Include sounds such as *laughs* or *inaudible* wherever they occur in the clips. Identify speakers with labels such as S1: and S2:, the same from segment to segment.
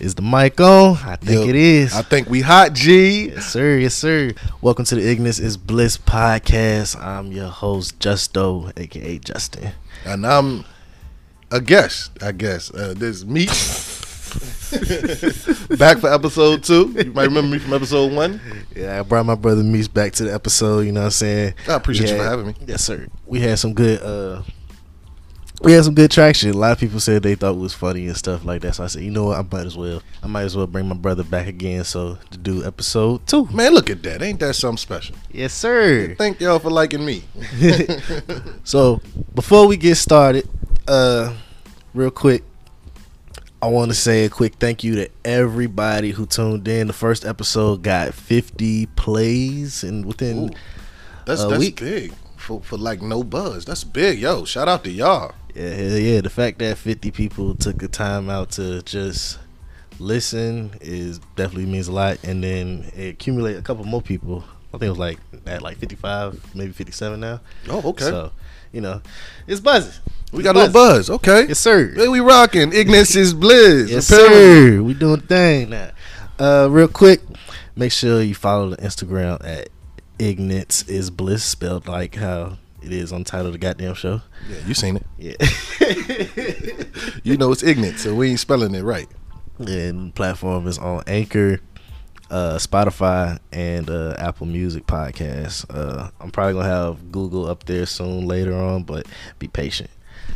S1: Is the mic on? I think
S2: Yep.
S1: it is.
S2: I think we hot, G.
S1: yes, sir. Yes, sir. Welcome to the Ignis is Bliss podcast. I'm your host, Justo, aka Justin.
S2: And I'm a guest, I guess. Uh, there's me. *laughs* Back for episode two. You might remember me from episode one.
S1: Yeah, I brought my brother Meese back to the episode. You know what I'm saying?
S2: I appreciate
S1: We
S2: you for
S1: had-
S2: having me.
S1: Yes, sir. We had some good. uh we had some good traction. A lot of people said they thought it was funny and stuff like that. So I said, you know what, I might as well, I might as well bring my brother back again. So to do episode two.
S2: Man, look at that. Ain't that something special?
S1: Yes, sir.
S2: Thank y'all for
S1: *laughs*
S2: liking me.
S1: So before we get started, uh, real quick, I want to say a quick thank you to everybody who tuned in. The first episode got 50 plays, and within
S2: Ooh, That's
S1: A
S2: that's
S1: week.
S2: big. For, for like no buzz. That's big. Yo, shout out to y'all.
S1: yeah, hell yeah, the fact that 50 people took the time out to just listen is definitely means a lot. And then it accumulate a couple more people. I think it was like at like 55, maybe 57 now.
S2: Oh, okay.
S1: So, you know, it's buzzing.
S2: we got a little buzz. Okay.
S1: Yes, sir.
S2: Hey, we rocking. Ignis is bliss.
S1: Yes,
S2: Apparently.
S1: sir. We doing thing now. Uh, real quick, make sure you follow the Instagram at Ignitz is Bliss, spelled like how it is on the title of the goddamn show.
S2: Yeah, you seen it.
S1: Yeah. *laughs*
S2: You know it's ignorant, so we ain't spelling it right.
S1: and platform is on Anchor, uh, Spotify, and uh, Apple Music podcast. Uh, I'm probably gonna have Google up there soon later on, but be patient.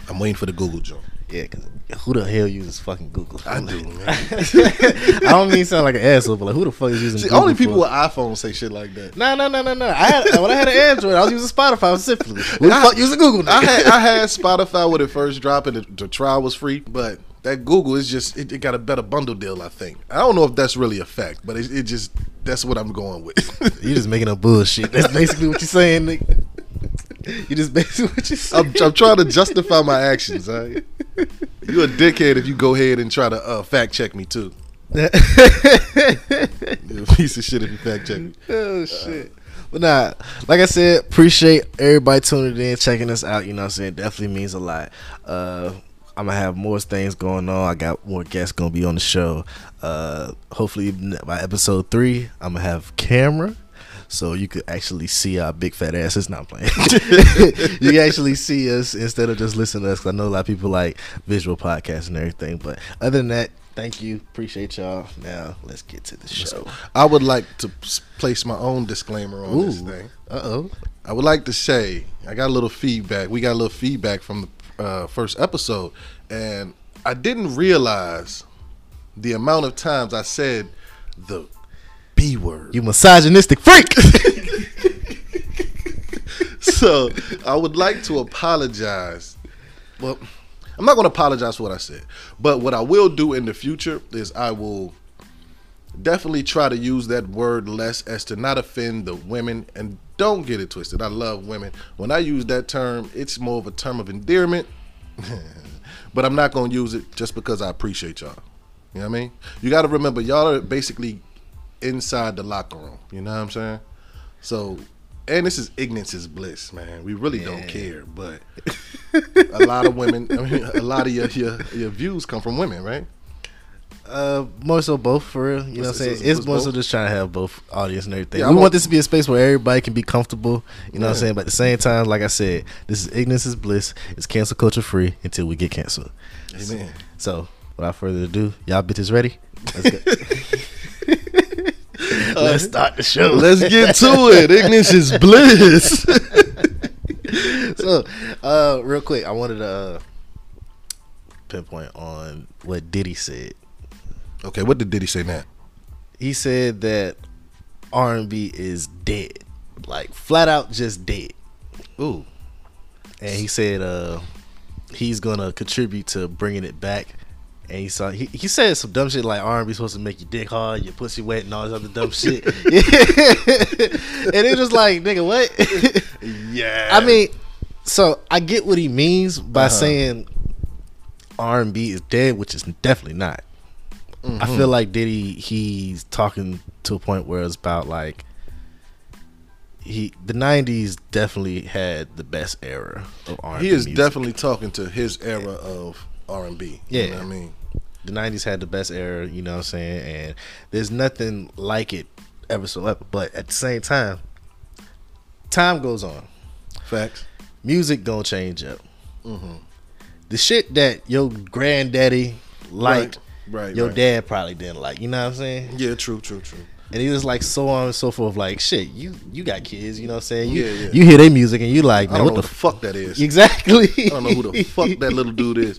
S2: I'm waiting for the Google joint.
S1: Yeah, cause who the hell uses fucking Google? *laughs*
S2: I do, man.
S1: I don't mean to sound like an asshole, but like, who the fuck is using?
S2: See,
S1: Google
S2: only
S1: for-
S2: people with iPhones say shit like that. *laughs*
S1: No, no, no, no, no. I had when I had an Android, I was using Spotify specifically. Who the
S2: I-
S1: fuck using Google? Now?
S2: I had I had Spotify when it first dropped, and the, the trial was free. But that Google is just it, it got a better bundle deal, I think. I don't know if that's really a fact, but it, it just that's what I'm going with. *laughs*
S1: you just making up bullshit. That's basically what you're saying. Nigga. You just basically what you
S2: I'm,
S1: saying.
S2: I'm trying to justify my actions. All right? You a dickhead if you go ahead and try to uh, fact check me too.
S1: *laughs*
S2: *laughs* You a piece of shit if you fact check me.
S1: oh shit. But nah, like I said, appreciate everybody tuning in, checking us out. You know what I'm saying? Definitely means a lot. Uh I'm gonna have more things going on. I got more guests gonna be on the show. Uh hopefully by episode three, I'm gonna have camera. So you could actually see our big fat asses. Not playing. *laughs* you can actually see us instead of just listening to us. 'cause I know a lot of people like visual podcasts and everything. But other than that, thank you. Appreciate y'all. Now let's get to the show.
S2: I would like to s- place my own disclaimer on this
S1: Ooh.
S2: thing.
S1: Uh oh.
S2: I would like to say I got a little feedback. We got a little feedback from the uh, first episode, and I didn't realize the amount of times I said the B word.
S1: You misogynistic
S2: *laughs*
S1: freak.
S2: so I would like to apologize. Well, I'm not going to apologize for what I said, but what I will do in the future is I will definitely try to use that word less as to not offend the women and don't get it twisted. I love women. When I use that term, it's more of a term of endearment, *laughs* but I'm not going to use it just because I appreciate y'all. You know what I mean? You got to remember, y'all are basically inside the locker room. You know what I'm saying? So, and this is ignorance is bliss, man. We really don't care,
S1: *laughs*
S2: but a lot of women, I mean, a lot of your, your your views come from women, right?
S1: uh, more so both for real. You know what I'm
S2: It's-
S1: saying?
S2: it's-
S1: It's
S2: it's
S1: more so
S2: both.
S1: just trying to have both audience and everything.
S2: Yeah, I
S1: we want
S2: want-
S1: this to be a space where everybody can be comfortable. You know what I'm
S2: Yeah.
S1: saying? But at the same time, like I said, this is ignorance is bliss. It's cancel culture free until we get canceled.
S2: Amen.
S1: So without further ado, y'all bitches ready? Let's
S2: *laughs*
S1: go. Let's start the show.
S2: Let's get to it. Ignorance is bliss.
S1: *laughs* so, uh, real quick, I wanted to uh, pinpoint on what Diddy said.
S2: okay, what did Diddy say now?
S1: he said that R and B is dead, like flat out just dead.
S2: Ooh,
S1: And he said uh, he's gonna contribute to bringing it back. And he saw he, he said some dumb shit like R and B supposed to make your dick hard, your pussy wet, and all this other dumb shit. *laughs* and it was like, nigga, what? *laughs*
S2: yeah.
S1: I mean, so I get what he means by
S2: Uh-huh.
S1: saying R and B is dead, which is definitely not. I
S2: Mm-hmm.
S1: feel like Diddy he's talking to a point where it's about like he the '90s definitely had the best era of R and B.
S2: he is
S1: music.
S2: definitely talking to his era of R and B.
S1: Yeah.
S2: you know what I mean,
S1: the 90s had the best era, you know what I'm saying? And there's nothing like it ever so ever. But at the same time, time goes on.
S2: Facts.
S1: Music gonna change up. Mm-hmm. The shit that your granddaddy liked,
S2: Right, right,
S1: your
S2: right.
S1: dad probably didn't like. You know what I'm saying?
S2: Yeah, true, true, true.
S1: and he was like so on and so forth. Like shit, you you got kids, you know what I'm saying? You
S2: Yeah, yeah.
S1: you hear their music and you like,
S2: I
S1: man,
S2: don't
S1: what
S2: know
S1: the
S2: what the fuck that is.
S1: *laughs* f- exactly?
S2: I don't know who the fuck that little dude is.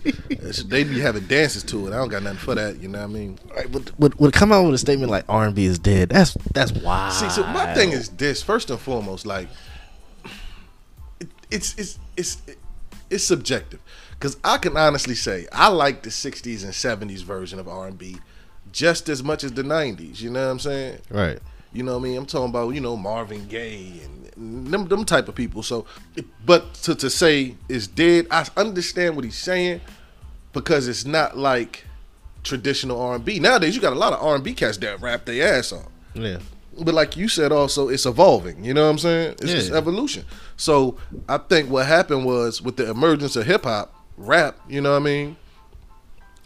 S1: *laughs*
S2: That shit- They be having dances to it. I don't got nothing for that. You know what I mean?
S1: Right, but *laughs* would, would come out with a statement like R and B is dead. That's that's wild.
S2: See, so my thing is this: first and foremost, like it, it's it's it's it's subjective, because I can honestly say I like the '60s and '70s version of R&B just as much as the '90s. You know what I'm saying?
S1: right.
S2: You know what I mean? I'm talking about you know Marvin Gaye and them them type of people. So, but to to say it's dead, I understand what he's saying because it's not like traditional R&B. Nowadays, you got a lot of R&B cats that rap their ass off
S1: Yeah.
S2: but like you said also it's evolving you know what i'm saying it's, it's
S1: Yeah.
S2: evolution so i think what happened was with the emergence of hip-hop rap you know what i mean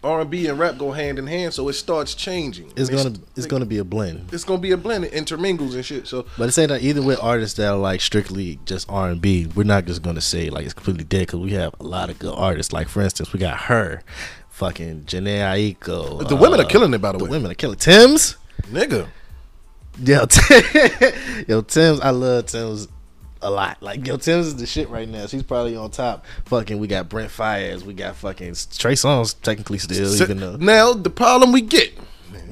S2: r&b and rap go hand in hand so it starts changing
S1: It's
S2: And
S1: gonna it's gonna be a blend.
S2: it's gonna be a blend it intermingles and shit so
S1: But it's saying that even with artists that are like strictly just R and B, we're not just gonna say like it's completely dead because we have a lot of good artists. Like for instance, we got her, fucking Janae Aiko.
S2: the women
S1: uh,
S2: are killing it by the,
S1: The
S2: way
S1: women are killing Tim's.
S2: nigga
S1: Yo, *laughs* Tim, yo, Tim's. I love Tim's a lot. Like, yo, Tim's is the shit right now. She's probably on top. Fucking, we got Brent Fires. We got fucking Trey Songz technically still.
S2: So-
S1: even though,
S2: now the problem we get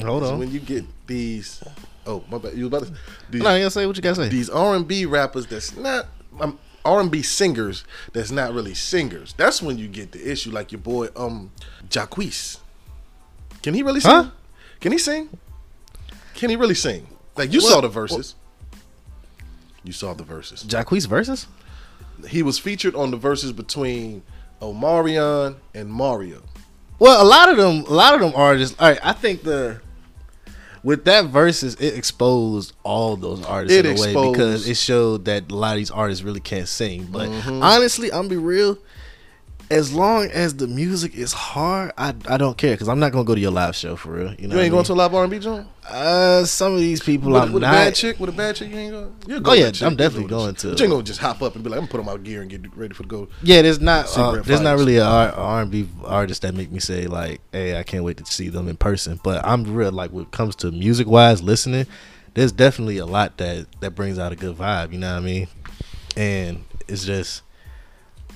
S1: hold
S2: is
S1: on.
S2: when you get these oh my bad you was about to these,
S1: No, you gotta say what you gotta say.
S2: these R&B rappers that's not um, R&B singers that's not really singers. That's when you get the issue like your boy um Jacquees. Can he really sing?
S1: Huh?
S2: Can he sing? Can he really sing? Like you
S1: What-
S2: saw the verses. You saw the verses.
S1: Jacquees versus.
S2: He was featured on the verses between Omarion and Mario.
S1: Well, a lot of them, a lot of them artists. All right, I think the with that versus it exposed all those artists
S2: It
S1: in a way
S2: exposed- Mm-hmm.
S1: because it showed that a lot of these artists really can't sing. But honestly, I'm be real. As long as the music is hard, I, I don't care because I'm not gonna go to your live show for real. You know,
S2: You ain't going
S1: what
S2: to a live R&B joint?
S1: I mean? uh some of these people
S2: With,
S1: I'm
S2: with a
S1: not.
S2: bad chick, with a bad chick, you ain't going. You'll
S1: Oh, yeah,
S2: with a chick.
S1: I'm definitely
S2: You'll go with a
S1: going
S2: chick.
S1: to.
S2: But You ain't gonna just hop up and be like, I'm gonna put on my gear and get ready for the go.
S1: Yeah, there's not
S2: See
S1: uh,
S2: Brent
S1: there's not
S2: Fires.
S1: really a R R and B artist that make me say like, hey, I can't wait to see them in person. But I'm real like when it comes to music wise listening, there's definitely a lot that that brings out a good vibe. You know what I mean? And it's just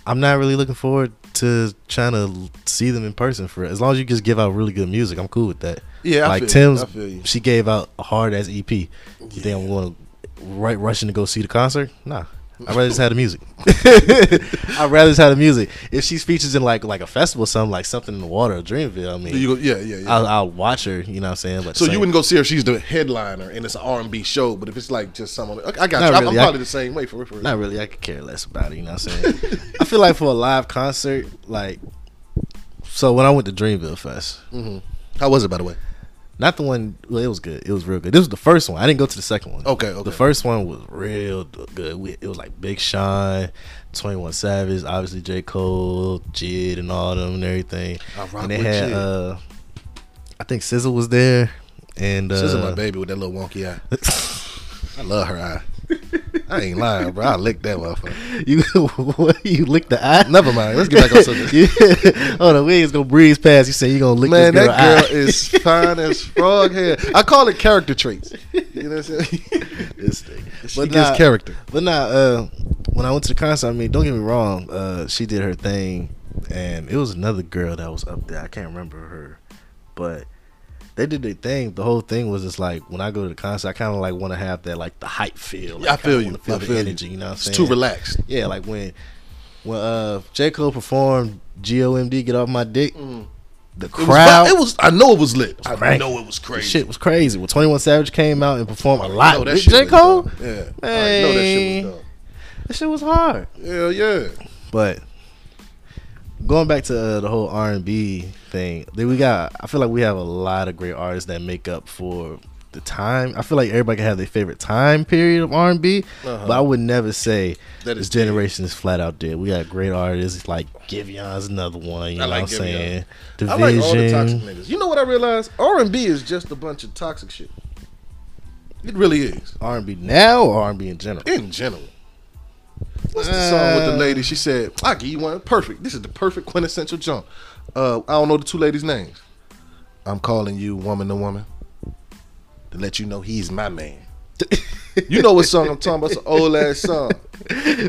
S1: I'm not really looking forward to trying to see them in person for as long as you just give out really good music. I'm cool with that.
S2: Yeah, I
S1: like
S2: feel you.
S1: Tim's,
S2: I feel you.
S1: she gave out a hard ass E EP. You think I'm going to right rushing to go see the concert? Nah. I'd rather just have the
S2: *laughs*
S1: music. I'd rather just have the music. If she's features in like like a festival, or something like something in the water, or Dreamville, I mean,
S2: You go, yeah, yeah, yeah.
S1: I'll, I'll watch her. You know what I'm saying? But
S2: So
S1: same-
S2: you wouldn't go see her. if She's the headliner, and it's an R and B show. But if it's like just someone, okay, I got
S1: Not
S2: you. I'm-
S1: really,
S2: I'm
S1: I-
S2: probably the same way for real, for real.
S1: Not really. I could care less about it. You know what I'm
S2: *laughs*
S1: saying? I feel like for a live concert, like so when I went to Dreamville Fest,
S2: How was it, by the way?
S1: Not the one. Well, it was good. It was real good. This was the first one. I didn't go to the second one.
S2: Okay, okay.
S1: The first one was real good. We, it was like Big Sean, Twenty One Savage, obviously J Cole, Jid, and all them and everything.
S2: I rock
S1: and they
S2: with
S1: had,
S2: Jid.
S1: uh, I think Sizzle was there, and uh,
S2: This is my baby with that little wonky eye. I love her eye. I ain't lying, bro. I licked that motherfucker.
S1: *laughs* You *laughs* what, you licked the eye?
S2: Never mind. Let's get back on
S1: *laughs*
S2: subject.
S1: yeah. Hold on, we ain't gonna breeze past. You say you gonna lick
S2: Man,
S1: this
S2: that girl
S1: eye.
S2: is fine as
S1: *laughs*
S2: frog hair. I call it character traits. You know what I'm saying?
S1: this thing.
S2: She gives character.
S1: But nah, uh, when I went to the concert, I mean, don't get me wrong, uh, she did her thing, and it was another girl that was up there. I can't remember her, but they did their thing. The whole thing was just like when I go to the concert, I kind of like want to have that like the hype feel. Like,
S2: I
S1: kinda
S2: feel you.
S1: wanna Feel
S2: I
S1: the
S2: feel you.
S1: energy. You know what I'm
S2: It's
S1: saying?
S2: too relaxed.
S1: Yeah, like when when uh J Cole performed "G.O.M.D. Get Off My Dick," the
S2: Mm. It was-
S1: crowd.
S2: It was. I know it was lit. I
S1: cranky.
S2: know it was
S1: the
S2: crazy.
S1: Shit was crazy. When Twenty One Savage came out and performed a
S2: I
S1: lot
S2: know Oh, that
S1: with
S2: shit
S1: J
S2: was
S1: Cole,
S2: dope. Yeah. I know that
S1: Hey.
S2: shit was dope.
S1: that shit was hard.
S2: Hell yeah.
S1: But going back to uh, the whole R and B thing, then we got. I feel like we have a lot of great artists that make up for the time. I feel like everybody can have their favorite time period of R and B,
S2: Uh-huh.
S1: but I would never say
S2: That
S1: this
S2: it's dead.
S1: generation is flat out dead. We got great artists like Givion's another one. You
S2: I
S1: know
S2: like
S1: what I'm saying?
S2: I like all the toxic
S1: Division.
S2: niggas. You know what I realized? R and B is just a bunch of toxic shit. It really is.
S1: R and B now or R and B in general? *laughs*
S2: In general. What's the song with the
S1: Uh,
S2: lady? She said, I give you one. Perfect. This is the perfect quintessential jump. Uh, I don't know the two ladies' names. I'm calling you woman to woman to let you know he's my man. *laughs* you know what song I'm talking about? It's an old ass song.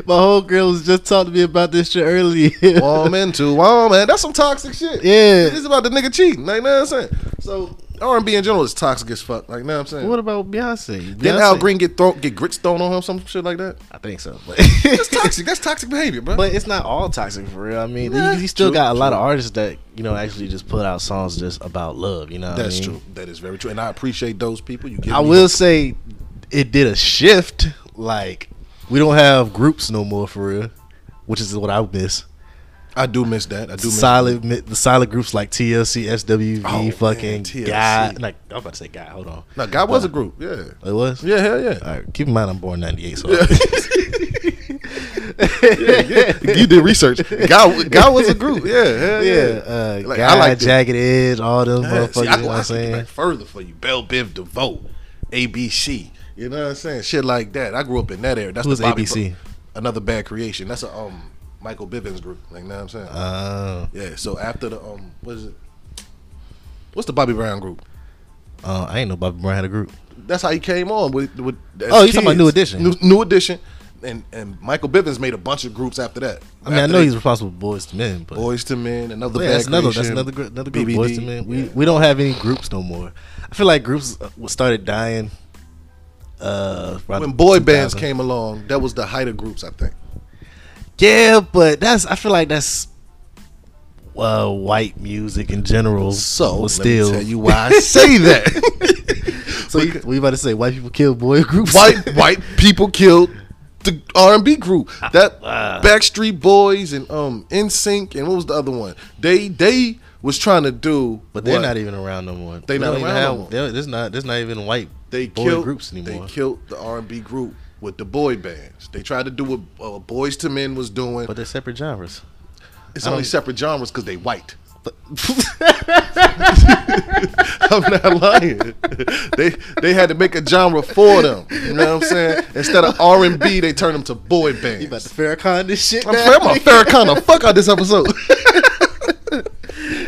S1: My whole girl was just talking to me about this shit earlier.
S2: woman to woman. That's some toxic shit.
S1: Yeah.
S2: It's about the nigga cheating. Like, know what I'm saying? So R&B in general is toxic as fuck. Like, know what I'm
S1: *laughs*
S2: saying?
S1: what about Beyonce?
S2: Didn't
S1: Beyonce-
S2: Al Green get thrown, get grit thrown on him, some shit like that?
S1: I think so. But, *laughs*
S2: That's toxic. That's toxic behavior, bro.
S1: but it's not all toxic for real. I mean,
S2: Nah,
S1: you, you still
S2: true,
S1: got a lot of artists that you know actually just put out songs just about love. You know, what I
S2: That's
S1: mean?
S2: true. That is very true, and I appreciate those people. You, give
S1: I
S2: me-
S1: will say it did a shift. Like we don't have groups no more for real, which is what I miss.
S2: I do miss that. I do miss
S1: Solid, mi- the solid groups like TLC, SWV,
S2: Oh, man,
S1: fucking
S2: TLC.
S1: guy. Like I was about to say guy. Hold on, Uh,
S2: Now, God was a group. Yeah,
S1: it was.
S2: yeah, hell yeah. *laughs*
S1: All right, keep in mind I'm born '98, so
S2: you did research. *laughs* God, God was a group. Yeah, hell yeah.
S1: yeah, uh,
S2: Like,
S1: guy,
S2: I like the-
S1: jagged edge, all them motherfuckers.
S2: See,
S1: you
S2: I
S1: know
S2: go
S1: what
S2: I
S1: I'm
S2: can get
S1: saying?
S2: back further for you. Bell Biv DeVoe, ABC. You know what I'm saying? Shit like that. I grew up in that era. That's
S1: Who's
S2: the Bobby
S1: ABC?
S2: Bro- Another bad creation. That's a um Michael Bivins group. Like, know what I'm saying?
S1: Oh,
S2: yeah. So after the um, what is it? What's the Bobby Brown group?
S1: uh, I ain't know Bobby Brown had a group.
S2: That's how he came on with with. as
S1: Oh, you talking about
S2: kids.
S1: New Edition.
S2: New, New Edition, and and Michael Bivins made a bunch of groups after that.
S1: I mean, I
S2: After
S1: know
S2: that,
S1: he's responsible for Boys to Men, but
S2: Boys to Men, another
S1: Yeah,
S2: Bad
S1: that's another that's
S2: Creation,
S1: another gr- another group.
S2: BBD.
S1: Boys to Men. We we don't have any groups no more. I feel like groups uh, started dying. Uh, around
S2: When boy bands
S1: 2000.
S2: came along, that was the height of groups.
S1: *laughs*
S2: I think.
S1: yeah, but that's I feel like that's uh, white music in general.
S2: So
S1: was
S2: let me
S1: still,
S2: tell you why
S1: *laughs*
S2: I say that.
S1: so you, we about to say white people kill boy groups.
S2: white white people killed the R and B group.
S1: *laughs*
S2: That
S1: Ah.
S2: Backstreet Boys and um NSYNC and what was the other one? They they was trying to do,
S1: But they're
S2: what?
S1: not even around no more.
S2: They
S1: We
S2: not
S1: don't even
S2: around no
S1: have-
S2: more.
S1: there- There's not. There's not even white
S2: they
S1: boy
S2: killed
S1: groups anymore.
S2: They killed the R and B group with the boy bands. They tried to do what uh, Boys to Men was doing.
S1: but they're separate *laughs* genres.
S2: it's
S1: I
S2: only
S1: don't-
S2: separate genres because they white.
S1: *laughs*
S2: *laughs* I'm not lying. they they had to make a genre for them. You know what I'm saying? Instead of R and B, they turned them to boy bands.
S1: You about to Farrakhan this shit?
S2: I'm,
S1: now?
S2: I'm a Farrakhan. Fuck out
S1: *laughs*
S2: this episode.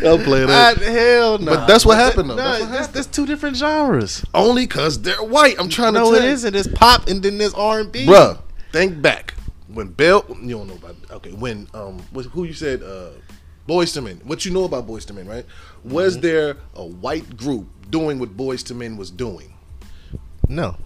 S2: I'm playing
S1: Ah,
S2: that.
S1: hell no.
S2: But that's what happened, though.
S1: Nah,
S2: That's what
S1: it's- There's two different genres.
S2: Only because they're white. I'm trying
S1: No,
S2: to
S1: it
S2: tell you.
S1: isn't. It's pop and then there's R and B.
S2: Bruh, think back. When Bell, you don't know about, okay, when, um, what- who you said, uh, Boys to Men. What you know about Boys to Men, right? Was there a white group doing what Boys to Men was doing?
S1: No.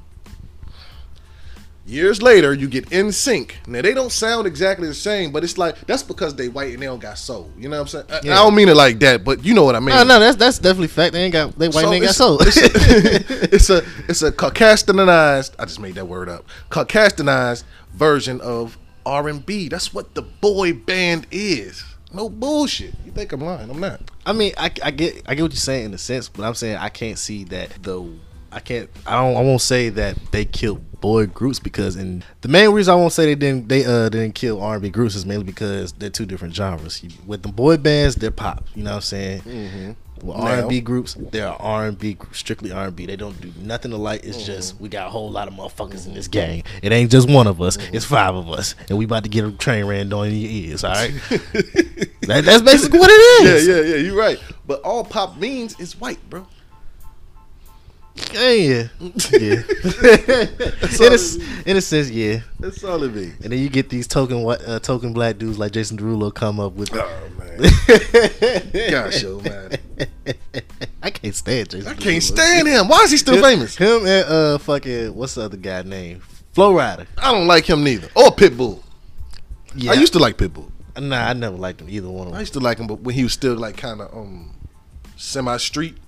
S2: Years later, you get in sync. Now they don't sound exactly the same, but it's like that's because they white and they don't got soul. You know what I'm saying? I-
S1: Yeah.
S2: I don't mean it like that, but you know what I mean.
S1: No, no, that's that's definitely fact. They ain't got they white
S2: So
S1: ain't got
S2: *laughs* it's-
S1: soul. *laughs*
S2: *laughs* it's a it's a Caucasianized. I just made that word up. Caucasianized version of R and B. That's what the boy band is. No bullshit. You think I'm lying? I'm not. *laughs*
S1: I mean, I, I get I get what you're saying in a sense, but I'm saying I can't see that the I can't I don't I won't say that they killed boy groups because and the main reason I won't say they didn't they uh didn't kill R&B groups is mainly because they're two different genres. You- With the boy bands, they're pop. You know what I'm saying? Mm-hmm. With
S2: Now.
S1: R&B groups, they're R&B groups, strictly R&B. They don't do nothing alike. It's just
S2: Mm-hmm.
S1: we got a whole lot of motherfuckers in this gang. It ain't just one of us. It's
S2: Mm-hmm.
S1: five of us, and we about to get a train ran on in your ears. All
S2: *laughs*
S1: right, That- that's basically what it
S2: Yeah,
S1: is.
S2: yeah, yeah. You're right. But all pop means is white, bro.
S1: Yeah, yeah.
S2: *laughs*
S1: yeah.
S2: all
S1: in, a, s-
S2: it
S1: in a sense, yeah.
S2: That's all it means.
S1: And then you get these token whi- uh, token black dudes like Jason Derulo come up with.
S2: Oh man, *laughs* gosh,
S1: Gosh,
S2: yo, man.
S1: I can't stand Jason.
S2: I
S1: Derulo.
S2: can't stand him. Why is he still
S1: him,
S2: famous?
S1: Him and uh, fucking what's the other guy name? Flow Rider.
S2: I don't like him neither. Or Pitbull.
S1: Yeah,
S2: I used to like Pitbull.
S1: to. Nah, I never liked him either one of
S2: I
S1: them.
S2: used to like him, but when he was still like kind of um semi street.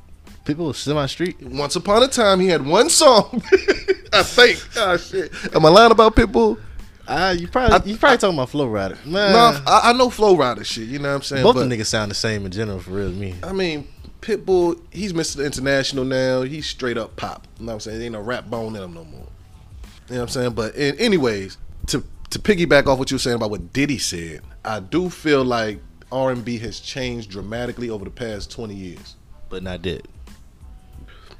S1: People was semi street.
S2: Once upon a time, he had one song. *laughs* I think. Oh shit. Am I lying about Pitbull?
S1: Ah, you probably you probably talking about Flow Rider. Nah,
S2: No, I, I know Flow Rider shit. You know what I'm saying?
S1: both
S2: but,
S1: the niggas sound the same in general for real to me.
S2: I mean, Pitbull, he's Mr. International now. He's straight up pop. You know what I'm saying? There ain't no rap bone in him no more. You know what I'm saying? But in, anyways, to to piggyback off what you were saying about what Diddy said, I do feel like R&B has changed dramatically over the past 20 years.
S1: but not did.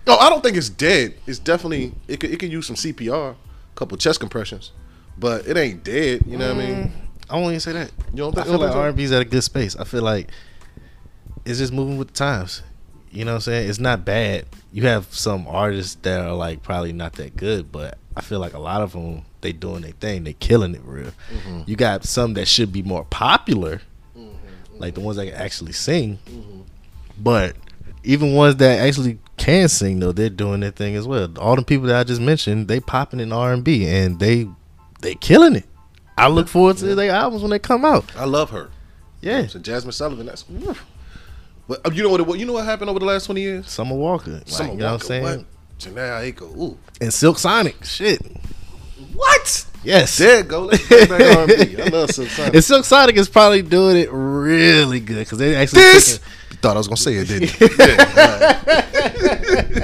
S2: No, I don't think it's dead. It's definitely it could it could use some CPR, a couple chest compressions, but it ain't dead. You know what I mean?
S1: I won't even say that.
S2: You don't
S1: Mm. I
S2: think
S1: feel like
S2: so?
S1: R and B's at a good space. I feel like it's just moving with the times. You know what I'm saying? It's not bad. You have some artists that are like probably not that good, but I feel like a lot of them they doing their thing. They killing it real.
S2: Mm-hmm.
S1: You got some that should be more popular,
S2: Mm-hmm.
S1: like the ones that can actually sing. But even ones that actually can sing though, they're doing their thing as well. All the people that I just mentioned, they popping in R and B and they they killing it. I look forward to their albums when they come out.
S2: I love her.
S1: Yeah.
S2: So Jasmine Sullivan, that's. Woof. But uh, you know what? it wa- You know what happened over the last 20 years?
S1: Summer Walker. Like,
S2: Summer
S1: you know what I'm saying?
S2: what? Janae Aiko. Ooh.
S1: And Silk Sonic. Shit.
S2: What?
S1: Yes.
S2: There you go. Let's get back to
S1: *laughs*
S2: R&B. I love Silk Sonic.
S1: And Silk Sonic is probably doing it really good because they actually
S2: This.
S1: taking-
S2: You thought I was gonna say it,
S1: *laughs*
S2: didn't you? yeah, right.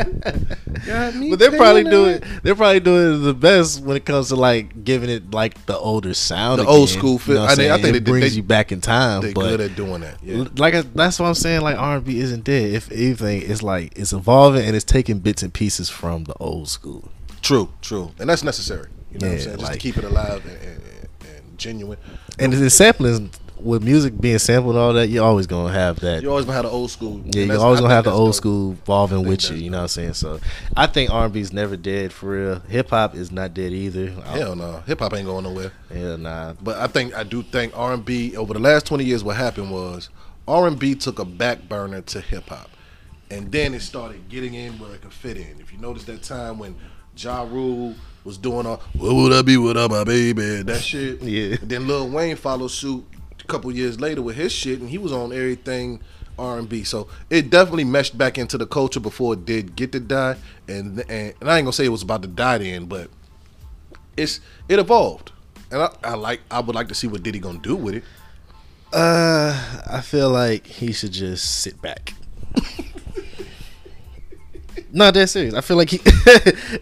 S2: Got me
S1: but they're probably
S2: feeling
S1: doing they're probably doing it the best when it comes to like giving it like the older sound,
S2: The old
S1: again.
S2: school
S1: You
S2: feel.
S1: know what
S2: I
S1: I'm
S2: think-
S1: saying?
S2: I think
S1: it
S2: they did-
S1: brings
S2: they-
S1: you back in time.
S2: They
S1: but
S2: good at doing that. Yeah.
S1: L- like I, that's what I'm saying. Like R and B isn't dead. If anything, it's like it's evolving and it's taking bits and pieces from the old school.
S2: True, true, and that's necessary. You know what I'm
S1: Yeah,
S2: saying? Just
S1: like-
S2: to keep it alive and, and, and, and genuine.
S1: And the sampling with music being sampled and all that, you're always gonna have that.
S2: You always gonna have the old
S1: Yeah,
S2: school. and
S1: you're
S2: that's-
S1: always
S2: I
S1: gonna
S2: think
S1: have the
S2: that's
S1: old
S2: dope.
S1: school evolving with you.
S2: that's
S1: You know what I'm saying? So I think R&B's never dead for real. Hip hop is not dead either. I-
S2: Hell no, hip hop ain't going nowhere.
S1: Hell nah.
S2: But I think I do think R and B over the last twenty years, what happened was R and B took a back burner to hip hop, and then it started getting in where it could fit in. If you notice that time when Ja Rule was doing all "What would I be without my baby?" that shit.
S1: Yeah.
S2: And then Lil Wayne followed suit a couple years later with his shit, and he was on everything R and B. So it definitely meshed back into the culture before it did get to die. And and, and I ain't gonna say it was about to die then, but it's it evolved, and I, I like I would like to see what Diddy gonna do with it.
S1: Uh, I feel like he should just sit back. Not that serious. I feel like he, *laughs*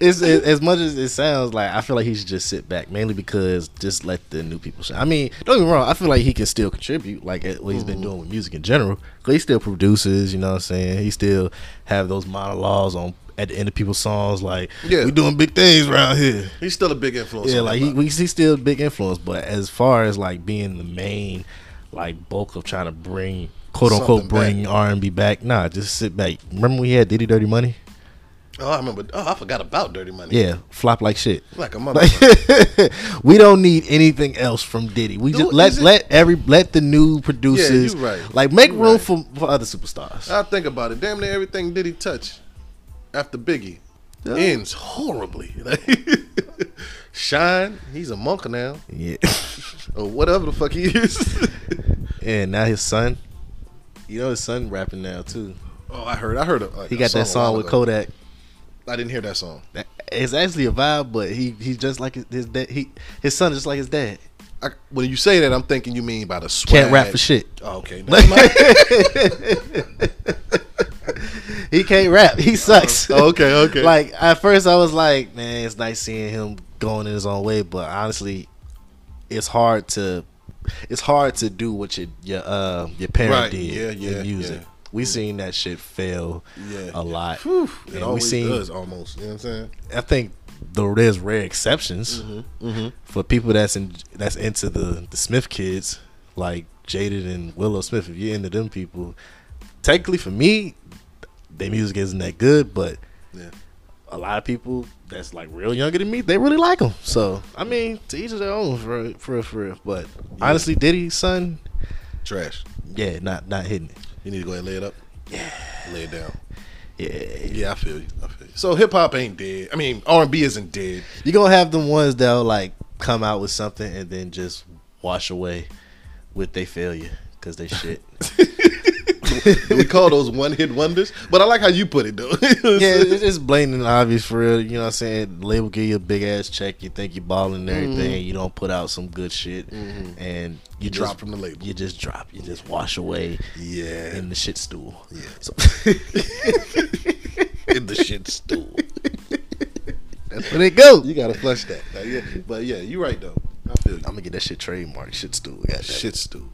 S1: it's, it, as much as it sounds like, I feel like he should just sit back, mainly because just let the new people shine. I mean, don't get me wrong. I feel like he can still contribute, like at what he's been doing with music in general. 'Cause he still produces. You know what I'm saying? He still have those monologues on at the end of people's songs, like
S2: Yeah.
S1: we doing big things around here.
S2: He's still a big influence.
S1: Yeah,
S2: on
S1: like he,
S2: hip-hop.
S1: we see still big influence, but as far as like being the main like bulk of trying to bring quote unquote
S2: Something
S1: bring R and B back, nah, just sit back. Remember we had Diddy Dirty Money?
S2: oh, I remember. Oh, I forgot about Dirty Money.
S1: Yeah, flop like shit. *laughs*
S2: like a mother.
S1: Like, we don't need anything else from Diddy. We
S2: Dude,
S1: just let
S2: is it-
S1: let every let the new producers
S2: you right.
S1: like make
S2: You
S1: room
S2: right. Uh,
S1: for, for other superstars.
S2: I think about it. Damn near everything Diddy touch after Biggie
S1: Yeah.
S2: ends horribly. *laughs* Shine, he's a monk now,
S1: Yeah, *laughs*
S2: or whatever the fuck he is. *laughs*
S1: and now his son, you know his son rapping now too.
S2: oh, I heard. I heard. A, like,
S1: He
S2: a
S1: got that
S2: a
S1: song
S2: while
S1: with
S2: ago.
S1: Kodak.
S2: I didn't hear that song.
S1: It's actually a vibe, but he he's just like his, his dad. He his son is just like his dad.
S2: I, when you say that, I'm thinking you mean by the swag.
S1: Can't rap for *laughs* shit.
S2: Oh, okay.
S1: *laughs*
S2: Never mind. *laughs*
S1: He can't rap. He sucks.
S2: Oh, okay,
S1: *laughs*
S2: okay.
S1: like at first, I was like, man, it's nice seeing him going in his own way, but honestly, it's hard to it's hard to do what your your uh, your parent
S2: Right,
S1: did
S2: yeah, yeah,
S1: in music.
S2: yeah.
S1: We seen that shit fail
S2: Yeah.
S1: a lot.
S2: Whew,
S1: And
S2: it
S1: we
S2: always
S1: seen-
S2: does almost. You know what I'm saying?
S1: I think though there's rare
S2: Mm-hmm.
S1: exceptions for people that's in that's into the the Smith kids like Jaded and Willow Smith. If you're into them people, technically for me, their music isn't that good, but
S2: Yeah.
S1: a lot of people that's like real younger than me, they really like them. So I mean, to each of their own, for real- for real, for real. But honestly, Diddy son,
S2: Trash.
S1: yeah, not not hitting it.
S2: You need to go ahead and lay it up. Yeah. Lay it down.
S1: Yeah,
S2: Yeah, I feel you. I feel you. So hip hop ain't dead. I mean, R and B
S1: *laughs*
S2: isn't dead.
S1: you're gonna have the ones that'll like come out with something and then just wash away with their failure because they shit.
S2: we call those one hit wonders? But I like how you put it though. *laughs*
S1: yeah, it's just blatant and obvious for real. You know what I'm saying? Label give you a big ass check. You think you're balling and everything. You don't put out some good shit, and you,
S2: Mm-hmm. You drop
S1: just-
S2: from the label.
S1: You just drop. You just wash away *laughs*
S2: yeah,
S1: in the shit stool.
S2: Yeah.
S1: So, *laughs*
S2: in the shit stool.
S1: let it go.
S2: You gotta flush that. Now, yeah, but yeah, you right though. I feel you.
S1: I'm gonna get that shit trademarked. Shit stool. Goddamn. *laughs*
S2: Shit stool.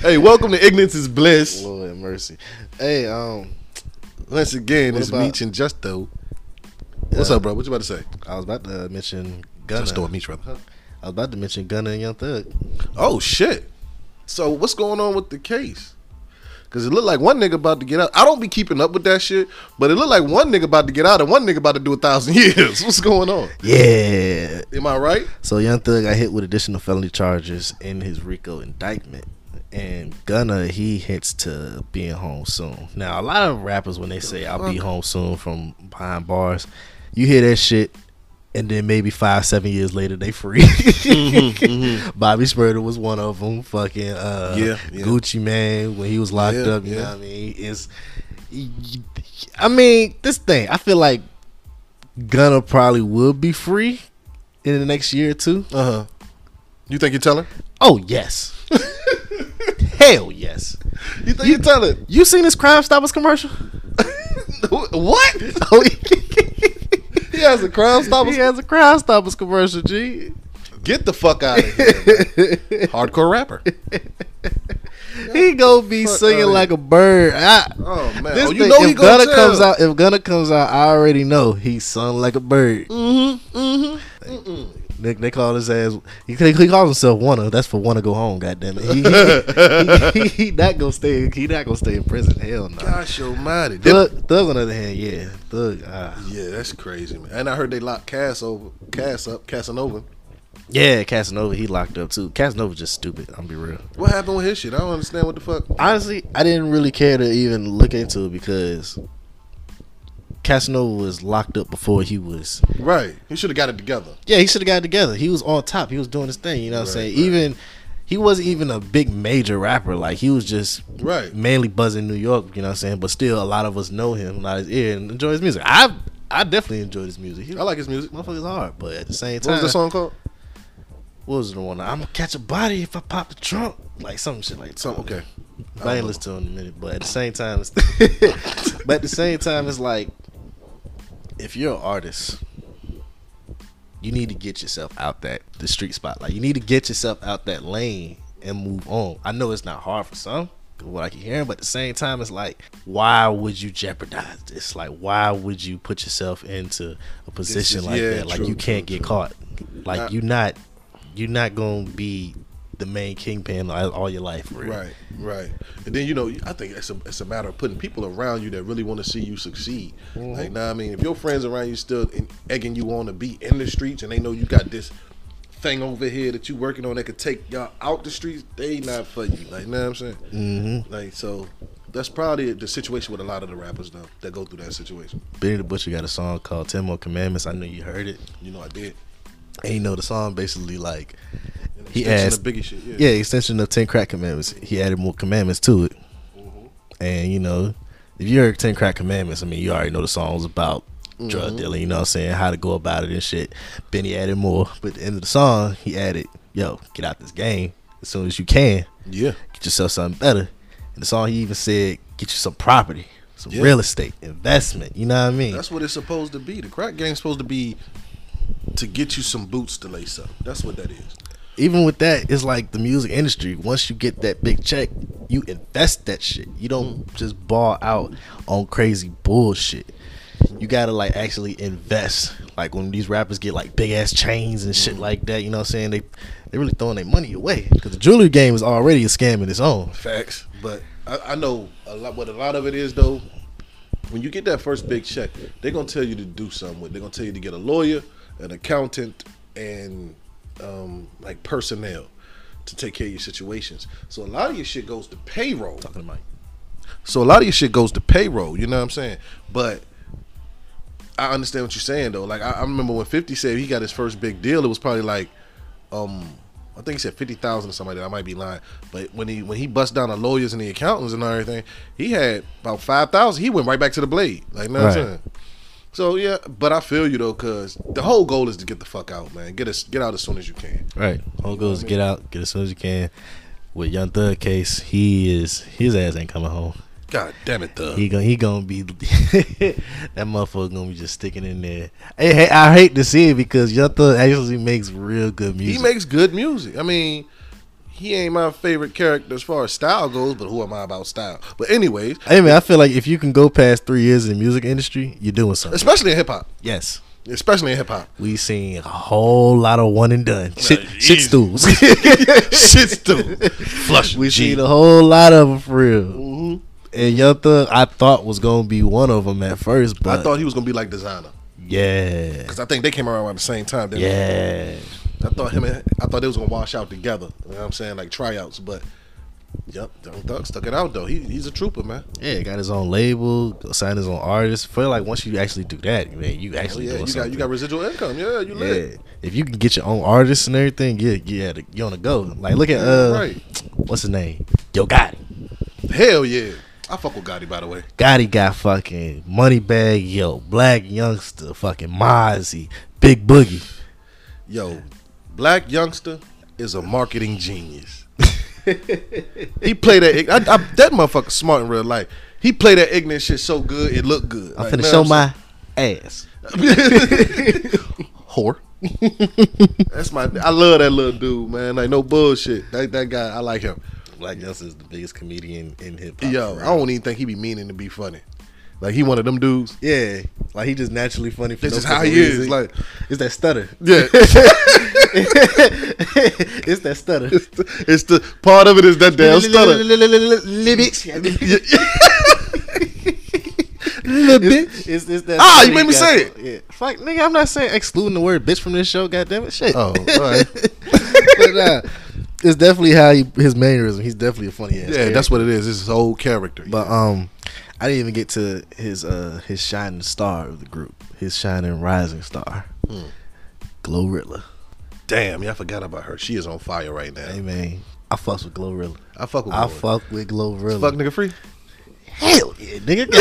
S2: hey, welcome to Ignorance is Bliss.
S1: Lord have mercy. Hey, um,
S2: Once again,
S1: What
S2: it's
S1: about-
S2: Meech and Justo. What's
S1: Yeah.
S2: up, bro? What you about to say?
S1: I was about to mention Gunna.
S2: Justo and Meech, brother.
S1: I was about to mention Gunna and Young Thug.
S2: Oh shit! So what's going on with the case? Cause it looked like one nigga about to get out. I don't be keeping up with that shit, but it looked like one nigga about to get out and one nigga about to do a thousand *laughs* years. What's going on?
S1: Yeah.
S2: Am I right?
S1: So Young Thug got hit with additional felony charges in his RICO indictment. And Gunna, he hints to being home soon. Now, a lot of rappers, when they say, I'll be home soon from behind bars, you hear that shit, and then maybe five, seven years later, they
S2: *laughs*
S1: free.
S2: Mm-hmm,
S1: Bobby Smurda was one of them. Fucking uh,
S2: Yeah, yeah.
S1: Gucci Man, when he was locked
S2: Yeah,
S1: up, you
S2: yeah.
S1: know what I mean? It's, I mean, this thing, I feel like Gunna probably will be free in the next year or two.
S2: Uh huh. You think you're *laughs* telling?
S1: Oh yes. *laughs* Hell yes.
S2: You think you're telling?
S1: You seen this Crime Stoppers commercial?
S2: *laughs*
S1: *laughs*
S2: what?
S1: Oh,
S2: He has a crime stopper.
S1: he has a Crime Stoppers commercial, G. *laughs*
S2: Get the fuck out of here, man. hardcore rapper.
S1: he gonna be
S2: Fuck oh,
S1: singing
S2: outta
S1: like a bird. I,
S2: Oh man,
S1: this
S2: oh, you
S1: thing,
S2: know he
S1: if Gunna
S2: gonna tell.
S1: comes out, if Gunna comes out, I already know he sung like a bird.
S2: Mm-hmm. Mm-hmm.
S1: They, they call his ass. He, he calls himself Wanna. That's for Wanna go home. Goddamn it. He, he, he, he not gonna stay. He not gonna stay in prison. Hell no.
S2: Gosh Almighty.
S1: Thug, Thug on the other hand, yeah, Thug, uh,
S2: Yeah, that's crazy, man. And I heard they locked Cass over, Cass up, Casanova.
S1: yeah, Casanova, he locked up too. Casanova just stupid. I'm be real.
S2: What happened with his shit? I don't understand what the fuck.
S1: Honestly, I didn't really care to even look into it because Casanova was locked up before he was.
S2: Right, he should have got it together.
S1: Yeah, he should have got it together. He was on top. He was doing his thing. You know what I'm
S2: Right,
S1: saying?
S2: right.
S1: Even he wasn't even a big major rapper. Like he was just
S2: Right.
S1: mainly buzzing New York. You know what I'm saying? But still, a lot of us know him, not his ear, and enjoy his music. I I definitely enjoyed his music. He,
S2: I like his music. What
S1: motherfucker's hard, but at the same time,
S2: was the song called?
S1: what was the one? I'm gonna catch a body if I pop the trunk, like some shit like that.
S2: Something. Okay.
S1: I
S2: Oh.
S1: ain't listened to it in a minute, but at the same time, it's *laughs* but at the same time, it's like if you're an artist, you need to get yourself out that the street spotlight. You need to get yourself out that lane and move on. I know it's not hard for some. What I keep hearing, but at the same time, it's like, why would you jeopardize this? Like, why would you put yourself into a position like
S2: yeah,
S1: that? Like,
S2: true,
S1: you can't
S2: true,
S1: get caught. Like,
S2: I-
S1: you're not, you're not gonna be the main kingpin all, all your life, for real.
S2: Right, right. And then you know, I think it's a it's a matter of putting people around you that really want to see you succeed.
S1: Mm-hmm.
S2: Like, nah, I mean, if your friends around you still in, egging you on to be in the streets, and they know you got this thing over here that you working on that could take y'all out the streets, they not for you. Like, know what I'm saying? Mm-hmm. Like, so that's probably the situation with a lot of the rappers though that go through that situation.
S1: Benny the Butcher got a song called Ten More Commandments. I know you heard it.
S2: You know, I did.
S1: And you know the song basically like
S2: And
S1: he
S2: extension
S1: asked,
S2: of Biggie shit. Yeah.
S1: yeah, extension of Ten Crack Commandments. He added more commandments to it,
S2: Mm-hmm.
S1: and you know if you heard Ten Crack Commandments, I mean you already know the song was about
S2: Mm-hmm.
S1: drug dealing. You know what I'm saying? How to go about it and shit. Benny added more, but at the end of the song he added, "Yo, get out this game as soon as you can.
S2: yeah.
S1: Get yourself something better." And the song he even said, "Get you some property." Some
S2: Yeah.
S1: real estate investment, you know what I mean?
S2: That's what it's supposed to be. The crack game's supposed to be to get you some boots to lace up. That's what that is.
S1: even with that, it's like the music industry. Once you get that big check, you invest that shit. You don't just ball out on crazy bullshit. You gotta like actually invest. Like when these rappers get like big ass chains and shit like that, you know what I'm saying? They they really throwing their money away because the jewelry game is already a scam in its own.
S2: Facts. But I, I know a lot. What a lot of it is though, when you get that first big check, they're gonna tell you to do something. with it. They're gonna tell you to get a lawyer, an accountant, and um, like personnel to take care of your situations. So a lot of your shit goes to payroll.
S1: Talking to Mike.
S2: So a lot of your shit goes to payroll. You know what I'm saying? But I understand what you're saying though. Like I, I remember when Fifty said he got his first big deal, it was probably like, um, I think he said fifty thousand or something like that. I might be lying, but when he when he bust down the lawyers and the accountants and everything, he had about five thousand. He went right back to the blade, like you know what I'm
S1: Right.
S2: saying. So yeah, but I feel you though, cause the whole goal is to get the fuck out, man. Get us get out as soon as you can.
S1: Right. All goes get out, get as soon as you can. With Young Thug case, he is his ass ain't coming home.
S2: God damn it, Thug.
S1: He gonna he gonna be *laughs* that motherfucker gonna be just sticking in there. Hey, hey, I hate to see it because Young Thug actually makes real good
S2: He
S1: music.
S2: makes good music. I mean, he ain't my favorite character as far as style goes, but who am I about style? But anyways,
S1: hey man, I feel like if you can go past three years in the music industry, you're doing something.
S2: especially in hip hop,
S1: Yes.
S2: especially in hip hop,
S1: We seen a whole lot of one and done shit,
S2: easy.
S1: shit stools.
S2: shit's too flush.
S1: we
S2: G.
S1: seen a whole lot of them for real. Mm-hmm. And Young Thug, I thought was gonna be one of them at first, but
S2: I thought he was gonna be like Designer
S1: yeah,
S2: because I think they came around at the same time. didn't they?
S1: yeah.
S2: I thought him and I thought they was gonna wash out together. You know what I'm saying? Like tryouts, but yep, Young Thug stuck it out though. He, he's a trooper, man.
S1: Yeah, got his own label, signed his own artist. Feel like once you actually do that, man, you
S2: Oh
S1: actually
S2: yeah,
S1: doing
S2: you got
S1: something.
S2: you got residual income. Yeah, you
S1: yeah,
S2: lit.
S1: if you can get your own artist and everything, yeah, yeah, you on the go. Like look at uh,
S2: Right.
S1: what's his name? Yo Gotti.
S2: Hell yeah. I fuck with Gotti by the way.
S1: Gotti got fucking money bag, yo, black youngster, fucking Mozzie, Big Boogie.
S2: Yo, black youngster is a marketing genius. *laughs* he played that. ig- I, I, that motherfucker smart in real life. He played that ignorant shit so good it looked good.
S1: I'm
S2: Like,
S1: finna
S2: man,
S1: show
S2: so-
S1: my ass.
S2: whore. *laughs* That's my. I love that little dude, man. Like no bullshit. That that guy, I like him.
S1: Black Youngster is the biggest comedian in hip
S2: Yo, I don't even think he be meaning to be funny. Like he one of them dudes.
S1: yeah, like he just naturally funny. For
S2: This
S1: no
S2: is how
S1: fucking
S2: he is,
S1: reason.
S2: like-
S1: it's that stutter. *laughs*
S2: Yeah,
S1: it's that stutter.
S2: *laughs* it's the part of it is that damn *laughs* stutter. *laughs*
S1: Little bitch. It's, it's that
S2: Ah, you
S1: stutter
S2: made me
S1: got-
S2: say it.
S1: Yeah. Fuck, nigga, I'm not saying excluding the word bitch from this show. Goddamn it, shit.
S2: Oh, all right.
S1: *laughs* but nah, it's definitely how he, his mannerism. He's definitely a funny ass.
S2: yeah, that's what it is. It's his whole character.
S1: But um, I didn't even get to his uh his shining star of the group, his shining rising star,
S2: Hmm.
S1: Glow Riddler.
S2: damn, yeah, I forgot about her. She is on fire right now.
S1: Hey man, I fucks with Glow Riddler.
S2: I fuck with.
S1: I
S2: her.
S1: fuck with Glow Riddler.
S2: Fuck nigga free.
S1: Hell yeah, *laughs* nigga.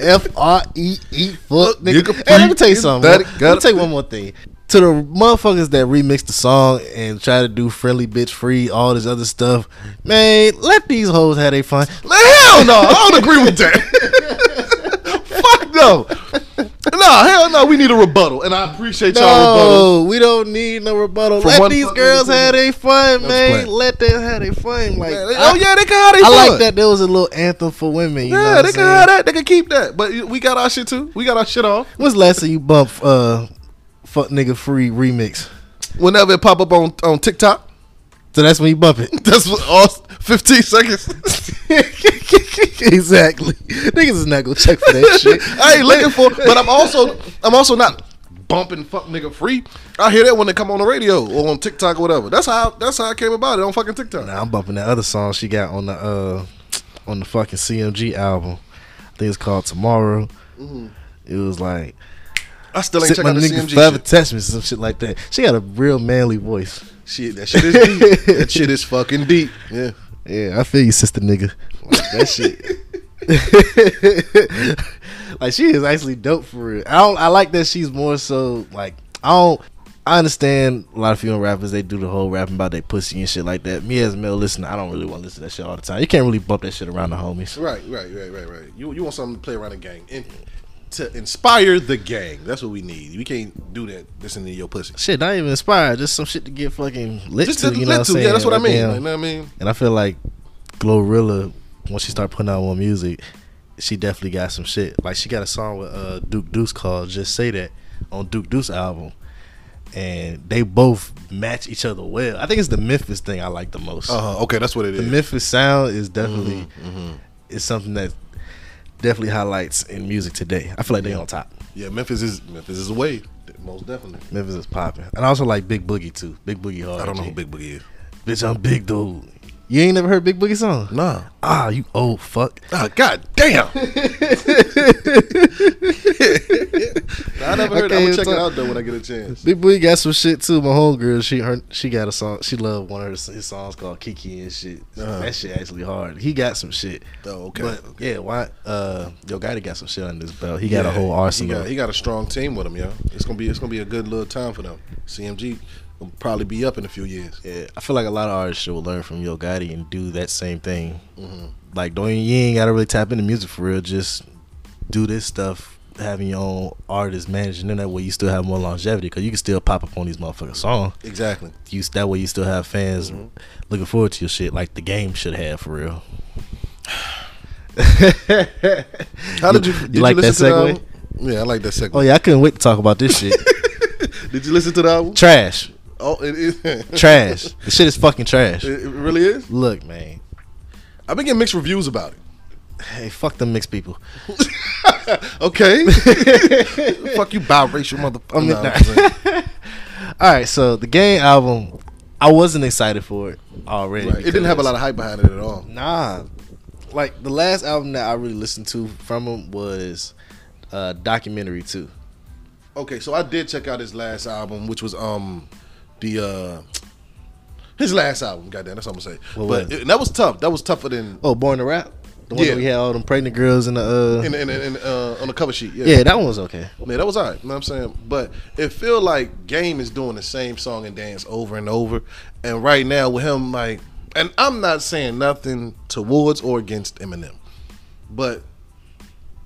S1: F R E E fuck nigga.
S2: Nigga,
S1: Hey, let me tell you
S2: please,
S1: something.
S2: that-
S1: man. Let me tell you one more thing. To the motherfuckers that remix the song and try to do friendly bitch free, all this other stuff, man, let these hoes have their fun. *laughs*
S2: Man, hell no, I don't agree with that. *laughs* Fuck no. No, hell no, we need a rebuttal. And I appreciate y'all
S1: No, we don't need no rebuttal.
S2: For
S1: let
S2: one
S1: these
S2: fucking
S1: girls
S2: reason.
S1: have their fun,
S2: I'm just
S1: man.
S2: playing.
S1: Let them have their fun. Like,
S2: rebuttal.
S1: I,
S2: oh, yeah, they can have their
S1: I
S2: fun.
S1: like that there was a little anthem for women. You know
S2: Yeah,
S1: what
S2: they
S1: I'm
S2: can have
S1: saying?
S2: that. They can keep that. But we got our shit too. We got our shit off.
S1: What's the last time you bump uh, fuck nigga free remix?
S2: Whenever it pop up on, on TikTok, *laughs*
S1: So that's when you bump it. *laughs*
S2: that's what all 15 seconds.
S1: exactly. Niggas is not gonna check for that shit.
S2: *laughs* I ain't looking for, but I'm also I'm also not bumping fuck nigga free. I hear that when they come on the radio or on TikTok or whatever. That's how that's how I came about it on fucking TikTok.
S1: Nah, I'm bumping that other song she got on the uh on the fucking CMG album. I think it's called Tomorrow.
S2: Mm-hmm.
S1: It was like
S2: I still ain't
S1: sit
S2: check
S1: my
S2: out the
S1: nigga
S2: CMG
S1: forever
S2: shit.
S1: touch me, some shit like that. She got a real manly voice.
S2: Shit, that shit is deep. that shit is fucking deep. Yeah.
S1: Yeah, I feel you, sister nigga. Like, that shit. *laughs* like she is actually dope for real. I don't. I like that she's more so like I don't. I understand a lot of female rappers they do the whole rapping about their pussy and shit like that. Me as a male listener, I don't really want to listen to that shit all the time. You can't really bump that shit around the homies.
S2: *laughs* Right, right, right, right, right. You you want something to play around the gang. And to inspire the gang. That's what we need. We can't do that listening to your pussy.
S1: Shit, not even inspired. Just some shit to get fucking lit
S2: Just
S1: to.
S2: to
S1: You know what I'm
S2: let to.
S1: saying?
S2: Yeah, that's what I mean.
S1: Goddamn.
S2: You know what I mean?
S1: And I feel like Glorilla, once she started putting out more music, she definitely got some shit. Like she got a song with uh, Duke Deuce called "Just Say That" on Duke Deuce album, and they both match each other well. I think it's the Memphis thing I like the most.
S2: Uh, okay, that's what it
S1: the
S2: is.
S1: Memphis sound
S2: Mm-hmm,
S1: is definitely is something that definitely highlights in music today. I feel like they on top.
S2: yeah, Memphis is Memphis is a wave. Most definitely.
S1: Memphis is popping, and I also like Big Boogie too. Big Boogie hard.
S2: I don't know
S1: G.
S2: who Big Boogie is.
S1: bitch. I'm big dude. You ain't never heard Big Boogie song?
S2: Nah.
S1: *laughs*
S2: *laughs*
S1: Ah, you old fuck.
S2: Ah, god damn. I never heard. it.
S1: Okay,
S2: I'm gonna
S1: it's
S2: check it
S1: like-
S2: out though when I get a chance.
S1: Big Boy got some shit too. My whole girl, she her, she got a song. She loved one of his, his songs called Kiki and shit.
S2: Uh-huh.
S1: That shit actually hard. He got some shit.
S2: Oh, okay.
S1: But yeah, why? Uh, Yo Gotti got some shit under his belt. He got a
S2: Yeah,
S1: whole
S2: He
S1: arsenal.
S2: got, he got a strong team with him, yo. It's gonna be it's gonna be a good little time for them. CMG will probably be up in a few years.
S1: yeah, I feel like a lot of artists should learn from Yo Gotti and do that same thing. Like, don't you ain't gotta really tap into music for real. Just do this stuff. Having your own artist managing, then that way you still have more longevity because you can still pop up on these motherfucking songs.
S2: Exactly.
S1: you that way you still have fans
S2: Mm-hmm.
S1: looking forward to your shit like the game should have for real.
S2: *sighs*
S1: *laughs*
S2: How did you?
S1: You
S2: Did
S1: like
S2: you
S1: that
S2: listen to the
S1: segue?
S2: album? Yeah, I like that segue.
S1: Oh yeah, I couldn't wait to talk about this
S2: *laughs*
S1: shit.
S2: Did you listen to the album?
S1: trash,
S2: Oh, it is. *laughs*
S1: trash. The shit is fucking trash.
S2: It, it really is.
S1: Look, man.
S2: I've been getting mixed reviews about it. *laughs*
S1: Hey, fuck them mixed people. *laughs*
S2: Okay. Fuck you, biracial motherfucker.
S1: I'm *laughs* All right, so the game album, I wasn't excited for it already.
S2: It didn't have a lot of hype behind it at all.
S1: Nah, like the last album that I really listened to from him was uh, documentary too.
S2: Okay, so I did check out his last album, which was um the uh his last album. Goddamn, that's what I'm gonna say.
S1: What
S2: but
S1: was
S2: it- that was tough. That was tougher than
S1: Oh, Born to Rap, the one
S2: Yeah.
S1: that we had all them pregnant girls in the uh,
S2: in, in, in, uh, on the cover sheet. Yeah.
S1: Yeah, that one was okay.
S2: Man, that was alright. You know what I'm saying? But it feel like Game is doing the same song and dance over and over. And right now with him like and I'm not saying nothing towards or against Eminem. But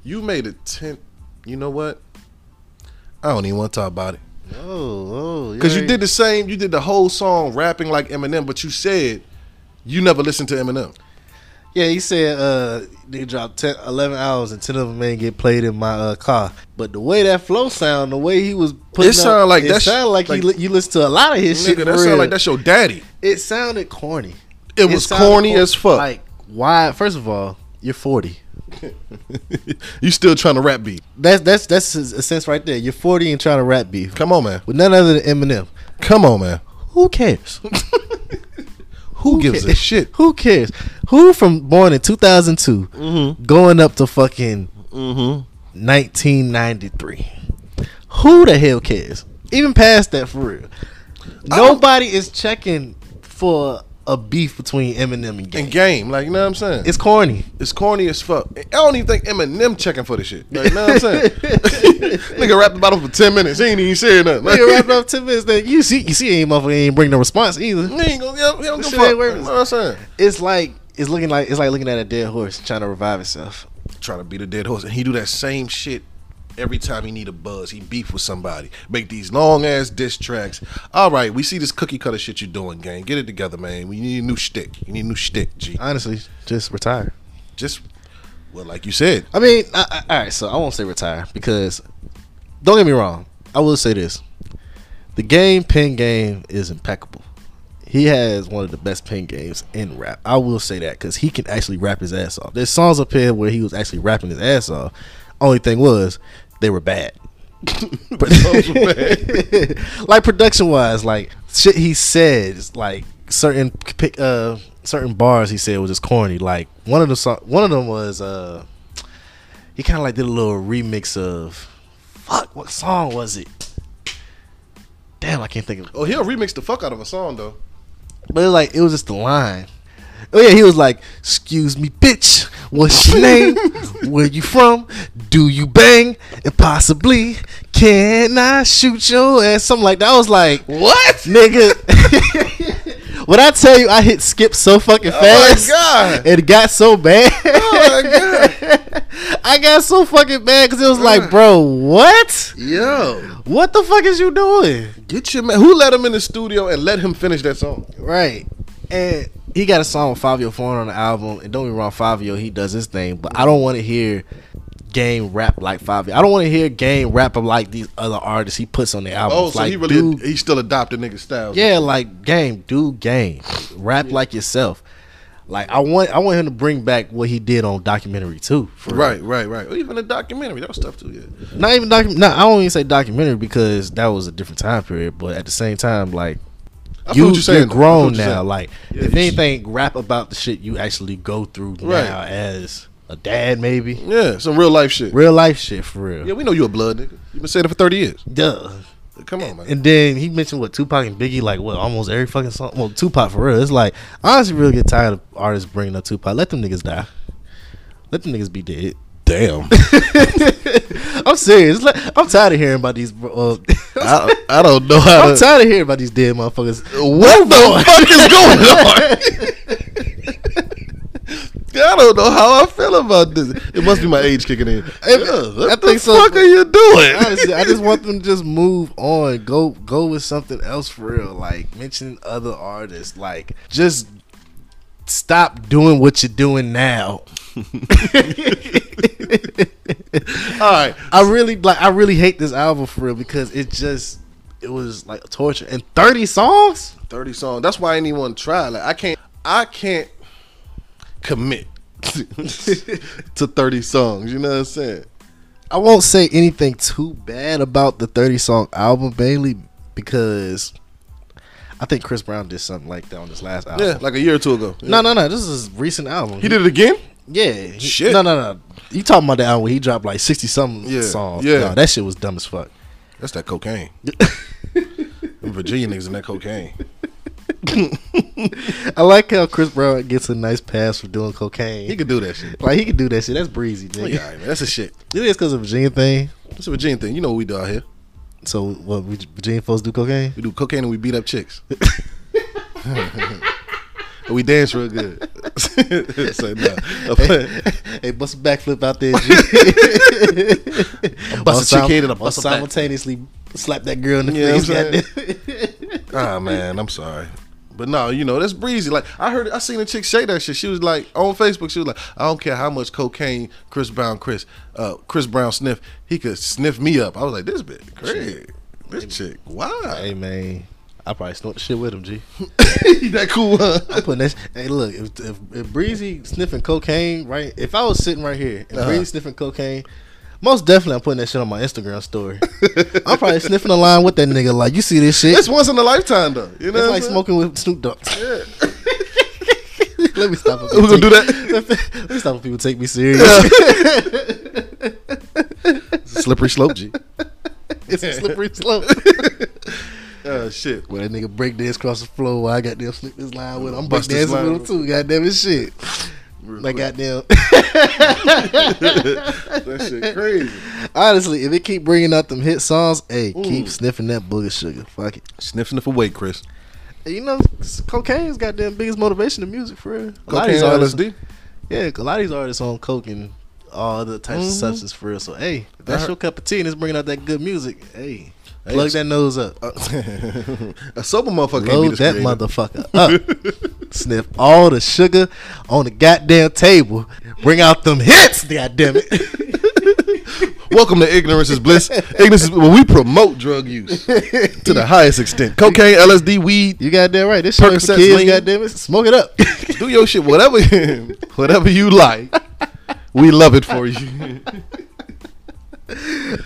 S2: you made a tent you know what? I don't even want to talk about it.
S1: Oh, oh,
S2: Because you did the same. You did the whole song rapping like Eminem, but you said you never listened to Eminem.
S1: Yeah, he said uh, they dropped 10, 11 hours and ten of them ain't get played in my uh, car. But the way that flow sound, the way he was putting
S2: It sound
S1: up-
S2: like
S1: it
S2: that's-
S1: sound like,
S2: like-
S1: he, li- you listen to a lot of his shit.
S2: Nigga,
S1: For
S2: that
S1: real.
S2: sound like that's your daddy.
S1: It sounded corny.
S2: It was
S1: sounded
S2: corny as fuck.
S1: Like why? First of all, you're forty.
S2: *laughs* you still trying to rap beat.
S1: That's that's that's a a sense right there. You're forty and trying to rap beef
S2: Come on, man.
S1: with none other than Eminem.
S2: Come on, man.
S1: Who *laughs* cares?
S2: Who gives a
S1: cares?
S2: shit?
S1: Who cares? Who from born in 2002 going up to fucking 1993? Who the hell cares? Even past that, for real. Nobody is checking for a beef between Eminem and
S2: And
S1: Game.
S2: game, like you know what I'm saying? It's,
S1: It's corny.
S2: corny as fuck. I don't even think Eminem checking for the shit. Like, you know what
S1: *laughs*
S2: I'm saying? *laughs* Nigga rapped about him for ten minutes. He ain't even saying nothing.
S1: Nigga wrapped *laughs* up 10 minutes. Then you see, you see, ain't motherfucker ain't bring no response either.
S2: *laughs* He ain't gonna. He don't give a
S1: Shit
S2: fuck. You
S1: ain't
S2: know
S1: worth it.
S2: what I'm saying?
S1: It's like it's looking like it's like looking at a dead horse trying to revive itself.
S2: trying to beat a dead horse, and he do that same shit every time he need a buzz. He beef with somebody, make these long ass diss tracks. All right, we see this cookie cutter shit you doing, gang. Get it together, man. We need a new shtick. You need a new shtick, G.
S1: Honestly, just retire.
S2: Just well, like you said,
S1: I mean, I, I, all right. So I won't say retire because don't get me wrong. I will say this: the game pin game is impeccable. He has one of the best pin games in rap. I will say that because he can actually rap his ass off. There's songs up here where he was actually rapping his ass off. Only thing was they were
S2: *laughs*
S1: bad.
S2: Those were bad.
S1: *laughs* like production wise, like shit he says, like certain pick, uh certain bars he said was just corny. Like one of the song, one of them was uh he kind of like did a little remix of fuck what song was it? Damn, I can't think of it.
S2: oh, he'll remix the fuck out of a song though.
S1: But it was like it was just the line. Oh yeah, he was like, "Excuse me, bitch. What's your
S2: *laughs*
S1: name? Where you from? Do you bang? And possibly can I shoot your ass?" Something like that. I was like,
S2: What?
S1: "Nigga." *laughs* when I tell you I hit skip so fucking
S2: Oh, my
S1: fast, *laughs*
S2: God.
S1: it got so bad.
S2: Oh my God.
S1: *laughs* I got so fucking bad because it was like, bro, what?
S2: Yo,
S1: What the fuck is you doing?
S2: get your man. Who let him in the studio and let him finish that song?
S1: Right. And he got a song with Fabio Foreign on the album. And don't get me wrong, Fabio, he does his thing. But I don't want to hear Game rap like Fabio. I don't want to hear Game rap up like these other artists he puts on the album.
S2: Oh, so
S1: like,
S2: he really
S1: dude,
S2: he still adopted nigga style.
S1: yeah, like Game, do Game, rap like yourself. Like I want, I want him to bring back what he did on documentary too. For real.
S2: Right, right, right. Or even a documentary. That was tough too. Yeah.
S1: Not even docu- No, I don't even say documentary because that was a different time period. But at the same time, like
S2: I
S1: you,
S2: feel what you're saying.
S1: you're
S2: though. I feel
S1: grown
S2: what you're
S1: now.
S2: saying.
S1: Like,
S2: Yeah,
S1: if
S2: you-
S1: anything, rap about the shit you actually go through
S2: Right.
S1: now as a dad maybe.
S2: Yeah, some real life shit.
S1: Real life shit for real.
S2: Yeah, we know you a blood nigga. You've been saying it for thirty years.
S1: Duh.
S2: Come on, man.
S1: And then he mentioned what Tupac and Biggie like what almost every fucking song. Well, Tupac for real. It's like I honestly really get tired of artists bringing up Tupac. Let them niggas die. Let them niggas be dead. *laughs*
S2: Damn.
S1: I'm serious. Like, I'm tired of hearing about these. Uh,
S2: *laughs*
S1: *laughs*
S2: I, *laughs* I don't know how
S1: I'm
S2: to.
S1: tired of hearing about these dead motherfuckers.
S2: What the fuck is
S1: *laughs*
S2: going on? I don't know how I feel about this. It must be my age kicking in. Yeah, what
S1: I
S2: the
S1: think so.
S2: fuck are you doing?
S1: Honestly, I just want them to just move on. Go go with something else for real. Like mention other artists. Like just stop doing what you're doing
S2: *laughs*
S1: now.
S2: *laughs*
S1: *laughs*
S2: All right.
S1: I really like I really hate this album for real because it just it was like torture. And 30 songs?
S2: 30 songs. That's why I didn't even want to try. Like I can't I can't commit *laughs* to 30 songs. You know what I'm saying?
S1: I won't say anything too bad about the 30 song album mainly because I think Chris Brown did something like that on his last album.
S2: Yeah, like a year or two ago.
S1: No, no, no. This is his recent album.
S2: He did it again?
S1: Yeah. he-
S2: Shit.
S1: No, no, no. You talking about the album where he dropped like sixty something
S2: Yeah,
S1: songs?
S2: yeah.
S1: No, that shit was dumb as fuck.
S2: That's that *laughs* cocaine. Them Virginia niggas and that cocaine.
S1: I like how Chris Brown gets a nice pass for doing cocaine.
S2: He could do that shit.
S1: like he could do that shit. That's breezy,
S2: Yeah,
S1: nigga.
S2: all right, man. That's a shit.
S1: It is because of Virginia thing.
S2: That's a Virginia thing. You know what we do out here.
S1: So what? we- Virginia folks do
S2: *laughs*
S1: cocaine.
S2: We do cocaine and we beat up *laughs* chicks. And we dance real good. *laughs* so, nah. *laughs*
S1: hey, *laughs* hey, bust a backflip out there. G.
S2: I *laughs* bust a
S1: While
S2: chick head and I
S1: while
S2: bust a back.
S1: simultaneously slap that girl in the
S2: Yeah, I'm
S1: face.
S2: saying.
S1: goddamn. *laughs*
S2: Ah man, I'm sorry. But no, you know, that's breezy. Like I heard I seen a chick say that shit. She was like on Facebook, she was like, I don't care how much cocaine Chris Brown Chris uh Chris Brown sniff, he could sniff me up. I was like, This bitch, Chris, this chick, why?
S1: hey man, I probably snort the shit with him, G.
S2: *laughs* that cool huh?
S1: I'm putting that. Hey, look, if, if, if Breezy sniffing cocaine, right? If I was sitting right here and
S2: Uh-huh.
S1: Breezy sniffing cocaine, most definitely I'm putting that shit on my Instagram story. *laughs* I'm probably sniffing a line with that nigga. Like, you see this shit?
S2: It's once in a lifetime though. You know
S1: It's
S2: what
S1: like
S2: I'm
S1: smoking with Snoop Dogg.
S2: saying? *laughs* Yeah.
S1: *laughs* Let me stop.
S2: Who gonna do
S1: that? *laughs* Let me stop if people take me serious.
S2: It's a slippery slope, *laughs* G.
S1: *laughs* it's a slippery slope.
S2: Uh shit.
S1: Where that nigga breakdance across the floor while I got them slip this line with him. I'm
S2: Bust this
S1: breakdancing
S2: line.
S1: with him too. Goddamn it, shit.
S2: Real
S1: Like
S2: quick.
S1: goddamn. *laughs*
S2: that shit crazy.
S1: Honestly, if they keep bringing out them hit songs, hey,
S2: Mm.
S1: keep sniffing that booger sugar. Fuck it.
S2: Sniffing it for weight, Chris.
S1: You know, cocaine's goddamn biggest motivation to music for real. A lot of
S2: Cocaine
S1: these
S2: and
S1: artists,
S2: LSD.
S1: yeah, a lot of these artists on coke and all other types of substances for real. So hey, if that's
S2: Mm-hmm. heard-
S1: your cup of tea and it's bringing out that good music. Hey,
S2: Hey,
S1: plug
S2: it's-
S1: that nose
S2: *laughs*
S1: up,
S2: Uh, *laughs* a sober motherfucker
S1: *laughs*
S2: can't be
S1: load
S2: this
S1: that
S2: creative.
S1: motherfucker
S2: *laughs*
S1: up, sniff all the sugar on the goddamn table, bring out them hits. Goddamn it.
S2: Welcome to Ignorance is Bliss. Ignorance is well, we promote drug *laughs* use *laughs* to the highest extent. Cocaine, LSD, weed, *laughs*
S1: You goddamn right. This shit ain't for
S2: Percocets,
S1: kids.
S2: lean.
S1: Goddamn it, smoke it up.
S2: *laughs* do your shit, whatever *laughs* whatever you like. We love it for you. *laughs*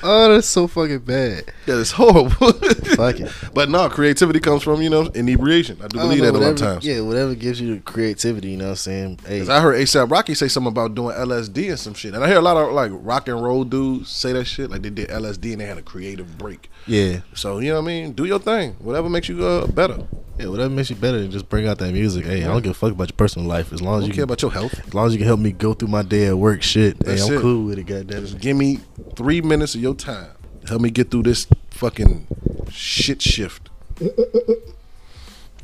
S1: oh, that's so fucking bad.
S2: That is horrible.
S1: *laughs* Fuck it.
S2: But no, creativity comes from, you know, inebriation. I do
S1: I don't
S2: believe
S1: know,
S2: that a lot
S1: whatever,
S2: of times.
S1: Yeah, whatever gives you the creativity, you know what I'm saying? Hey,
S2: 'Cause I heard ASAP Rocky say something about doing LSD and some shit. And I hear a lot of like rock and roll dudes say that shit. Like they did LSD and they had a creative break.
S1: yeah.
S2: So, you know what I mean? Do your thing. Whatever makes you uh, better.
S1: Yeah, whatever makes you better than just bring out that music. Hey, I don't give a fuck about your personal life. As long as
S2: Don't
S1: you
S2: care about your health.
S1: as long as you can help me go through my day at work shit.
S2: That's
S1: hey, I'm
S2: it.
S1: cool with it, goddamn.
S2: Just
S1: it.
S2: give me three minutes of your time. Help me get through this fucking shit
S1: *laughs*
S2: shift.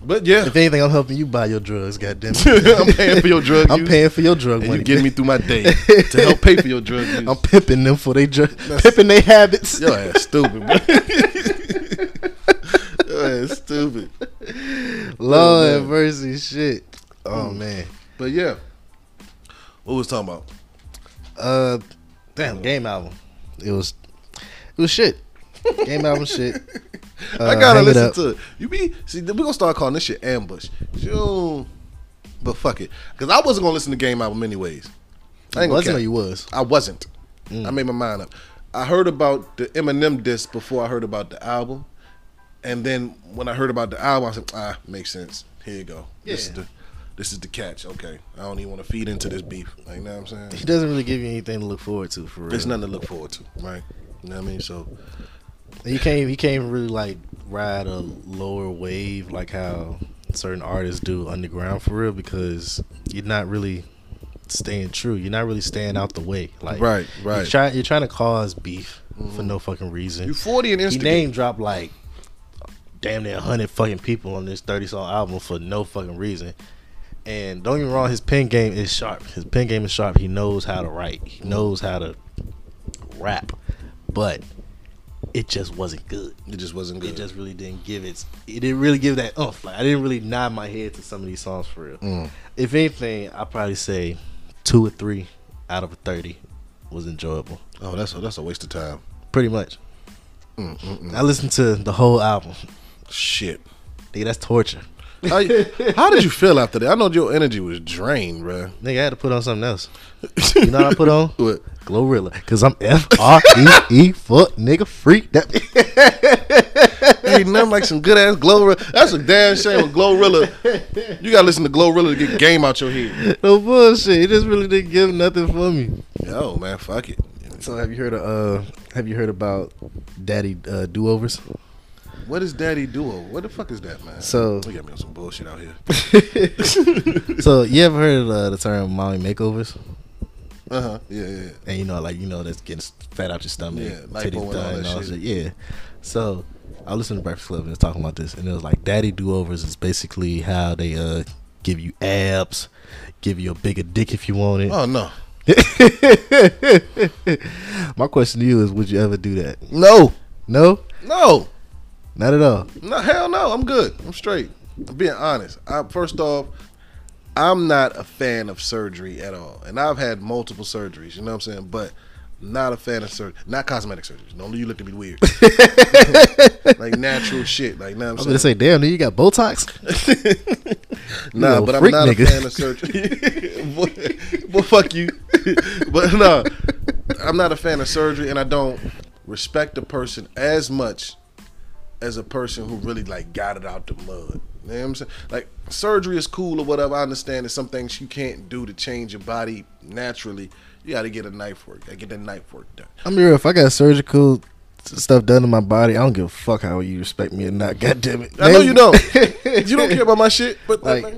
S2: But yeah,
S1: If anything, I'm helping you buy your drugs, goddamn. it.
S2: *laughs* I'm paying for your drug
S1: I'm
S2: use,
S1: paying for your drug
S2: and
S1: money.
S2: you get me
S1: man.
S2: through my day to help pay for your drug use.
S1: *laughs* I'm pimping them for they drug pimping their habits. *laughs*
S2: Your ass stupid, bro. Your ass stupid.
S1: Lord
S2: man. Mm.
S1: have mercy shit. Oh man.
S2: But yeah, what was talking about?
S1: Uh, damn, game album. It was, it was
S2: *laughs*
S1: shit. Game album shit.
S2: I
S1: Uh, hang
S2: gotta
S1: it
S2: listen
S1: up.
S2: to it. You be see, we gonna start calling this shit ambush. June, but fuck it, because I wasn't gonna listen to game album anyways. I ain't gonna
S1: Wasn't
S2: cap.
S1: or you was?
S2: I wasn't.
S1: Mm.
S2: I made my mind up. I heard about the Eminem disc before I heard about the album, and then when I heard about the album, I said, "Ah, makes sense. Here you go." This is
S1: Yeah.
S2: the this is the catch. Okay, I don't even want to feed into this beef. Like, you know what I'm
S1: He
S2: saying?
S1: doesn't really give you anything to look forward to for real.
S2: There's nothing to look forward to, right? You know what I mean? So
S1: He can't. He can't really like ride a lower wave like how certain artists do underground for real because you're not really staying true. You're not really staying out the way. Like
S2: Right,
S1: You're,
S2: right. Mm-hmm.
S1: try, you're trying to cause beef for no fucking reason.
S2: you 40 and
S1: He
S2: Instagram.
S1: name dropped like damn near hundred fucking people on this thirty song album for no fucking reason. And don't get me wrong, his pen game is sharp. His pen game is sharp. He knows how to write. He knows how to rap. But it just wasn't good.
S2: it just wasn't good.
S1: It just really didn't give its. It didn't really give that oomph. Like I didn't really nod my head to some of these songs for real.
S2: Mm.
S1: If anything, I probably say two or three out of a thirty was enjoyable.
S2: oh, that's a, that's a waste of time.
S1: Pretty much. I listened to the whole album. *laughs*
S2: Shit.
S1: Nigga, that's torture.
S2: How, you- how did you feel after that? I know your energy was drained, bruh.
S1: Nigga, I had to put on something else. You know what I put on?
S2: What?
S1: Glorilla. Cause I'm F R E E fuck nigga freak. That *laughs*
S2: Ain't nothing like some good ass Glorilla. That's a damn shame with Glorilla. You gotta listen to Glorilla to get game out your head.
S1: no bullshit. It just really didn't give nothing for me.
S2: Yo, man, fuck it.
S1: So have you heard of uh have you heard about Daddy uh, do overs?
S2: What is Daddy Duo? What the fuck is that, man?
S1: So-
S2: he got me on some bullshit out here.
S1: so you ever heard of uh, the term mommy makeovers?
S2: Uh huh. Yeah, yeah. yeah.
S1: and you know, like you know, that's getting fat out your stomach,
S2: Yeah, lipo
S1: titties
S2: and all
S1: done
S2: that
S1: and all
S2: shit.
S1: shit. Yeah. So I listened to Breakfast Club and it's talking about this, and it was like daddy do overs is basically how they uh give you abs, give you a bigger dick if you want it.
S2: Oh no.
S1: *laughs* My question to you is, would you ever do that?
S2: No.
S1: No,
S2: No.
S1: not at all.
S2: No. Hell no. I'm good. I'm straight. I'm being honest. I, first off, I'm not a fan of surgery at all, and I've had multiple surgeries. You know what I'm saying? But not a fan of surgery. Not cosmetic surgery. Don't you look at me weird. like natural shit. Like, you know
S1: I was
S2: what I'm
S1: gonna say,
S2: saying?
S1: damn, dude, you got Botox.
S2: Nah,
S1: You a
S2: but I'm
S1: freak
S2: not a
S1: nigga.
S2: fan of surgery.
S1: *laughs*
S2: boy, boy, fuck you. *laughs* but no, I'm not a fan of surgery, and I don't respect a person as much as a person who really like got it out the mud. You know what I'm saying? Like surgery is cool or whatever. I understand that some things you can't do to change your body naturally. You got to get a knife work. I get that knife work done.
S1: I'm real. If I got surgical stuff done to my body, I don't give a fuck how you respect me or not. *laughs* God damn it!
S2: I know you don't.
S1: *laughs*
S2: *laughs* you don't care about my shit, but
S1: Like,
S2: like,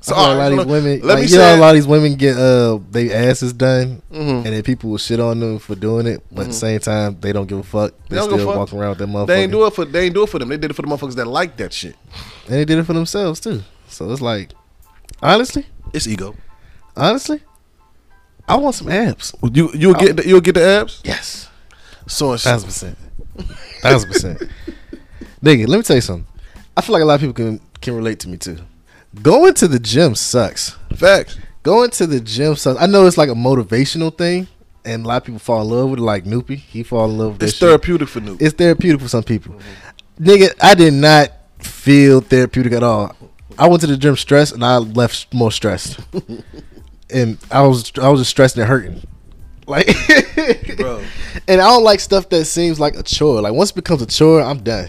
S1: So a lot of these women,
S2: Let
S1: like,
S2: me
S1: you know,
S2: say,
S1: a lot of these women get uh they asses done,
S2: Mhm.
S1: and then people will shit on them for doing it. But at the same time, they don't give a fuck. They,
S2: Mm-hmm. They don't give
S1: still
S2: a fuck.
S1: walking around with that motherfucker.
S2: they ain't do it for they ain't do it for them. They did it for the motherfuckers that like that shit.
S1: and they did it for themselves too. So it's like, honestly,
S2: It's ego.
S1: honestly, I want some abs.
S2: You you'll get the, you'll get the abs.
S1: Yes,
S2: So and
S1: thousand percent, thousand percent. *laughs* Nigga, let me tell you something. I feel like a lot of people can can relate to me too. Going to the gym sucks.
S2: facts.
S1: going to the gym so i know it's like a motivational thing and a lot of people fall in love with it like Noopy. he fall in love with
S2: It's
S1: this shit.
S2: therapeutic for Nuke.
S1: it's therapeutic for some people nigga i did not feel therapeutic at all i went to the gym stressed and i left s- more stressed and i was i was just stressed and hurting *laughs* like
S2: Bro.
S1: and i don't like stuff that seems like a chore like once it becomes a chore i'm done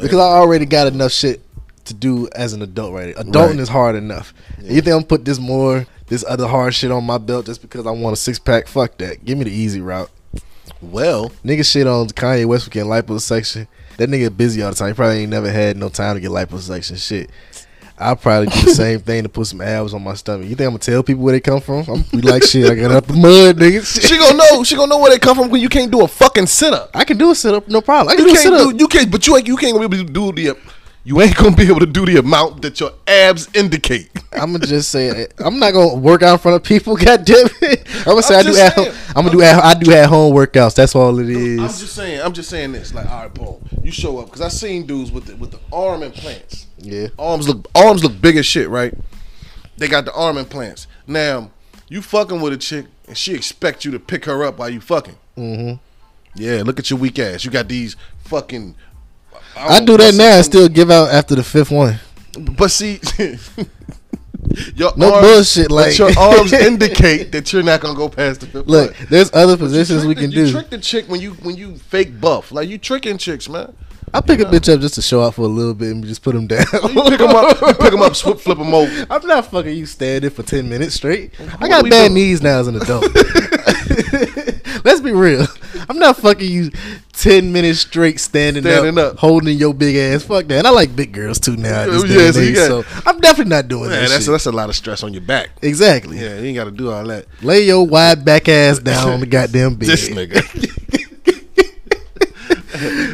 S1: because I already got enough shit to do as an adult right adulting
S2: Right.
S1: is hard enough And you think i'm gonna put this more this other hard shit on my belt just because i want a six-pack fuck that give me the easy route
S2: Well,
S1: nigga shit on kanye west for getting liposuction that nigga busy all the time he probably ain't never had no time to get liposuction shit I'll probably do
S2: *laughs*
S1: the same thing to put some abs on my stomach. You think I'm gonna tell people where they come from? I'm be like, shit, I got up the mud, nigga. *laughs* Shit.
S2: she gonna know. She gonna know where they come from because you can't do a fucking sit up.
S1: I can do a sit up, no problem. I can
S2: You
S1: do a sit up.
S2: can't do. You can't. But you ain't. You can't be able to do the. You ain't gonna be able to do the amount that your abs indicate.
S1: I'm gonna just say I'm not gonna work out in front of people. *laughs* God damn it! I'm gonna say
S2: I'm
S1: i do
S2: just
S1: at home.
S2: saying.
S1: I'm gonna do at I do at home workouts. That's all it
S2: I'm
S1: is.
S2: just saying. I'm just saying this. Like, all right, Paul, you show up because I seen dudes with the, with the arm implants.
S1: Yeah.
S2: arms look arms look big as shit, right? They got the arm implants. Now, you fucking with a chick and she expect you to pick her up while you fucking. Mm-hmm. Yeah, look at your weak ass. You got these fucking.
S1: I
S2: don't
S1: do that
S2: know,
S1: now. I still give out after the fifth one.
S2: But see, *laughs* your
S1: No
S2: arms,
S1: bullshit,
S2: but
S1: like-
S2: your
S1: *laughs*
S2: arms indicate that you're not gonna go past the fifth.
S1: Look,
S2: one.
S1: there's other
S2: You
S1: positions
S2: trick
S1: we
S2: the-
S1: can
S2: you
S1: do.
S2: trick the chick when you when you fake buff. Like you tricking chicks, man.
S1: I pick a bitch up just to show off for a little bit and just put him down.
S2: *laughs* Pick them up, you pick them up, swip, flip them over.
S1: *laughs* I'm not fucking you standing for ten minutes straight. I
S2: What
S1: got
S2: we
S1: bad
S2: do?
S1: knees now as an adult. *laughs* Let's be real. I'm not fucking you ten minutes straight standing,
S2: Standing
S1: up,
S2: up.
S1: holding your big ass. Fuck that. And I like big girls too now. at this
S2: Yeah,
S1: day and
S2: so you
S1: age,
S2: got-
S1: so I'm definitely not doing
S2: Man,
S1: that.
S2: that's
S1: shit.
S2: that's a lot of stress on your back.
S1: exactly.
S2: Yeah, you ain't got to do all that.
S1: Lay your wide back ass down on the goddamn bed.
S2: *laughs* This nigga,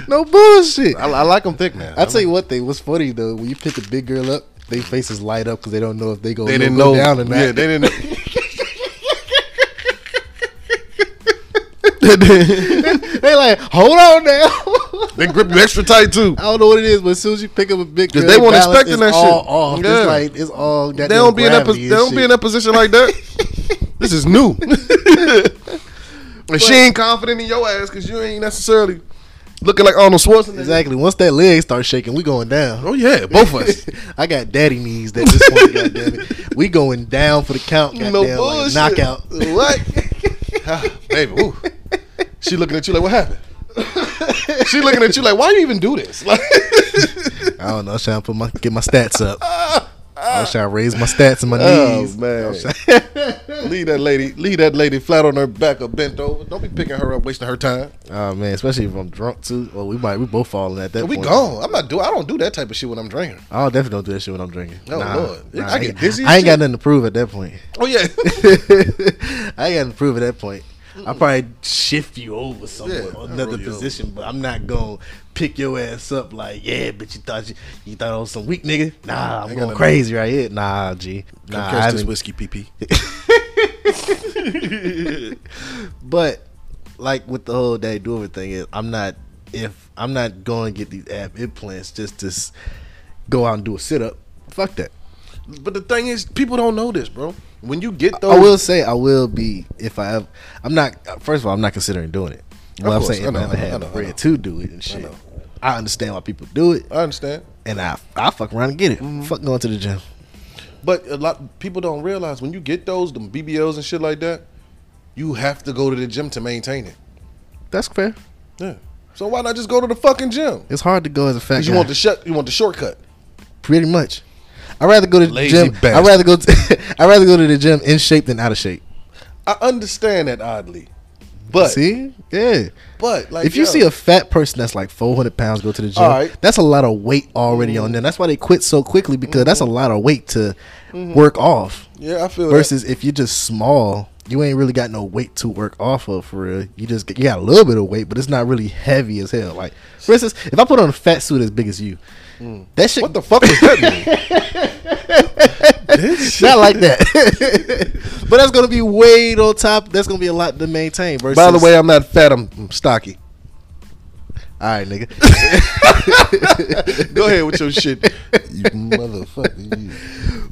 S1: No bullshit.
S2: I, I like them thick now.
S1: I'll tell you one thing. What's funny though, when you pick a big girl up, they faces light up because they don't know if they go,
S2: they didn't
S1: go
S2: know.
S1: down or not.
S2: Yeah, they didn't.
S1: *laughs* they like, hold on now.
S2: *laughs*
S1: *laughs*
S2: They grip you extra tight too.
S1: I don't know what it is, but as soon as you pick up a big girl,
S2: Because they weren't
S1: balance
S2: expecting
S1: is
S2: that shit.
S1: all Off.
S2: Yeah.
S1: It's like it's all.
S2: They don't be in that. pos- They don't be in that position like that. *laughs* this is new. and she ain't confident in your ass because you ain't necessarily looking like Arnold Schwarzenegger.
S1: Exactly. Once that leg starts shaking, we going down.
S2: Oh yeah, both of us.
S1: *laughs* I got daddy knees at this point. *laughs* goddamn it. We going down for the count. Goddamn,
S2: no
S1: like
S2: bullshit.
S1: knockout.
S2: What?
S1: *laughs*
S2: Ah, Baby, ooh. she looking at you like, what happened? she looking at you like, why you even do this? *laughs* Like,
S1: I don't know. I'm trying to put my get my stats up. I'm trying to raise my stats and my
S2: Oh,
S1: knees.
S2: man.
S1: I'm trying-
S2: leave that lady, leave that lady flat on her back or bent over. Don't be picking her up, wasting her time.
S1: *laughs* Oh man, especially if I'm drunk too. Well, we might we both falling at that.
S2: We
S1: point.
S2: gone. I'm not do. I don't do that type of shit when I'm drinking.
S1: I don't- definitely don't do that shit when I'm drinking.
S2: Oh, Lord. I get
S1: ain't-
S2: dizzy as
S1: I ain't
S2: shit.
S1: got nothing to prove at that point. *laughs*
S2: Oh *laughs* yeah,
S1: I ain't got to prove at that point. I'll probably shift you over somewhere,
S2: Yeah, I'll
S1: another
S2: roll you
S1: position, but I'm not gonna pick your ass up like, yeah, bitch, you thought you, you thought I was some weak nigga. Nah, I'm
S2: Ain't got
S1: going
S2: no-
S1: crazy right here. Nah, G. Nah, I haven't-
S2: whiskey, PP.
S1: *laughs* but like with the whole day do over thing, is I'm not if I'm not going to get these ab implants just to s- go out and do a sit up. Fuck that.
S2: But the thing is, people don't know this, bro. When you get those,
S1: I will say I will be if I have. I'm not. First of all, I'm not considering doing it. Well, I'm
S2: course,
S1: saying
S2: I
S1: if
S2: know,
S1: I ever
S2: I know,
S1: had
S2: I
S1: the
S2: know.
S1: bread to do it and shit.
S2: know.
S1: I, understand why people do it,
S2: I understand.
S1: and I I fuck around and get it.
S2: Mm-hmm.
S1: Fuck going to the gym.
S2: But a lot people don't realize when you get those, them BBLs and shit like that, you have to go to the gym to maintain it.
S1: That's fair.
S2: Yeah. So why not just go to the fucking gym?
S1: It's hard to go as a fat
S2: Cause
S1: guy.
S2: you want the shut, you want the shortcut.
S1: pretty much. I'd rather go to the
S2: Lazy
S1: gym.
S2: bastard.
S1: I'd rather go. To, *laughs* I'd rather go to the gym in shape than out of shape.
S2: I understand that oddly, but
S1: See, yeah.
S2: but like
S1: if you
S2: yo,
S1: see a fat person that's like 400 pounds go to the gym,
S2: All right.
S1: that's a lot of weight already on them. That's why they quit so quickly because that's a lot of weight to work off.
S2: yeah, I Mm-hmm. feel
S1: Versus if you're just small, you ain't really got no weight to work off of for real. You just get- you got a little bit of weight, but it's not really heavy as hell. Like for instance, if I put on a fat suit as big as you, that shit
S2: that. Mm. what the fuck was that?
S1: *laughs*
S2: mean? this shit.
S1: not like that. *laughs* but that's gonna be weight on top. That's gonna be a lot to maintain. Versus
S2: By the
S1: *laughs*
S2: way, I'm not fat. I'm, I'm stocky. *laughs*
S1: all right, nigga. *laughs*
S2: Go ahead with your shit,
S1: *laughs*
S2: you motherfucker. you.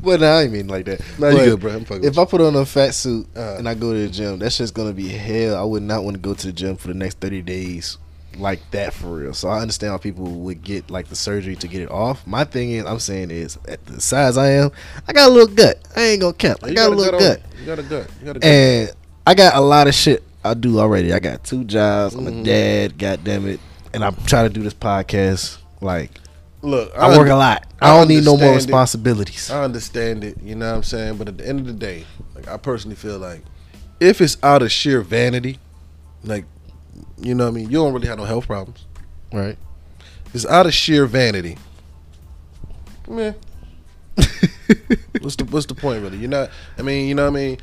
S1: But no, I ain't mean like that.
S2: Nah, you
S1: But
S2: good, bro. I'm fucking with
S1: If I put on a fat suit
S2: Uh.
S1: and I go to the gym, that's just gonna be hell. I would not want to go to the gym for the next thirty days like that for real. So I understand how people would get like the surgery to get it off. My thing is, I'm saying is at the size I am, I got a little gut. I ain't gonna cap. I
S2: You
S1: got a
S2: a
S1: little
S2: on-
S1: gut.
S2: You got a gut. You got a gut.
S1: And I got a lot of shit I do already. I got two jobs.
S2: Mm-hmm.
S1: I'm a dad. God damn it. And I'm trying to do this podcast. Like
S2: Look,
S1: I, work a lot. I,
S2: I
S1: don't need no more
S2: understand it.
S1: responsibilities.
S2: I understand it, you know what I'm saying? But at the end of the day, like I personally feel like if it's out of sheer vanity, like you know what I mean, you don't really have no health problems.
S1: *laughs* right.
S2: If it's out of sheer vanity. Meh. what's the what's the point really? You're not I mean, you know what I mean?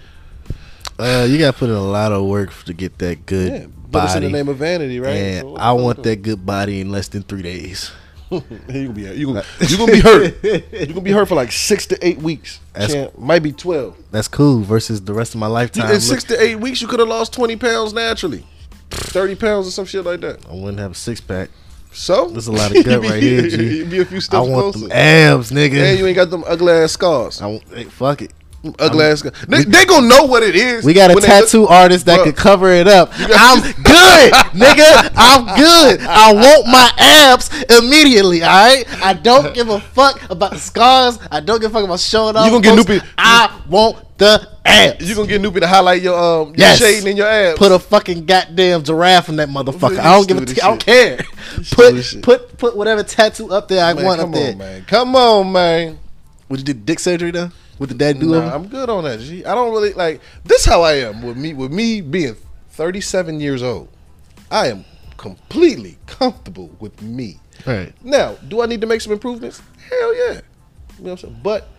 S1: Uh, you gotta put in a lot of work to get that good
S2: Yeah. But it's in
S1: body.
S2: the name of vanity, right?
S1: And
S2: So what's
S1: I
S2: the
S1: want
S2: point?
S1: that good body in less than three days.
S2: *laughs* you gonna be you gonna, you gonna be hurt. You're gonna be hurt for like six to eight weeks.
S1: That's-
S2: Champ, might be twelve.
S1: That's cool versus the rest of my
S2: You-
S1: lifetime.
S2: in
S1: Look,
S2: six to eight weeks, you could have lost twenty pounds naturally, thirty pounds or some shit like that.
S1: I wouldn't have a six pack.
S2: So
S1: There's a
S2: *laughs*
S1: lot of gut right here, G.
S2: You'd be a few
S1: I
S2: steps
S1: want
S2: closer.
S1: them abs,
S2: And
S1: nigga.
S2: you ain't got them ugly ass scars.
S1: I want, hey, fuck it.
S2: Them Ugly ass scars. They, they gonna know what it is.
S1: We got a
S2: when they look-
S1: tattoo artist that
S2: Bruh.
S1: could cover it up. I'm good, nigga. I'm good. I want my abs immediately. All right. I don't give a fuck about the scars. I don't give a fuck about showing off.
S2: gonna get new
S1: folks.
S2: pe-
S1: I want the abs.
S2: You gonna get Noopy to highlight your um your
S1: Yes.
S2: shading in your abs.
S1: Put a fucking goddamn giraffe in that motherfucker. I don't give a
S2: stupid
S1: t- I don't
S2: shit.
S1: care.
S2: stupid
S1: Put
S2: shit.
S1: put put whatever tattoo up there I
S2: man,
S1: want
S2: come
S1: up there.
S2: on, man. Come on, man.
S1: Would you do dick surgery though? Would the dad do
S2: Nah,
S1: it?
S2: I'm good on that. G. I don't really like this. How I am with me with me being 37 years old, I am completely comfortable with me.
S1: Right.
S2: Now, do I need to make some improvements? Hell yeah. You know what I'm saying? But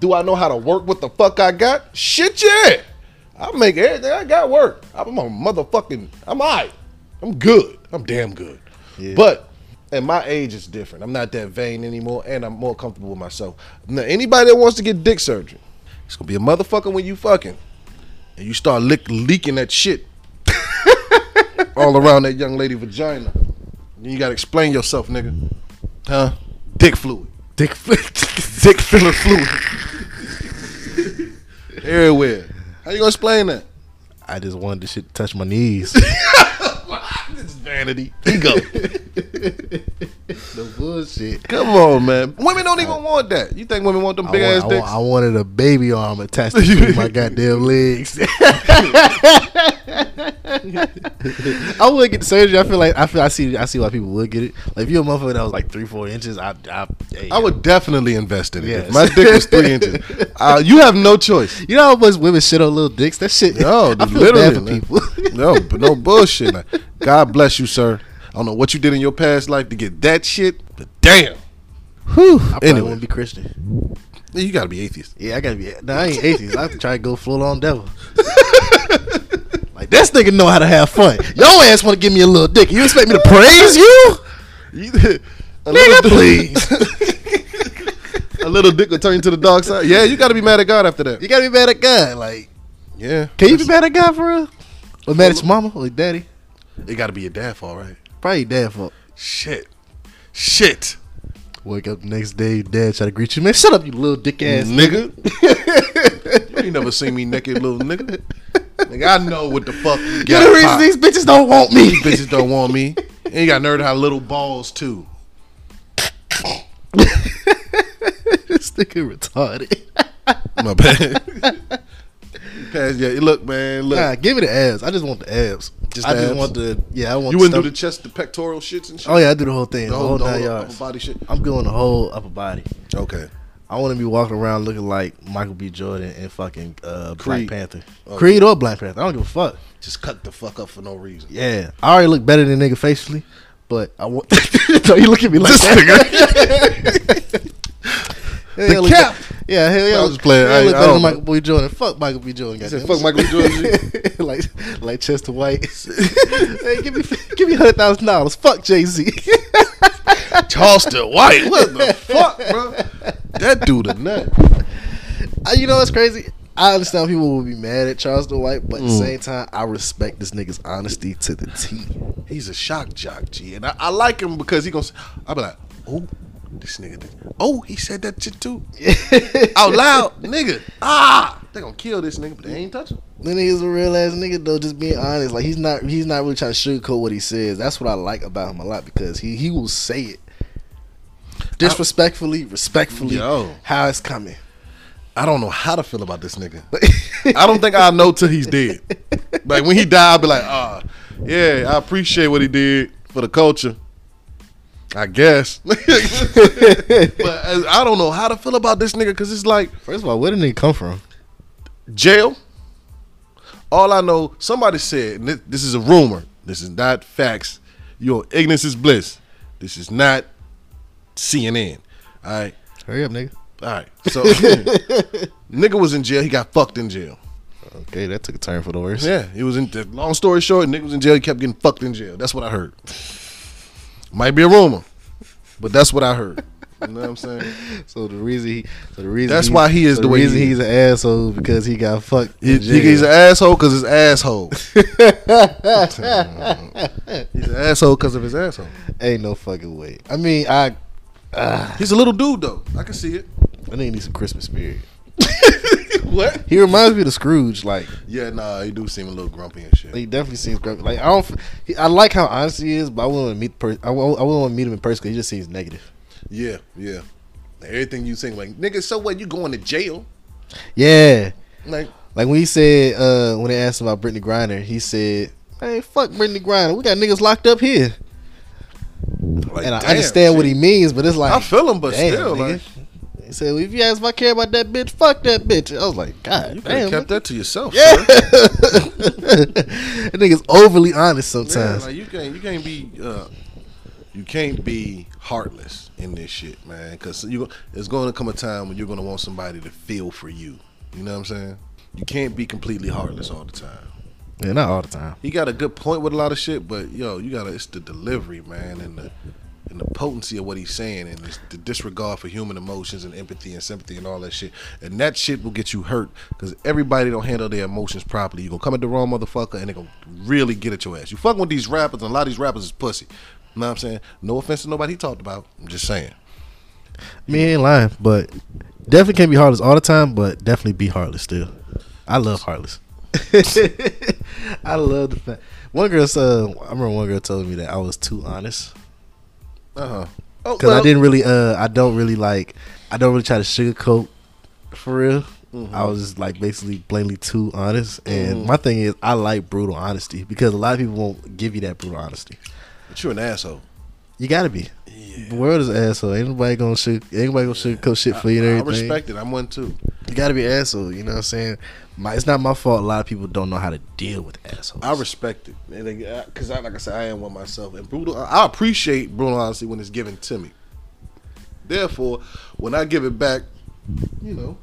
S2: do I know how to work with the fuck I got? Shit yeah. I make everything I got work. I'm a motherfucking I'm alright. I'm good. I'm damn good.
S1: Yeah.
S2: But at my age it's different. I'm not that vain anymore and I'm more comfortable with myself. Now anybody that wants to get dick surgery, it's gonna be a motherfucker when you fucking and you start lick, leaking that shit *laughs* all around that young lady vagina. Then you gotta explain yourself, nigga. Huh? Dick *laughs* fluid.
S1: Dick
S2: Dick filler fluid. Everywhere. How you gonna explain that?
S1: I just wanted this shit to touch my
S2: *laughs*
S1: knees. *laughs*
S2: It's vanity. Ego.
S1: the bullshit.
S2: Come on, man. Women don't even want that. You think women want them
S1: Oh. I,
S2: big
S1: want-
S2: ass
S1: I,
S2: dicks?
S1: want- I wanted a baby arm attached
S2: *laughs*
S1: to my goddamn legs. I would get the surgery. I feel like I feel I see I see why people would get it. Like if you're a motherfucker that was like three four inches, I I, hey,
S2: I would definitely invest in it.
S1: Yes.
S2: If my dick was three inches.
S1: *laughs*
S2: Uh, you have no choice.
S1: You know how much women shit on little dicks? That shit.
S2: No,
S1: *laughs* I feel
S2: literally,
S1: bad for people.
S2: man.
S1: *laughs*
S2: No, but no bullshit. man. God bless you, sir. I don't know what you did in your past life to get that shit, but damn.
S1: Whew. *laughs* I probably
S2: Anyway.
S1: wouldn't be Christian.
S2: You gotta be atheist.
S1: Yeah, I gotta be. Nah, I ain't atheist. I have to try to go full on *laughs* devil. like this nigga know how to have fun. Your ass want to give me a little dick? You expect me to praise *laughs* you?
S2: Nigga,
S1: Nigga, please. *laughs*
S2: a little dick will turn you to the dark side. Yeah, you got to be mad at God after that.
S1: You gotta be mad at God. Like,
S2: Yeah,
S1: can you be mad at God for real? Or mad at your mama or your daddy?
S2: It got to be your dad fault, right?
S1: Probably your dad fault.
S2: Shit, shit,
S1: Wake up the next day, your dad try to greet you. Man, shut up, you little dick ass.
S2: nigga. you ain't never seen me naked, little nigga. Nigga, I know what the fuck. You
S1: You're
S2: got
S1: the reason
S2: pop.
S1: these bitches don't want me.
S2: *laughs* bitches don't want me. And you got nerd how little balls too.
S1: *laughs* this nigga retarded.
S2: My *laughs* bad. Pass, yeah, look, man, look.
S1: Nah, give me the abs. I just want the abs.
S2: Just
S1: I
S2: the
S1: just
S2: abs?
S1: want the yeah. I want.
S2: you wouldn't do
S1: stuff-
S2: the chest, the pectoral shits and shit.
S1: Oh yeah, I do the whole thing. The
S2: the
S1: whole,
S2: whole, the
S1: nine
S2: whole upper
S1: yards.
S2: body shit.
S1: I'm going the whole upper body.
S2: Okay.
S1: I want to be walking around looking like Michael B. Jordan and fucking uh, Black
S2: Creed.
S1: Panther,
S2: Oh.
S1: Creed or Black Panther. I don't give a fuck.
S2: Just cut the fuck up for no reason.
S1: Yeah, I already look better than nigga facially, but I
S2: *laughs*
S1: want. *laughs* so you look at me like this *laughs* nigga.
S2: The cap.
S1: Yeah, hell yeah.
S2: I was just playing.
S1: Yeah, I
S2: I-
S1: look
S2: I
S1: better
S2: don't
S1: than
S2: know.
S1: Michael B. Jordan. Fuck Michael B. Jordan.
S2: said,
S1: goddamn.
S2: "Fuck Michael B. Jordan."
S1: *laughs* like, like Chester White. *laughs* hey, give me, give me hundred thousand dollars. Fuck Jay Z. *laughs*
S2: Charleston White. What the fuck, bro? That dude a nut.
S1: you know what's crazy? I understand people will be mad at Charles the White, but at the same time, I respect this nigga's honesty to the T.
S2: He's a shock jock, G. And I, I like him because he gonna. s- I be like, oh, this nigga. Did, oh, he said that shit too out loud, nigga. Ah, they gonna kill this nigga, but they ain't touch him.
S1: Then he's a real ass nigga though, just being honest. Like he's not he's not really trying to sugarcoat what he says. That's what I like about him a lot because he he will say it disrespectfully, respectfully,
S2: Yo.
S1: how it's coming.
S2: I don't know how to feel about this nigga. I don't think I know till he's dead. Like when he die, I'll be like, ah, yeah, I appreciate what he did for the culture. I guess, *laughs* but I I don't know how to feel about this nigga because it's like
S1: *laughs* First of all, where did he come from?
S2: jail. All I know, somebody said, and thi- this is a rumor. This is not facts. Your ignorance is bliss. This is not CNN. All right.
S1: Hurry up, nigga.
S2: All right. So, *laughs* nigga was in jail. He got fucked in jail.
S1: Okay, that took a turn for the worse.
S2: Yeah. He was in, th- long story short, nigga was in jail. He kept getting fucked in jail. That's what I heard. Might be a rumor, but that's what I heard. You know what I'm saying?
S1: So the reason he, so the reason
S2: That's
S1: he-
S2: why he is
S1: so
S2: the way he
S1: reason
S2: is.
S1: he's an asshole because he got fucked. in
S2: He, he-
S1: jail.
S2: he's an asshole because
S1: *laughs*
S2: his asshole. he's an asshole because of his asshole.
S1: Ain't no fucking way. I mean, I
S2: He's a little dude though. I
S1: *laughs*
S2: can see it.
S1: I think he needs some Christmas spirit.
S2: what?
S1: He reminds me of Scrooge. Like
S2: Yeah, nah, he do seem a little grumpy and shit.
S1: he definitely seems grumpy. Like I don't. f- He, I like how honest he is, but I wouldn't want to meet. Per, I, wou- I wouldn't want to meet him in person. 'cause He just seems negative.
S2: Yeah, yeah. Everything you think, like nigga, so what? You going to jail?
S1: Yeah.
S2: Like,
S1: Like when he said, uh, when they asked him about Brittany Griner, he said, "Hey, fuck Brittany Griner. We got niggas locked up here."
S2: like
S1: and I
S2: damn,
S1: understand what
S2: shit.
S1: he means, but it's like
S2: I feel him, but
S1: damn,
S2: still,
S1: nigga.
S2: like,
S1: he said, well, "If you ask if I care about that bitch, fuck that bitch." I was like, "God
S2: you could
S1: damn."
S2: have
S1: man."
S2: kept that to yourself.
S1: Yeah,
S2: sir.
S1: that nigga's overly honest
S2: Yeah,
S1: sometimes.
S2: like you can't you can't be uh, you can't be heartless in this shit, man. Because you it's going to come a time when you're going to want somebody to feel for you. You know what I'm saying? You can't be completely heartless all the time.
S1: yeah, not all the time.
S2: He got a good point with a lot of shit, but yo, you gotta it's the delivery, man, and the and the potency of what he's saying, and it's the disregard for human emotions and empathy and sympathy and all that shit. And that shit will get you hurt because everybody don't handle their emotions properly. You gonna come at the wrong motherfucker, and they gonna really get at your ass. You fucking with these rappers, and a lot of these rappers is pussy. You know what I'm saying? No offense to nobody he talked about. I'm just saying.
S1: Me ain't lying, but definitely can't be heartless all the time, but definitely be heartless still. I love heartless. *laughs* I love the fact. One girl said, I remember one girl told me that I was too honest
S2: Uh huh. Oh,
S1: because I didn't really, uh, I don't really like, I don't really try to sugarcoat for real.
S2: Mm-hmm.
S1: I was just like basically blatantly too honest, and my thing is I like brutal honesty because a lot of people won't give you that brutal honesty.
S2: But you're an asshole.
S1: You gotta be. The world is an asshole. Ain't nobody gonna shoot. Anybody gonna sugarcoat shit for you and
S2: I
S1: everything.
S2: respect it. I'm one too.
S1: You gotta be an asshole. You know what I'm saying? My, it's not my fault. A lot of people don't know how to deal with assholes.
S2: I respect it, because I, like I said, I am one myself, and brutal. I appreciate brutal honesty when it's given to me. Therefore, when I give it back, you know,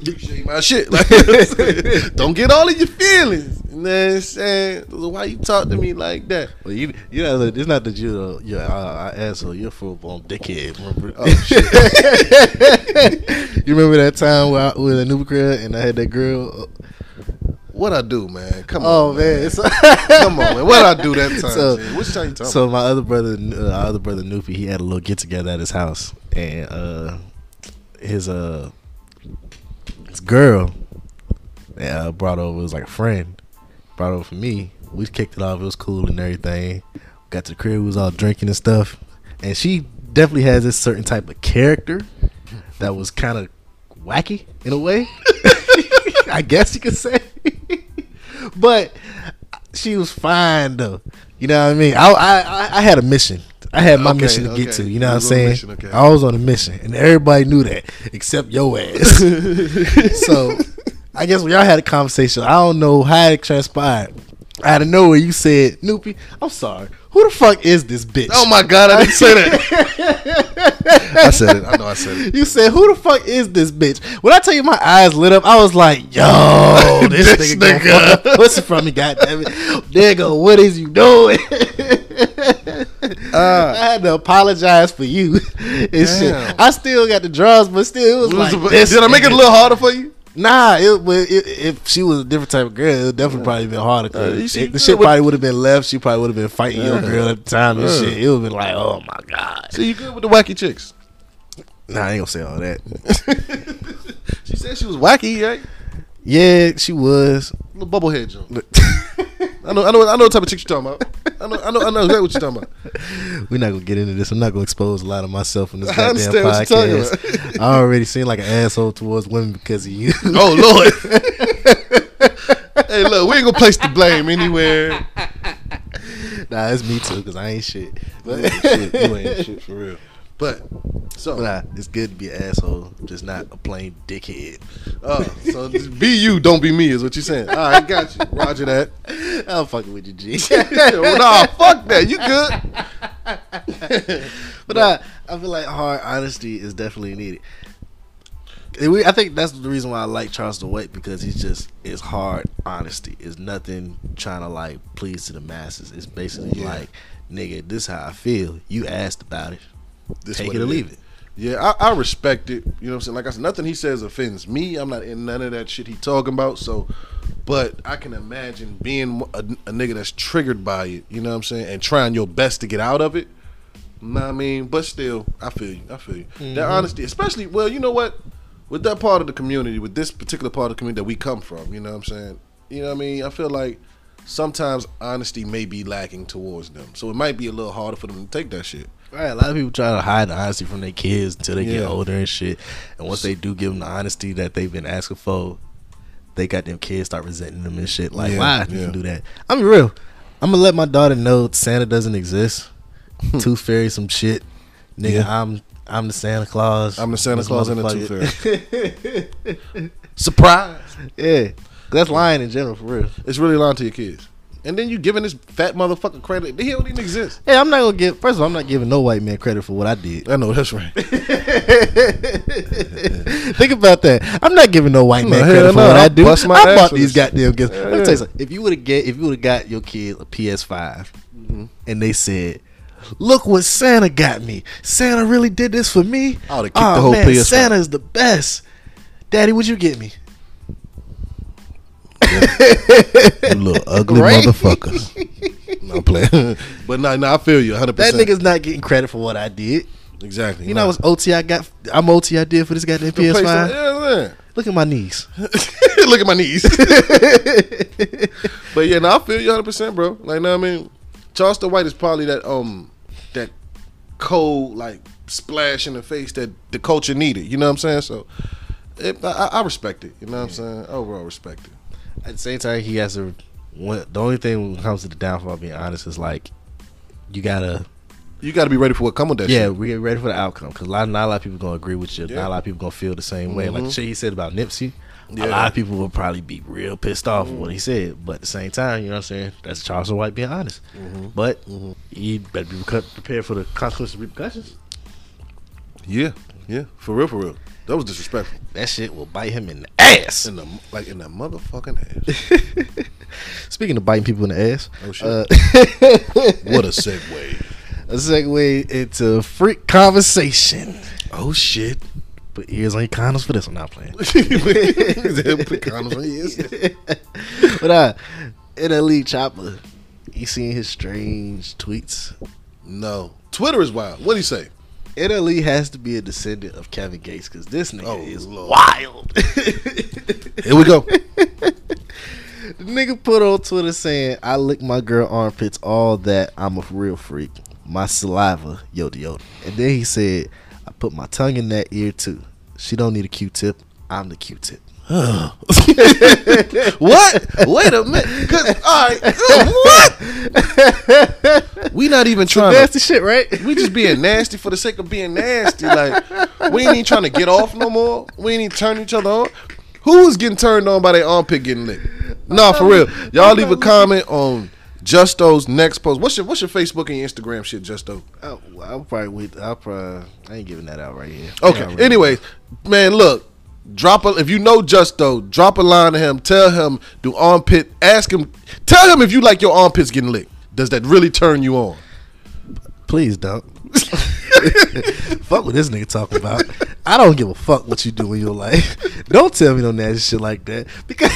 S2: appreciate my shit. *laughs* Like, *laughs* don't get all of your feelings. You know what I'm saying? Why you talk to me like that?
S1: Well, you, you know, it's not that you're a, you're a, a asshole. You're a full blown dickhead. Remember?
S2: Oh shit!
S1: *laughs* you remember that time where I was a new girl and I had that girl?
S2: what I do, man? Come
S1: Oh
S2: on,
S1: man! It's,
S2: *laughs* come on, man. What I do *laughs* that
S1: *laughs*
S2: time?
S1: So-
S2: man? Which time you talking?
S1: so my other brother, uh, our other brother Noopy, he had a little get together at his house, and uh, his uh, his girl uh, brought over was like a friend, brought over for me. We kicked it off. It was cool and everything. Got to the crib. We was all drinking and stuff, and she definitely has this certain type of character that was kind of wacky in a way. *laughs* I guess you could say. *laughs* but she was fine though. You know what I mean? I I, I- I had a mission. I had my
S2: Okay,
S1: mission to
S2: okay.
S1: get to. You know what
S2: You
S1: I'm
S2: was on a
S1: saying?
S2: mission, okay.
S1: I was on a mission, and everybody knew that except your ass.
S2: *laughs*
S1: so I guess when y'all had a conversation, I don't know how it transpired. Out of nowhere, you said, "Noopy, I'm sorry. Who the fuck is this bitch?"
S2: oh my god! I didn't say *laughs* that.
S1: *laughs*
S2: I said it. I know I said it.
S1: You said, "Who the fuck is this bitch?" When I tell you my eyes lit up, I was like, "Yo, this,
S2: *laughs* This
S1: nigga, gonna
S2: nigga. *laughs*
S1: fuck up pussy from me, goddamn it, nigga, what is you doing?"
S2: Uh.
S1: *laughs* I had to apologize for you *laughs* and shit.
S2: Damn.
S1: I still got the draws, but still, it was
S2: Was
S1: like,
S2: it-
S1: this
S2: did I make it a
S1: nigga.
S2: little harder for you?
S1: Nah, it, but it, if she was a different type of girl, it would definitely probably been harder. 'cause
S2: Uh, you
S1: it-
S2: see,
S1: the shit
S2: what-
S1: probably would have been left. She probably would have been fighting your
S2: Uh.
S1: girl at the time and
S2: Uh.
S1: shit. It would have been like, oh my god.
S2: So you good with the wacky chicks?
S1: Nah, I ain't gonna say all that.
S2: *laughs* She said she was wacky, right?
S1: *laughs* Yeah, she was. *laughs*
S2: Little bubblehead joke. I know, I know, I know what type of chick you're talking about. I know, I know, I know exactly what you're talking about.
S1: We're not gonna get into this. I'm not gonna expose a lot of myself in this
S2: *laughs* I
S1: goddamn
S2: understand what you're talking
S1: podcast. *laughs* I already seem like an asshole towards women because of you.
S2: *laughs* Oh Lord. *laughs* hey, look, we ain't gonna place the blame anywhere.
S1: *laughs* nah, it's me too because I ain't shit. But, *laughs*
S2: for real. But so,
S1: But nah, it's good to be an asshole, just not a plain dickhead.
S2: uh, so just be you, don't be me, is what you're saying. All right, got you. Roger that. *laughs*
S1: I'm fucking with you, G.
S2: well, nah, fuck that. You good?
S1: *laughs* But uh, I feel like hard honesty is definitely needed. And we, I think that's the reason why I like Charles DeWitt because he's just it's hard honesty. It's nothing trying to like please to the masses. It's basically
S2: Yeah.
S1: like, nigga, this how I feel. You asked about it.
S2: This
S1: Take
S2: what
S1: it or
S2: is.
S1: leave it.
S2: Yeah, I, I respect it. You know what I'm saying? Like I said, nothing he says offends me. I'm not in none of that shit he talking about. So, but I can imagine being a, a nigga that's triggered by it. You know what I'm saying? And trying your best to get out of it. Know what I mean? But still, I feel you. I feel you. That honesty, especially, well, you know what? With that part of the community, with this particular part of the community that we come from, you know what I'm saying? You know what I mean? I feel like sometimes honesty may be lacking towards them. So it might be a little harder for them to take that shit.
S1: Right, a lot of people try to hide the honesty from their kids until they
S2: Yeah.
S1: get older and shit. And once they do give them the honesty that they've been asking for, they got them kids start resenting them and shit. Like,
S2: Yeah,
S1: why you
S2: yeah.
S1: can do that? I'm real. I'm gonna let my daughter know Santa doesn't exist. Tooth fairy, some shit, nigga.
S2: Hmm. Yeah.
S1: I'm I'm the Santa Claus.
S2: I'm the Santa
S1: This
S2: Claus and the
S1: motherfucker.
S2: Tooth
S1: *laughs*
S2: Surprise!
S1: yeah, that's lying in general for real.
S2: It's really lying to your kids. And then you giving this fat motherfucker credit. He don't even exist.
S1: Hey, I'm not gonna give. First of all, I'm not giving no white man credit for what I did.
S2: I know that's right.
S1: *laughs* Think about that. I'm not giving no white
S2: No,
S1: man
S2: Oh, hell
S1: credit for
S2: no.
S1: what I
S2: I'll
S1: do.
S2: bust my
S1: I
S2: ass
S1: bought
S2: for
S1: these
S2: this.
S1: goddamn gifts. Let me
S2: Yeah.
S1: tell you something. If you would have get, if you would have got your kid a PS5,
S2: Mm-hmm.
S1: and they said. Look what Santa got me. Santa really did this for me.
S2: I would've kicked
S1: Aw,
S2: the whole
S1: man,
S2: PS5.
S1: Santa is the best. Daddy, would you get me?
S2: You *laughs* little ugly
S1: Right?
S2: motherfucker. *laughs* No, I'm playing. but no, no, I feel you 100%.
S1: That nigga's not getting credit for what I did.
S2: Exactly.
S1: You know what's OT I got? I'm OT I did for this goddamn
S2: The place-
S1: PS5.
S2: Yeah,
S1: Look at my
S2: *laughs*
S1: knees.
S2: yeah. Look at my knees. *laughs* but yeah, no, I feel you 100%, bro. Like, know what I mean? Charleston White is probably that, um, that cold, like, splash in the face that the culture needed. You know what I'm saying? So it, I, I respect it. You know what I'm saying? Overall, respect it.
S1: At the same time, he has to. One, the only thing when it comes to the downfall, being honest, is like you gotta.
S2: You got to be ready for what come with that
S1: Yeah,
S2: shit.
S1: we get ready for the outcome because a lot, not a lot of people gonna agree with you. Not
S2: Yeah. Mm-hmm.
S1: a lot of people gonna feel the same way. Like the shit he said about Nipsey, a
S2: Yeah. Mm-hmm.
S1: lot of people will probably be real pissed off with what he said. But at the same time, you know what I'm saying? That's Charles White being honest.
S2: Mm-hmm.
S1: But he better be recu- prepared for the consequences and repercussions.
S2: Yeah, yeah, for real, for real. That was disrespectful.
S1: That shit will bite him in the ass.
S2: In the like in the motherfucking ass.
S1: Speaking of biting people in the ass,
S2: Oh, shit.
S1: uh,
S2: *laughs*
S1: *laughs*
S2: what a segue.
S1: a segue into freak conversation.
S2: Oh shit.
S1: Put ears on your condoms for this one. Not playing.
S2: Put the condoms on your ass.
S1: *laughs* but uh, in Elite Chopper, you seen his strange tweets.
S2: No. Twitter is wild. What do you say?
S1: Italy has to be a descendant of Kevin Gates because this nigga
S2: Oh,
S1: is
S2: Lord.
S1: wild. *laughs*
S2: Here we go.
S1: The *laughs* nigga put on Twitter saying, "I lick my girl armpits, all that. I'm a real freak. My saliva, yo yo." And then he said, "I put my tongue in that ear too. She don't need a Q-tip. I'm the
S2: *sighs*
S1: Q-tip."
S2: what? Wait a minute. 'Cause- all right. What? We not even trying
S1: *laughs*
S2: to
S1: Nasty shit, right?
S2: we just being nasty for the sake of being nasty. Like we ain't even trying to get off no more. We ain't even turning each other on. Who's getting turned on by their armpit getting licked? Nah, for real. Y'all leave a comment on Justo's next post. What's your what's your Facebook and your Instagram shit, Justo?
S1: I'll, I'll probably wait. I'll probably. I ain't giving that out right here.
S2: Okay.
S1: Yeah, I really-
S2: Anyways, man, look. Drop a if you know Justo, drop a line to him. Tell him do armpit. Ask him. Tell him if you like your armpits getting licked. Does that really turn you on?
S1: Please don't. *laughs* fuck what this nigga talking about. I don't give a fuck what you do in your life. *laughs* Don't tell me no nasty shit like that because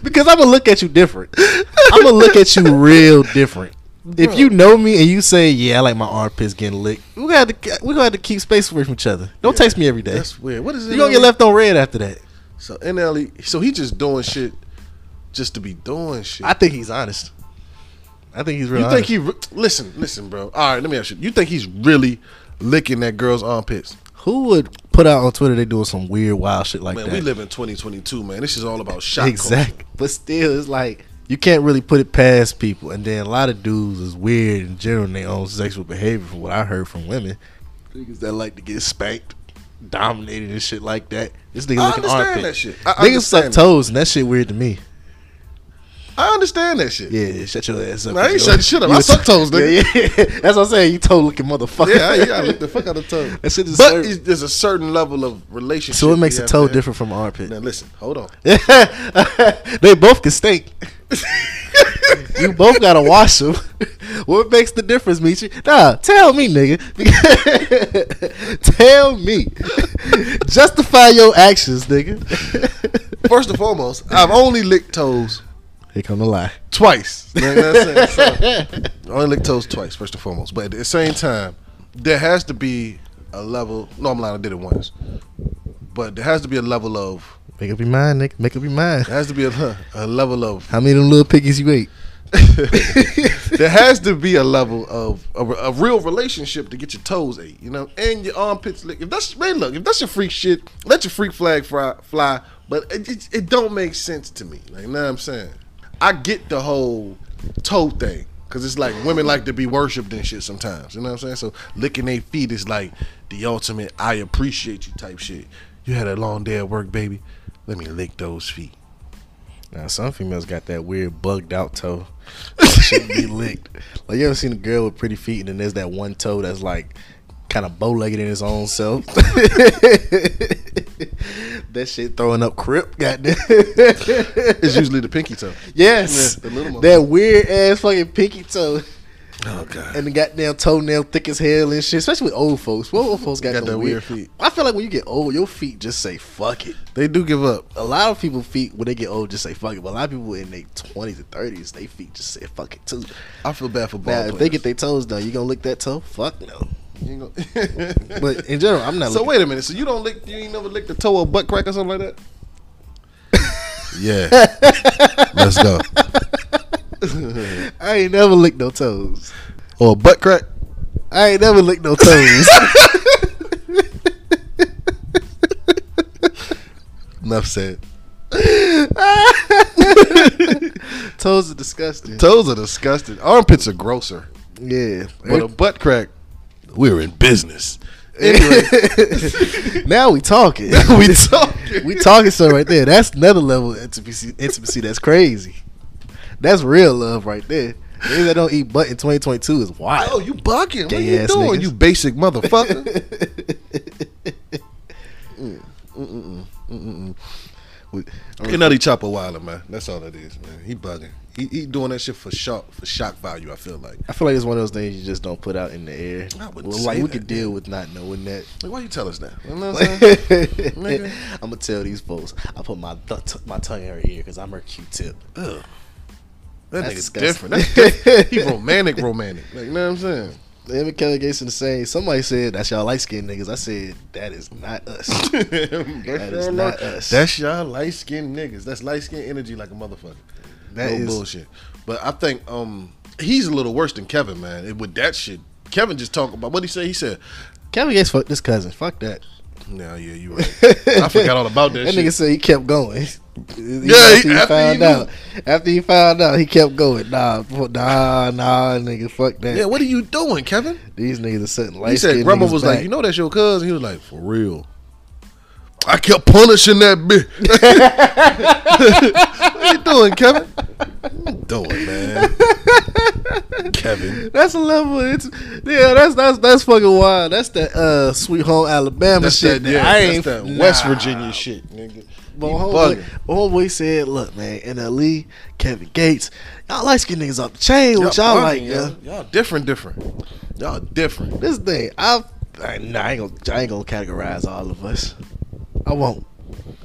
S1: *laughs* because I'm gonna look at you different. I'm gonna look at you real different. If you know me and you say yeah, I like my armpits getting licked, we got to we gonna have to keep space away from each other. Don't text me every day.
S2: That's weird. What is it?
S1: You gonna get left on red after that.
S2: So NLE, so he just doing shit, just to be doing shit.
S1: I think he's honest. I think he's real.
S2: you
S1: honest.
S2: think he? Re- listen, listen, bro. All right, let me ask you. You think he's really licking that girl's armpits?
S1: Who would put out on Twitter they doing some weird wild shit like
S2: Man,
S1: that?
S2: we live in 2022, man. This is all about shot.
S1: exactly. But still, it's like you can't really put it past people. And then a lot of dudes is weird in general in their own sexual behavior, from what I heard from women. Niggas that like to get spanked, dominated and shit like that. This nigga
S2: I
S1: looking
S2: understand
S1: armpit.
S2: that shit. I
S1: Niggas suck
S2: understand that.
S1: toes, and that shit weird to me.
S2: culture. I understand that shit.
S1: Yeah, shut your ass up.
S2: I ain't
S1: You
S2: shutting shit up.
S1: you
S2: I
S1: a-
S2: suck toes, nigga.
S1: Yeah, yeah. *laughs* That's what I'm saying. You toe looking motherfucker.
S2: Yeah, yeah, I lick the fuck out of *laughs* toe.
S1: *laughs* That shit is
S2: but
S1: served.
S2: it's- there's a certain level of relationship.
S1: So it makes a
S2: we have
S1: toe
S2: to have.
S1: different from an armpit.
S2: Now listen, hold on.
S1: *laughs* they both can stink. you both gotta wash them. What makes the difference, Michi? Nah, tell me, nigga. *laughs* tell me. Justify your actions, nigga.
S2: First and foremost, I've only licked toes
S1: Here come the lie.
S2: twice. You know what I'm saying?
S1: *laughs*
S2: So, I only lick toes twice, first and foremost. But at the same time, there has to be a level. No, I'm lying. I did it once, but there has to be a level of.
S1: Make up your mind, nigga. Make up your mind.
S2: There has to be a, a level of.
S1: How many of them little piggies you ate?
S2: *laughs* there has to be a level of a, a real relationship to get your toes ate, you know, and your armpits lick. If that's man, look, if that's your freak shit, let your freak flag fly. fly but it, it, it don't make sense to me. Like, know what I'm saying? I get the whole toe thing because it's like women like to be worshipped and shit sometimes. You know what I'm saying? So licking their feet is like the ultimate "I appreciate you" type shit. You had a long day at work, baby. Let me lick those feet. *laughs*
S1: Now some females got that weird bugged out toe. Should
S2: *laughs*
S1: be licked. Like you ever seen a girl with pretty feet and then there's that one toe that's like kind of bow legged in his own self. *laughs* that shit throwing up crip, goddamn. *laughs*
S2: It's usually the pinky toe.
S1: yes,
S2: Yeah, the little
S1: that weird ass fucking pinky toe.
S2: Oh god.
S1: and the goddamn toenail thick as hell and shit. Especially with old folks. Well, old folks got,
S2: Got
S1: the
S2: that
S1: weird
S2: weird feet.
S1: I feel like when you get old, your feet just say fuck it.
S2: They do give up.
S1: A lot of people feet when they get old just say fuck it, but a lot of people in their twenties and thirties, they feet just say fuck it too.
S2: I feel bad for ball
S1: Now if they
S2: players.
S1: get their toes done, you gonna lick that toe? Fuck
S2: *laughs*
S1: no.
S2: You ain't *laughs* gonna-
S1: But in general, I'm not.
S2: so
S1: looking-
S2: wait a minute. So you don't lick? You ain't never licked a toe or butt crack or something like that? Yeah. Let's go.
S1: I ain't never licked no toes.
S2: Or a butt crack?
S1: I ain't never licked no toes.
S2: Enough said.
S1: toes are disgusting.
S2: Toes are disgusting. Armpits are grosser.
S1: yeah, um,
S2: But a butt crack, we're in business.
S1: now we talking. *laughs*
S2: we talking.
S1: we talking so right there. That's another level of intimacy. Intimacy that's crazy. That's real love right there. Niggas that don't eat butt in 2022 is wild.
S2: *laughs* Oh, you bucking? What are you
S1: Gay-ass
S2: doing?
S1: niggas.
S2: You basic *laughs* motherfucker. Mm,
S1: We-
S2: you know they chopper wilder, man. That's all it is, man. He bugging. He, he doing that shit for shock for shock value. I feel like.
S1: I feel like it's one of those things you just don't put out in the air.
S2: I wouldn't
S1: Well,
S2: say
S1: like we
S2: that,
S1: could deal with not knowing that.
S2: Like, why you tell us that? You know what *laughs* I'm saying?
S1: *laughs*
S2: Nigga.
S1: I'm gonna tell these folks. I put my th- my tongue in her ear because I'm her Q-tip.
S2: Ugh. That
S1: That's
S2: nigga's
S1: disgusting.
S2: different. That's *laughs* different. he romantic, romantic. Like, you know what I'm saying?
S1: Him and Kelly Gates in the same. Somebody said that's y'all light skinned niggas. I said that is not *laughs* us.
S2: *laughs* that
S1: is not us.
S2: That's y'all light skinned niggas. That's light skinned energy like a motherfucker.
S1: That
S2: no
S1: is-
S2: bullshit. But I think um he's a little worse than Kevin, man. And with that shit, Kevin just talked about what he said. He said,
S1: Kelly Gates fucked this cousin. Fuck that.
S2: "No, yeah, you *laughs* right. *laughs* I forgot
S1: *laughs*
S2: all about that,
S1: That
S2: shit."
S1: nigga said he kept going. *laughs* yeah,
S2: he-
S1: after he
S2: after
S1: found
S2: he knew.
S1: out. After he found out, he kept going. Nah, fu- nah, nah, nigga, fuck that.
S2: yeah, what are you doing, Kevin?
S1: These niggas are setting light.
S2: He said grandma was like, you know that's your cousin. He was like, for real. I kept punishing that bitch. *laughs* what you doing, Kevin? What you doing, man? Kevin.
S1: that's a level. It's yeah, that's that's that's fucking wild. That's that uh, sweet home Alabama
S2: That's
S1: shit.
S2: that,
S1: that
S2: yeah,
S1: I
S2: that's
S1: ain't
S2: that
S1: nah.
S2: West Virginia shit, nigga.
S1: But
S2: You
S1: homeboy,
S2: bugging.
S1: homeboy said, "Look, man, NLE, Kevin Gates, y'all like skin niggas off the chain. What y'all
S2: bugging,
S1: like, yeah?
S2: yo. Y'all different, different. Y'all different.
S1: This thing, I, I nah, I ain't gonna, I ain't gonna categorize all of us. I won't.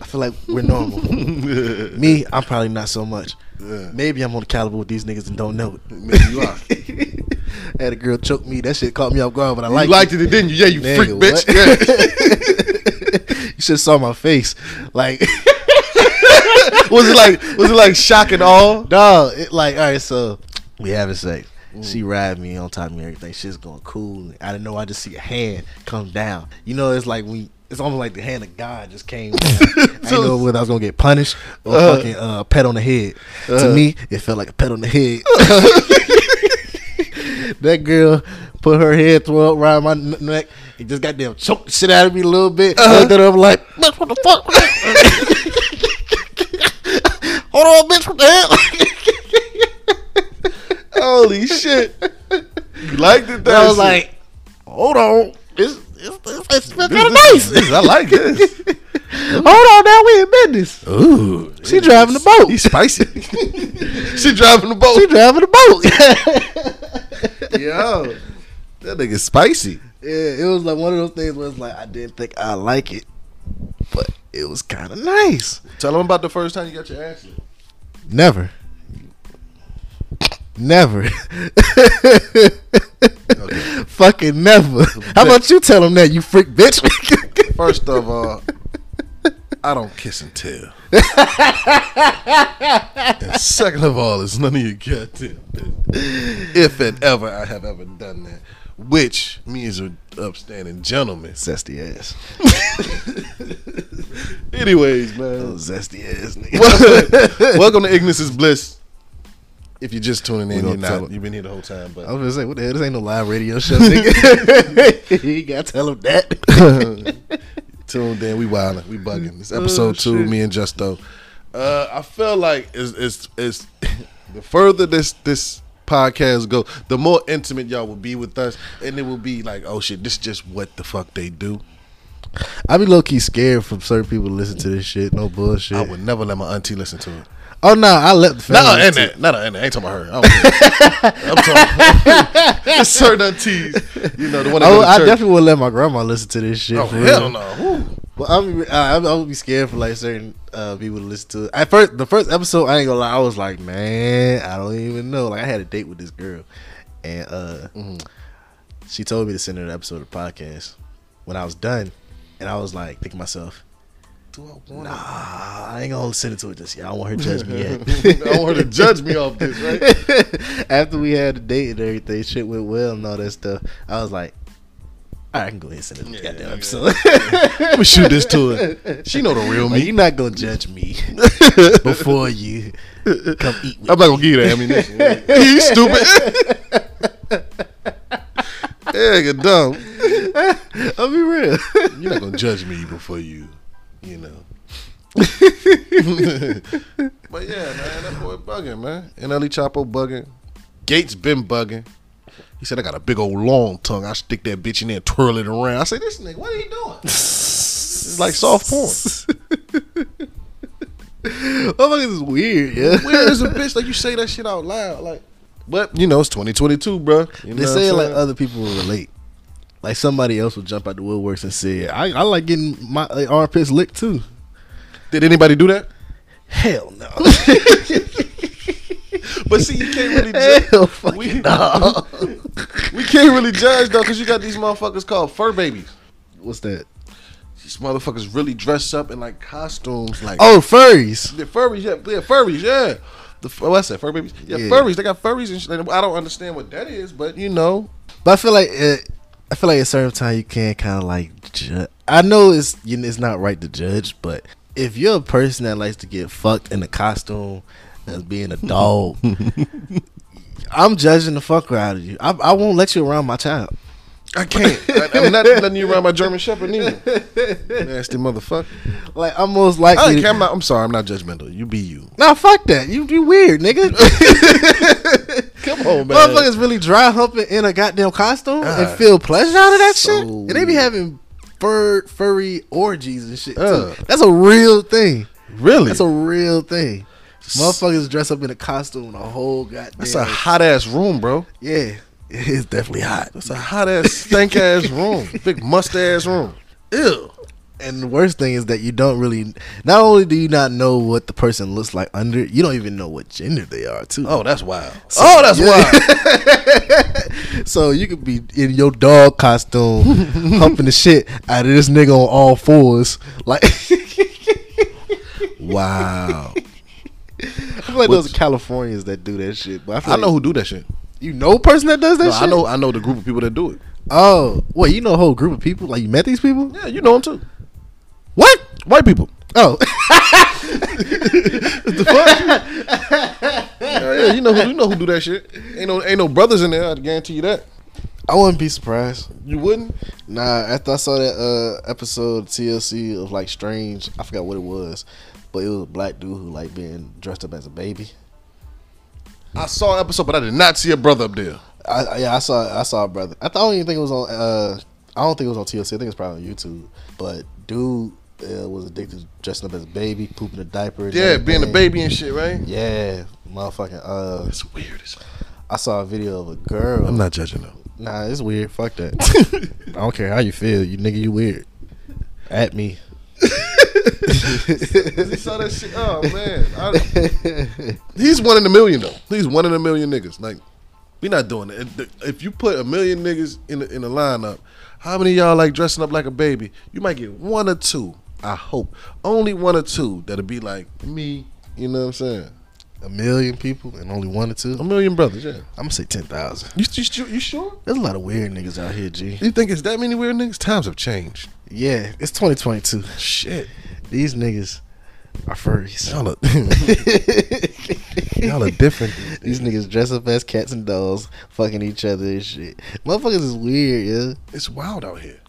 S1: I feel like we're
S2: *laughs*
S1: normal.
S2: Maybe
S1: Me, I'm probably not so much.
S2: Yeah.
S1: Maybe I'm on the caliber with these niggas and don't know it.
S2: you are.
S1: I *laughs* had a girl choke me. That shit caught me off guard, but I
S2: You
S1: liked,
S2: liked it, didn't you? Yeah, you
S1: Nigga,
S2: freak bitch. Yeah.
S1: what? *laughs* you should saw my face.
S2: *laughs*
S1: Like, *laughs*
S2: was it like *laughs* was it like shock and awe?
S1: dog, it like, all right, so we having sex.
S2: Mm.
S1: She ride me on top of me, everything. Shit's going cool. I didn't know. I just see a hand come down. You know, it's like when it's almost like the hand of God just came.
S2: *laughs*
S1: Down. I didn't know whether I was gonna get punished or
S2: Uh.
S1: fucking uh, a pet on the head.
S2: Uh.
S1: To me, it felt like a pet on the
S2: *laughs*
S1: head. *laughs* that girl put her head through around my n- neck and just goddamn choked the shit out of me a little bit.
S2: Uh-huh.
S1: I looked at her I'm like, bitch, what the fuck? *laughs* Hold on, bitch, what the hell?
S2: Holy shit. You liked it though.
S1: I was
S2: shit.
S1: like, hold on. It's, it's, it's, it's kind
S2: This-
S1: of
S2: this-
S1: nice.
S2: this- I like this.
S1: *laughs* Hold on, now we in business.
S2: Ooh,
S1: She driving the boat.
S2: He's
S1: *laughs*
S2: spicy. she driving the
S1: She
S2: boat.
S1: driving the boat.
S2: *laughs* Yo, *laughs*
S1: *laughs*
S2: that nigga spicy.
S1: yeah, it was like one of those things where it's like, I didn't think I like it, but it was kind of nice.
S2: Tell him about the first time you got your *laughs* ass. licked.
S1: Never. Never. *laughs*
S2: Okay.
S1: Fucking *laughs* never. How about you tell him that, you freak bitch?
S2: First of all, I don't kiss and tell. and second of all, it's none of your goddamn business. If and ever I have ever done that, which me as an upstanding gentleman.
S1: Zesty ass.
S2: Anyways,
S1: Oh,
S2: man.
S1: zesty ass nigga.
S2: Welcome to Ignis is Bliss. If you're just tuning in,
S1: gonna
S2: you're
S1: tell
S2: not.
S1: it.
S2: You've been here the whole time, but
S1: *laughs* I was gonna say, what the hell? This ain't no live radio show, nigga. *laughs* you gotta tell him that.
S2: tuned in. We wildin'. We bugging. It's episode two.
S1: Oh, shit.
S2: Me and Justo. Uh, I feel like it's it's, it's *laughs* the further this this podcast goes, the more intimate y'all will be with us, and it will be like, oh shit, this is just what the fuck they do.
S1: *laughs* I be low key scared from certain people to listen to this shit. No bullshit.
S2: I would never let my auntie listen to it.
S1: oh no, I let the family.
S2: Not her in
S1: listen to it.
S2: that. Not her in that. I ain't talking about her. I don't care. I'm
S1: *laughs*
S2: talking about *laughs* certain aunties. You know the one that
S1: I,
S2: go
S1: would-
S2: to
S1: Oh, I
S2: church.
S1: definitely would let my grandma listen to this shit.
S2: Oh
S1: for real.
S2: hell no! Woo.
S1: Well, I'm, I, I would be scared for like certain uh, people to listen to it. At first, the first episode, I ain't gonna lie, I was like, man, I don't even know. Like, I had a date with this girl, and uh,
S2: Mm-hmm.
S1: she told me to send her an episode of the podcast. When I was done, and I was like, thinking to myself,
S2: Do I want
S1: nah, I ain't gonna send it to her just yet. I don't want her to judge me
S2: *laughs* I
S1: yet.
S2: don't want her to judge me off this, right?
S1: *laughs* After we had a date and everything, shit went well and all that stuff. I was like, all right, I can go ahead and send it to
S2: Yeah,
S1: goddamn
S2: yeah. *laughs*
S1: episode.
S2: I'm gonna shoot this
S1: *laughs*
S2: to her. She know the real
S1: Like,
S2: me.
S1: you're not gonna judge
S2: *laughs*
S1: me before you come eat with
S2: I'm not gonna give you that ammunition. you stupid. yeah, you're dumb.
S1: me. *laughs* I'll be real.
S2: You're not gonna judge me before you,
S1: *laughs*
S2: you know. but yeah, man, that boy bugging, man. And Ellie Chapo bugging. Gates been bugging. He said I got a big old long tongue. I stick that bitch in there, and twirl it around. I say, this nigga, what are you doing?
S1: it's
S2: like soft porn.
S1: *laughs* Motherfuckers is weird, yeah.
S2: Where is a bitch like you say that shit out loud? Like, but you know it's 2022, bro. You know
S1: They
S2: what
S1: say
S2: I'm
S1: like
S2: saying?
S1: other people will relate. Like somebody else will jump out the woodworks and say, "I, I like getting my uh, armpits licked too."
S2: Did anybody do that?
S1: Hell *laughs*
S2: *laughs*
S1: no.
S2: But see, you can't really judge.
S1: Hell fucking
S2: We-
S1: no.
S2: *laughs* We can't really judge though, because you got these motherfuckers called fur babies.
S1: What's that?
S2: These motherfuckers really dress up in like costumes, like
S1: Oh, furries.
S2: they're furries, yeah, they're furries, yeah. The f- oh, I said fur babies, yeah,
S1: Yeah.
S2: furries. They got furries and shit. And I don't understand what that is, but you know,
S1: But I feel like it, I feel like at certain time you can kind of like ju- I know it's you know, it's not right to judge, but if you're a person that likes to get fucked in a costume as being a
S2: *laughs*
S1: dog, I'm judging the fucker out of you. I, I won't let you around my child.
S2: I can't. *laughs* I, am not letting you around my German Shepherd *laughs* neither. Nasty motherfucker.
S1: Like I'm most
S2: I
S1: likely.
S2: don't
S1: to-
S2: care. I'm, not, I'm sorry. I'm not judgmental. You be you.
S1: Nah, fuck that. You you weird,
S2: *laughs*
S1: nigga. *laughs*
S2: Come on, man.
S1: Motherfuckers really dry humping in a goddamn costume
S2: Ah,
S1: and feel pleasure out of that
S2: so
S1: shit. And they be having fur furry orgies and shit
S2: Ugh.
S1: too. That's a real thing.
S2: Really?
S1: That's a real thing. Motherfuckers dress up in a costume the whole goddamn.
S2: That's a hot ass room, bro.
S1: yeah. *laughs* It's definitely hot.
S2: That's a hot *laughs* ass, stank ass room. Big must ass room. Ew.
S1: And the worst thing is that you don't really. Not only do you not know what the person looks like under, you don't even know what gender they are too.
S2: Oh, that's wild. oh, that's
S1: *laughs*
S2: wild.
S1: So you could be in your dog *laughs* costume, humping the shit out of this nigga on all fours. Like, *laughs*
S2: Wow.
S1: I feel like those Californians that do that shit. But I, feel
S2: I know
S1: like-
S2: who do that shit.
S1: you know a person that does that.
S2: No,
S1: shit?
S2: I know I know the group of people that do it.
S1: Oh, well, you know a whole group of people. Like you met these people.
S2: Yeah, you know them too.
S1: What?
S2: White people.
S1: Oh, *laughs*
S2: the fuck? yeah, yeah, you know who you know who do that shit. Ain't no ain't no brothers in there, I guarantee you that.
S1: I wouldn't be surprised.
S2: You wouldn't?
S1: Nah, after I saw that uh, episode of TLC of like Strange, I forgot what it was, but it was a black dude who like being dressed up as a baby.
S2: I saw an episode, but I did not see a brother up there.
S1: I, I- yeah, I saw I saw a brother. I, thought, I don't even think it was on. Uh, I don't think it was on TLC. I think it's probably on YouTube. But dude uh, was addicted to dressing up as a baby, pooping a diaper. and
S2: Yeah, being a
S1: everything.
S2: baby and shit, right?
S1: Yeah, motherfucking. Uh,
S2: That's weird as
S1: I saw a video of a girl.
S2: I'm not judging *laughs* though.
S1: Nah, it's weird. Fuck that.
S2: *laughs*
S1: I don't care how you feel, you nigga. You weird. At me.
S2: *laughs* You saw that shit. Oh man, *laughs* I- he's one in a million though. He's one in a million niggas. Like we not doing it. If- If you put a million niggas in the, in the lineup, how many of y'all like dressing up like a baby? You might get one or two I hope only one or two that'll be like me. You know what I'm saying?
S1: A million people and only one or two.
S2: A million brothers. Yeah.
S1: I'm gonna say ten thousand.
S2: You, you, su- you sure?
S1: There's a lot of weird niggas out here, G.
S2: You think it's that many weird niggas? Times have changed.
S1: Yeah, it's 2022.
S2: Shit.
S1: These niggas are furries.
S2: Y'all are, *laughs*
S1: *laughs*
S2: y'all are different.
S1: These niggas dress up as cats and dolls, fucking each other and shit. Motherfuckers is weird, yeah.
S2: It's wild out here.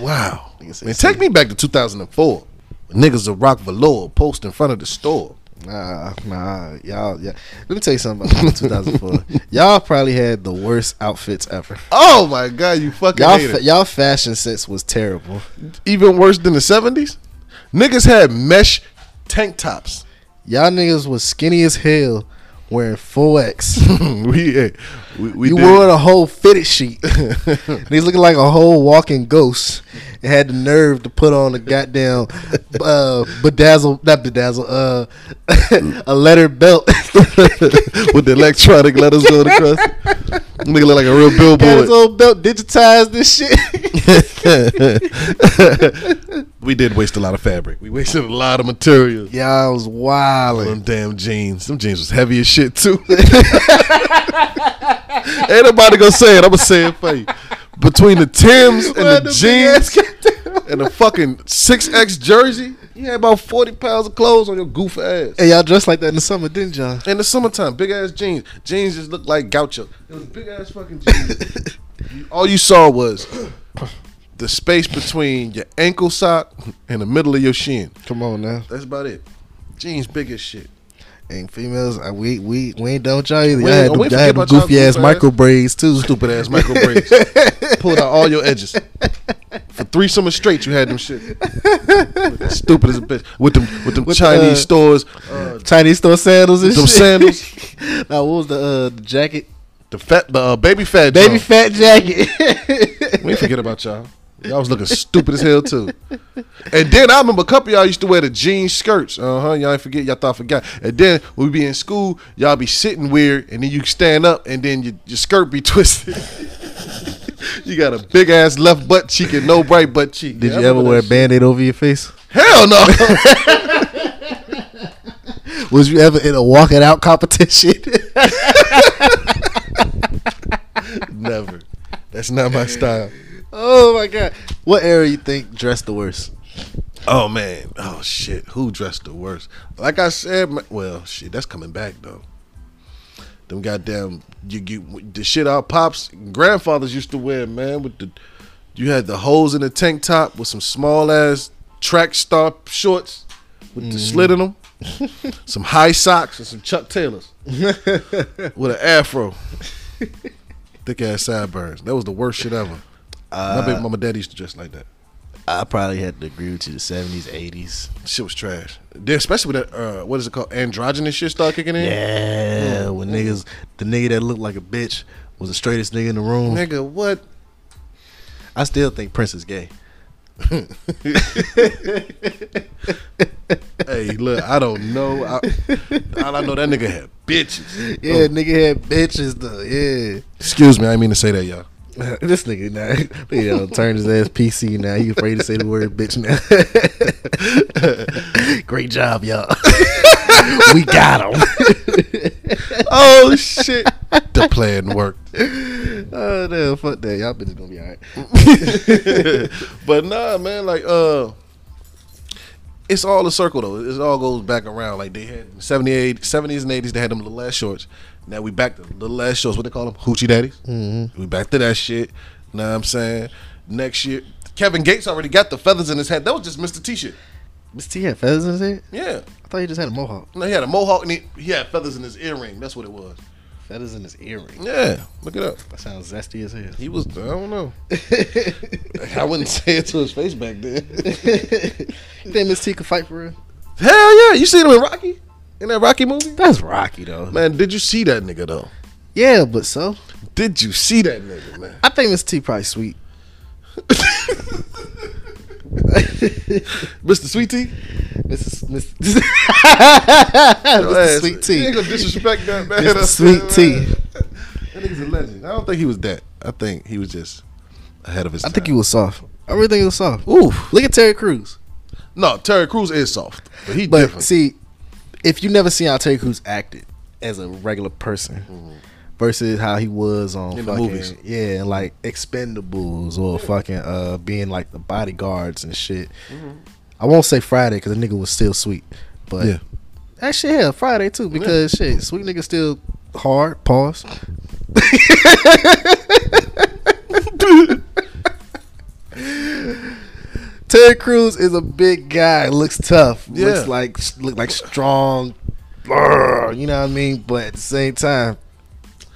S2: Wow.
S1: Niggas say
S2: Man, take me back to 2004. When niggas would rock velour post in front of the store.
S1: Nah, nah, y'all. Yeah, let me tell you something about 2004. *laughs* y'all probably had the worst outfits ever.
S2: Oh my god, you fucking
S1: Y'all,
S2: hater.
S1: fa- y'all fashion sense was terrible.
S2: Even worse than the 70s? Niggas had mesh tank tops. *laughs*
S1: Y'all niggas was skinny as hell, wearing full X.
S2: we, eh, we we
S1: you
S2: did.
S1: wore the whole fitted sheet. *laughs* Niggas looking like a whole walking ghost. And had the nerve to put on a goddamn uh, bedazzle, not bedazzle, uh, *laughs* a leather belt.
S2: *laughs* with the electronic letters going across. Nigga look like a real
S1: Had his
S2: billboard.
S1: own belt digitized this shit. *laughs*
S2: *laughs* we did waste a lot of fabric. We wasted a lot of material.
S1: y'all was
S2: Them
S1: wildin'.
S2: damn jeans. Them jeans was heavy as shit too. Ain't nobody gonna say it. I'ma say it for you. Between the Tims and
S1: Well,
S2: the,
S1: the
S2: jeans and the fucking six X jersey, you had about forty pounds of clothes on your goof ass.
S1: And y'all dressed like that in the summer, didn't y'all?
S2: In the summertime, big ass jeans. Jeans just looked like gaucho. It was big ass fucking jeans. You- All you saw was the space between your ankle sock and the middle of your shin.
S1: Come on now.
S2: That's about it. Jeans big as shit.
S1: And females, uh, we we we ain't done with y'all either.
S2: We
S1: Y'all
S2: ain't-
S1: had them,
S2: we ain't
S1: y'all had them
S2: forget about
S1: goofy
S2: y'all
S1: ass
S2: goof ass.
S1: micro braids too.
S2: Stupid ass
S1: *laughs*
S2: micro braids. Pulled out all your edges. For three summers straight, you had them shit. Stupid as a bitch. With them, with them
S1: With,
S2: Chinese
S1: uh,
S2: stores, uh,
S1: *laughs* Chinese store sandals and
S2: them
S1: shit.
S2: sandals,
S1: *laughs* now what was the uh, the jacket?
S2: the fat, the uh, baby fat,
S1: Baby
S2: John.
S1: fat *laughs* jacket.
S2: We ain't forget about y'all. Y'all was looking stupid as hell too. And then I remember a couple of y'all used to wear the jean skirts. Uh huh. Y'all ain't forget. Y'all thought I forgot. And then when we be in school, y'all be sitting weird, and then you stand up, and then your, your skirt be *laughs* twisted. you got a big ass left butt cheek and no right butt cheek.
S1: Did
S2: Yeah, I
S1: you ever
S2: remember
S1: wear a
S2: that
S1: band aid over your face?
S2: shit. Hell
S1: *laughs*
S2: no.
S1: Was you ever in a walking out competition? *laughs*
S2: Never. That's not my style.
S1: oh my god! What era you think dressed the worst?
S2: Oh man. Oh shit. Who dressed the worst? Like I said, my, well, shit. That's coming back though. Them goddamn you, you the shit our pops and grandfathers used to wear, man. With the you had the holes in the tank top with some small ass track star shorts with the slit in them, *laughs* some high socks and some Chuck Taylors with an afro, thick ass sideburns. That was the worst shit ever. My baby mama daddy used to dress like that.
S1: I probably had to agree with you. The seventies, eighties.
S2: Shit was trash. Then especially when that uh, what is it called? Androgynous shit started kicking in.
S1: Yeah, when niggas, the nigga that looked like a bitch was the straightest nigga in the room.
S2: Nigga, what?
S1: I still think Prince is gay.
S2: Hey, look, I don't know. *laughs* I, all I know that nigga had bitches.
S1: Yeah, nigga had bitches though. Yeah.
S2: Excuse me, I didn't mean to say that, y'all.
S1: *laughs* this nigga now, *laughs* he done turned his ass PC now. He afraid to say the word bitch now. *laughs* Great job, y'all. *laughs* we got him.
S2: *laughs* Oh shit, the plan worked.
S1: *laughs* oh no, fuck that. Y'all bitches gonna be *laughs* alright.
S2: *laughs* but nah, man, like uh, it's all a circle though. It all goes back around. Like they had 78, 70s and eighties. They had them little ass shorts. Now we back to little ass shorts. What they call them? Hoochie daddies. Mm-hmm. We back to that shit. Know what I'm saying? Next year, Kevin Gates already got the feathers in his head. That was just Mr. T-shirt.
S1: Mr. T had feathers in his head?
S2: Yeah.
S1: I thought he just had a mohawk.
S2: No, he had a mohawk and he, he had feathers in his earring. That's what it was.
S1: Feathers in his earring.
S2: Yeah, look it up.
S1: That sounds zesty as *laughs* hell.
S2: He was. I don't know. *laughs* I wouldn't say it to his face back then. *laughs*
S1: you think Miss T could fight for real?
S2: Hell yeah, you seen him in Rocky? In that Rocky movie?
S1: That's Rocky though.
S2: Man, did you see that nigga though?
S1: Yeah, but so
S2: Did you see that nigga, man?
S1: I think Miss T probably
S2: *laughs*
S1: sweet.
S2: Mr. Sweet Tea?
S1: Mrs. Miss *laughs* Mr. Sweet
S2: You
S1: T.
S2: ain't gonna disrespect that man. *laughs*
S1: Mr. Sweet Tea.
S2: That nigga's a legend. I don't think he was that. I think he was just ahead of his
S1: I
S2: time.
S1: think he was soft. I really think he was soft.
S2: Oof.
S1: Look at Terry Crews.
S2: No, Terry Crews is soft, but he
S1: But
S2: different.
S1: see, if you never seen how Terry Crews acted as a regular person versus how he was on
S2: Mm-hmm. In the
S1: fucking
S2: movies.
S1: yeah, like Expendables or fucking uh being like the bodyguards and shit.
S2: Mm-hmm.
S1: I won't say Friday because the nigga was still sweet, but
S2: Yeah.
S1: actually yeah, Friday too because shit, sweet nigga still hard. Pause. Terry Crews is a big guy. Looks tough.
S2: Yeah.
S1: Looks like look like strong. brr, you know what I mean? But at the same time,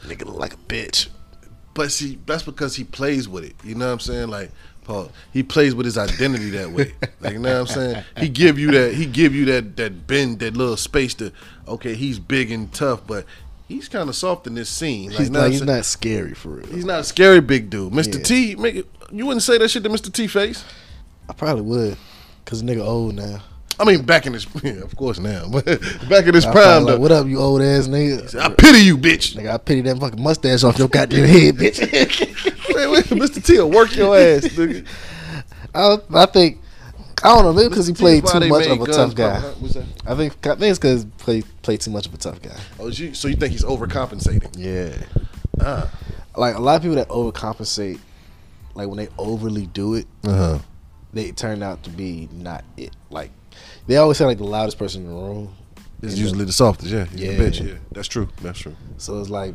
S1: nigga look like a bitch.
S2: But see, that's because he plays with it. You know what I'm saying? Like Paul, he plays with his identity that way. like you know what I'm saying? He give you that. He give you that that bend, that little space. To okay, he's big and tough, but he's kind of soft in this scene. Like,
S1: He's
S2: know what
S1: not,
S2: I'm
S1: he's
S2: saying?
S1: not scary for real.
S2: He's not a scary big dude. Mr.
S1: Yeah.
S2: T, make it, you wouldn't say that shit to Mr. T face.
S1: I probably would, cause nigga old now.
S2: I mean, back in his, *laughs* yeah, of course now, but back in his
S1: I
S2: prime
S1: probably
S2: though.
S1: like, what up, you old ass nigga?
S2: I pity
S1: *laughs*
S2: you, bitch.
S1: Nigga, I pity that fucking mustache off your goddamn head, bitch. *laughs*
S2: Wait, wait, Mr. T will work your ass, nigga.
S1: I, I think I don't know, maybe because he
S2: T,
S1: played
S2: why
S1: too
S2: they
S1: much
S2: made
S1: of a
S2: guns
S1: tough
S2: pop- huh?
S1: guy.
S2: What's that?
S1: I think I think it's because played played too much of a tough guy.
S2: Oh, you, so you think he's overcompensating?
S1: Yeah.
S2: Ah.
S1: Uh, like a lot of people that overcompensate, like when they overly do it,
S2: Uh-huh.
S1: they turn out to be not it. Like they always say, like the loudest person in the room.
S2: It's usually the softest, yeah. He's
S1: Yeah.
S2: the bitch, yeah. That's true. That's true.
S1: So it's like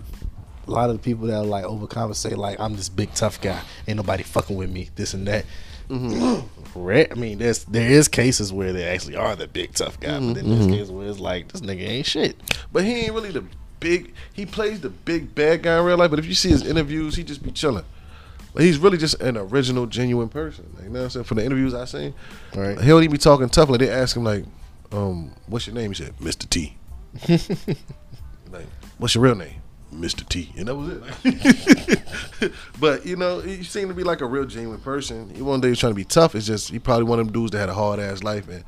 S1: a lot of the people that are like overcompensate, like I'm this big tough guy, ain't nobody fucking with me, this and that. *gasps* Rare- I mean, there's there is cases where they actually are the big tough guy, but then there's cases where it's like this nigga ain't shit.
S2: But he ain't really the big. He plays the big bad guy in real life. But if you see his interviews, he just be chilling. Like he's really just an original, genuine person. Like, you know what I'm saying? From the interviews I seen,
S1: Right.
S2: He don't even be talking tough. Like they ask him like, um, "What's your name?" He said, "Mr. *laughs* T." like, "What's your real name?" Mr. T, and that was it. *laughs* but you know, he seemed to be like a real genuine person. He one day was trying to be tough. It's just he probably one of them dudes that had a hard ass life, and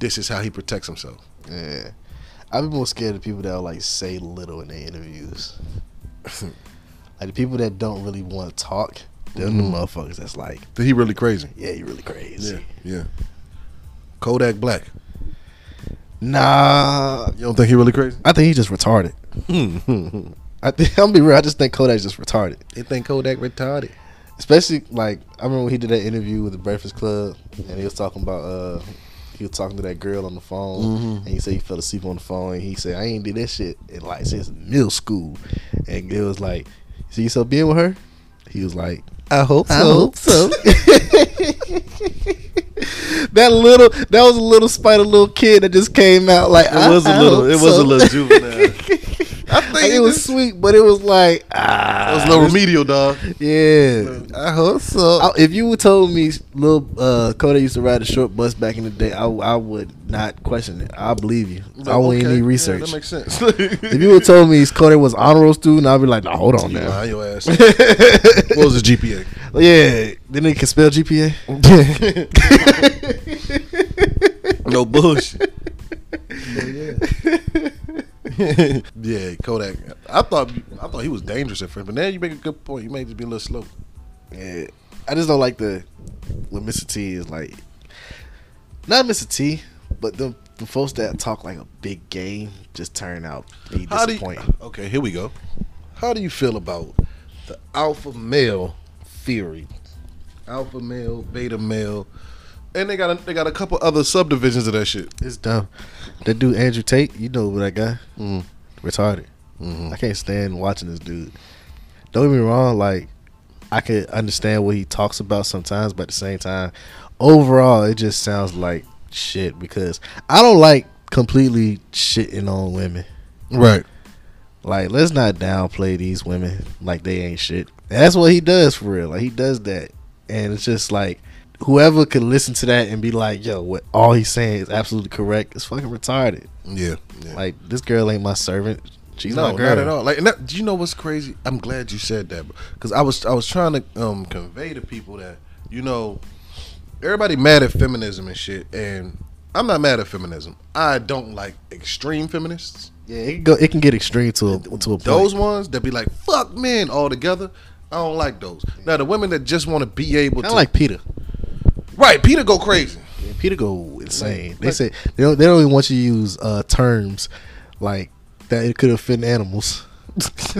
S2: this is how he protects himself.
S1: Yeah. I'd be more scared of people that like say little in their interviews. like the people that don't really want to talk, they're the motherfuckers that's like,
S2: He really crazy.
S1: yeah, you really crazy.
S2: Yeah, yeah. Kodak Black.
S1: Nah,
S2: You don't think he really crazy?
S1: I think he's just retarded.
S2: Hmm.
S1: I *laughs* think I'm be real. I just think Kodak's just retarded.
S2: They think Kodak retarded.
S1: Especially like I remember when he did that interview with the Breakfast Club, and he was talking about uh he was talking to that girl on the phone,
S2: Mm-hmm.
S1: and he said he fell asleep on the phone, and he said I ain't did that shit in like since middle school, and it was like, see yourself being with her? He was like, I hope so. I hope so. *laughs* that little that was a little spider little kid that just came out like
S2: It was
S1: a
S2: a little. It was a little juvenile. *laughs* I think
S1: it was sweet, but it was like ah,
S2: It was a little remedial, dog.
S1: yeah.
S2: I hope so.
S1: I, if you told me little uh, Kodak used to ride a short bus back in the day, I, I would not question it. I believe you. I wouldn't even need research.
S2: that makes sense.
S1: *laughs* if
S2: *laughs*
S1: you would told me Kodak was honor roll student, I'd be like, nah, hold on
S2: you
S1: now.
S2: lying your
S1: *laughs*
S2: ass. what was his GPA?
S1: yeah, then they can spell GPA. *laughs*
S2: No bullshit.
S1: *laughs*
S2: yeah. yeah, Kodak. I thought I thought he was dangerous at first, but now you make a good point. You may just be a little slow.
S1: Yeah, I just don't like the when Mr. T is like not Mr. T, but the the folks that talk like a big game just turn out be
S2: How do you-
S1: disappointing.
S2: okay, here we go. How do you feel about the alpha male theory? Alpha male, beta male, and they got a, they got a couple other subdivisions of that shit.
S1: It's dumb. That dude Andrew Tate, you know what that guy? Mm. Retarded. I can't stand watching this dude. Don't get me wrong, like I can understand what he talks about sometimes, but at the same time, overall, it just sounds like shit because I don't like completely shitting on women.
S2: Right.
S1: Like, let's not downplay these women like they ain't shit. And that's what he does for real. Like he does that, and it's just like whoever could listen to that and be like, "Yo, what all he's saying is absolutely correct." It's fucking retarded.
S2: Yeah. yeah.
S1: Like this girl ain't my servant. She's
S2: no,
S1: my girl.
S2: not at all. Like, and that, do you know what's crazy? I'm glad you said that because I was I was trying to um, convey to people that you know everybody mad at feminism and shit, and I'm not mad at feminism. I don't like extreme feminists.
S1: Yeah, it can go. It can get extreme to a to a point.
S2: Those ones that be like fuck men all together. I don't Mm. like those. Now the women that just want to be able
S1: kind
S2: to
S1: of like Peter.
S2: right, Peter go crazy.
S1: Peter go insane.
S2: Like-
S1: they
S2: like-
S1: said they don't, they don't even want you to use uh, terms like that. It could offend animals. *laughs*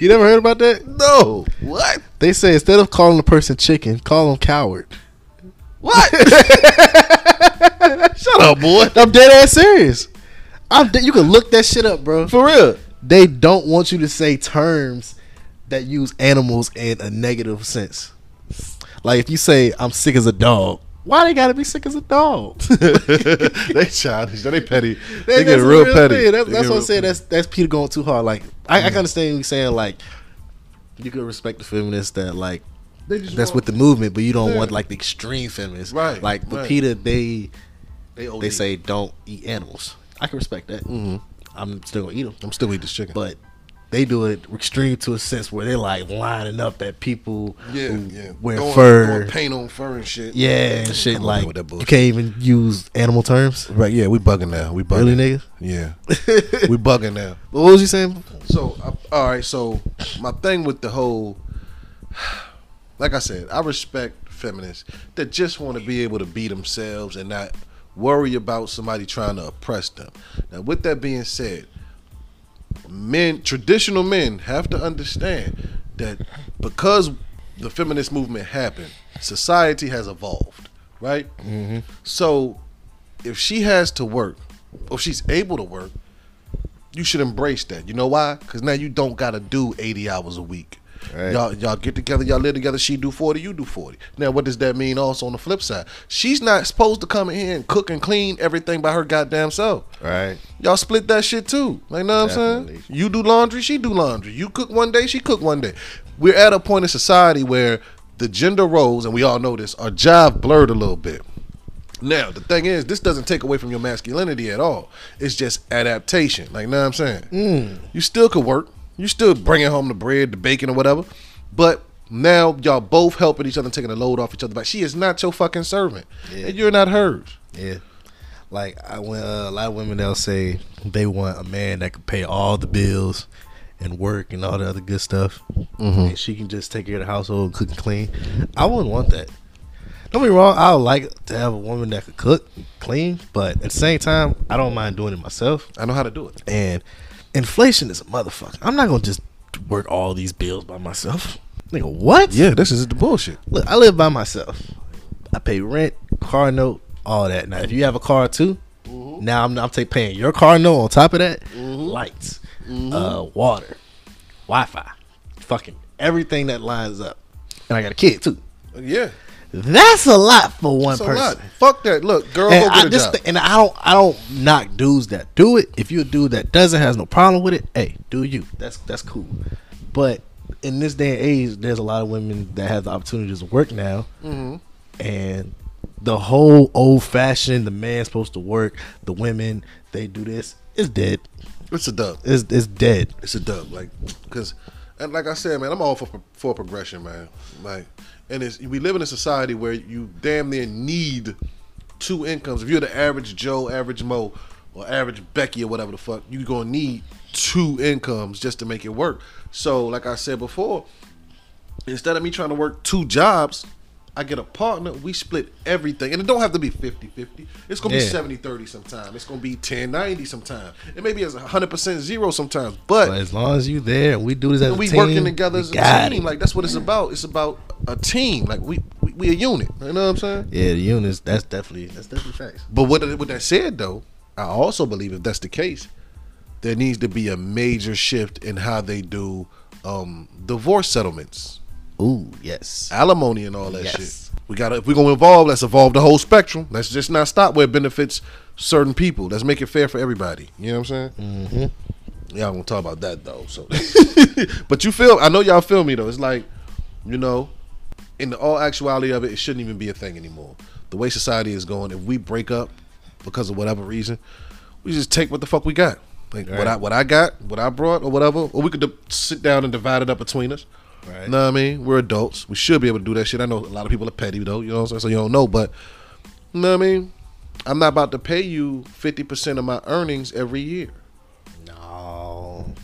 S1: you never heard about that?
S2: No. What?
S1: They say instead of calling a person chicken, call them coward. *laughs*
S2: *laughs* What? Shut up, boy.
S1: I'm dead ass serious. I'm de- you can look that shit up, bro.
S2: For real.
S1: They don't want you to say terms that use animals in a negative sense. Like if you say I'm sick as a dog, why they gotta be sick as a
S2: *laughs*
S1: dog? *laughs*
S2: they childish. They petty. They,
S1: That-
S2: get
S1: that's
S2: real
S1: the
S2: petty.
S1: thing. That's, that's
S2: They get
S1: what I'm
S2: real
S1: saying.
S2: petty. Mm.
S1: That's that's Peter going too hard. Like I, I can understand you saying like you can respect the feminists that like
S2: They just
S1: that's
S2: want-
S1: with the movement, but you don't
S2: Yeah.
S1: want like the extreme feminists.
S2: Right,
S1: Like but
S2: right. Oh,
S1: Peter, they
S2: they,
S1: they
S2: OD.
S1: say don't eat animals. I can respect that.
S2: Mm-hmm.
S1: I'm still gonna eat them,
S2: I'm still eating this chicken.
S1: but they do it extreme to a sense where they're like lining up at people
S2: yeah,
S1: who
S2: yeah.
S1: wear
S2: Throwing-
S1: fur.
S2: throwing paint on fur and shit.
S1: yeah, and shit
S2: Come on
S1: like
S2: with that
S1: you
S2: bullshit.
S1: can't even use animal terms.
S2: Right, yeah, we bugging now. We bugging.
S1: Really, nigga?
S2: *laughs* Yeah. we bugging now.
S1: But what was you saying?
S2: So, I, all right, so my thing with the whole like I said, I respect feminists that just want to be able to be themselves and not worry about somebody trying to oppress them. Now, with that being said, men, traditional men, have to understand that because the feminist movement happened, society has evolved, right? Mm-hmm. So, if she has to work, or she's able to work, you should embrace that. You know why? Because now you don't gotta do eighty hours a week.
S1: Right.
S2: Y'all y'all get together, y'all live together. She do forty, you do forty. Now, what does that mean? Also, on the flip side, she's not supposed to come in here and cook and clean everything by her goddamn self.
S1: Right.
S2: Y'all split that shit too. Like, know what I'm saying?
S1: Definitely.
S2: You do laundry, she do laundry. You cook one day, she cook one day. We're at a point in society where the gender roles, and we all know this, are job blurred a little bit. Now, the thing is, this doesn't take away from your masculinity at all. It's just adaptation. Like, know what I'm saying? You still could work. You still bringing home the bread, the bacon, or whatever. But now y'all both helping each other, taking the load off each other. But she is not your fucking servant,
S1: Yeah.
S2: and you're not hers.
S1: Yeah. Like I when uh, a lot of women they'll say they want a man that can pay all the bills and work and all the other good stuff. And she can just take care of the household, cook and clean. I wouldn't want that. Don't be wrong, I would like to have a woman that could cook, clean, but at the same time, I don't mind doing it myself.
S2: I know how to do it.
S1: And inflation is a motherfucker. I'm not gonna just work all these bills by myself. Nigga, what?
S2: Yeah, this is the bullshit.
S1: Look, I live by myself. I pay rent, car note, all that. Now, if you have a car too,
S2: Mm-hmm.
S1: now I'm, I'm take paying your car note on top of that, lights,
S2: Mm-hmm.
S1: uh, water, Wi Fi, fucking everything that lines up. And I got a kid too.
S2: Yeah,
S1: That's a lot for one
S2: it's a
S1: person.
S2: lot. Fuck that. Look, girl,
S1: And
S2: go get
S1: I
S2: a
S1: just
S2: job.
S1: thi- and I don't I don't knock dudes that do it. If you're a dude that doesn't has no problem with it, hey, do you? That's that's cool. But in this day and age, there's a lot of women that have the opportunities to work now,
S2: Mm-hmm.
S1: and the whole old fashioned the man's supposed to work, the women they do this is dead.
S2: it's a dub.
S1: Is is dead.
S2: It's a dub. Like, cause, and like I said, man, I'm all for for progression, man. Like, and it's we live in a society where you damn near need two incomes. If you're the average Joe, average Mo, or average Becky or whatever the fuck, you gonna need two incomes just to make it work. So, like I said before, instead of me trying to work two jobs, I get a partner, we split everything. And it don't have to be 50-50. It's going to
S1: Yeah.
S2: be 70-30 sometime. It's going to be 10-90 sometime. It maybe it's 100% zero sometimes. But,
S1: But as long as you there and we do this as
S2: we
S1: a team,
S2: working together
S1: we
S2: as a
S1: got
S2: team.
S1: it.
S2: Like that's what it's about. It's about a team. Like we we, we a unit. You know what I'm saying?
S1: yeah, the units. That's definitely that's definitely facts.
S2: But with, with that said, though, I also believe if that's the case, there needs to be a major shift in how they do um, divorce settlements,
S1: Ooh, yes.
S2: alimony, and all that
S1: Yes.
S2: shit. We gotta if we're gonna evolve, let's evolve the whole spectrum. Let's just not stop where it benefits certain people. Let's make it fair for everybody. You know what I'm saying? Mm-hmm. Y'all gonna talk about that though. So, *laughs* but you feel? I know y'all feel me though. It's like, you know, in the all actuality of it, it shouldn't even be a thing anymore. The way society is going, if we break up because of whatever reason, we just take what the fuck we got. Like what
S1: Right.
S2: I what I got, what I brought, or whatever. Or we could di- sit down and divide it up between us.
S1: Right.
S2: Know what I mean? We're adults. We should be able to do that shit. I know a lot of people are petty though. You know what I'm saying? So you don't know, but you know what I mean? I'm not about to pay you fifty percent of my earnings every year
S1: No,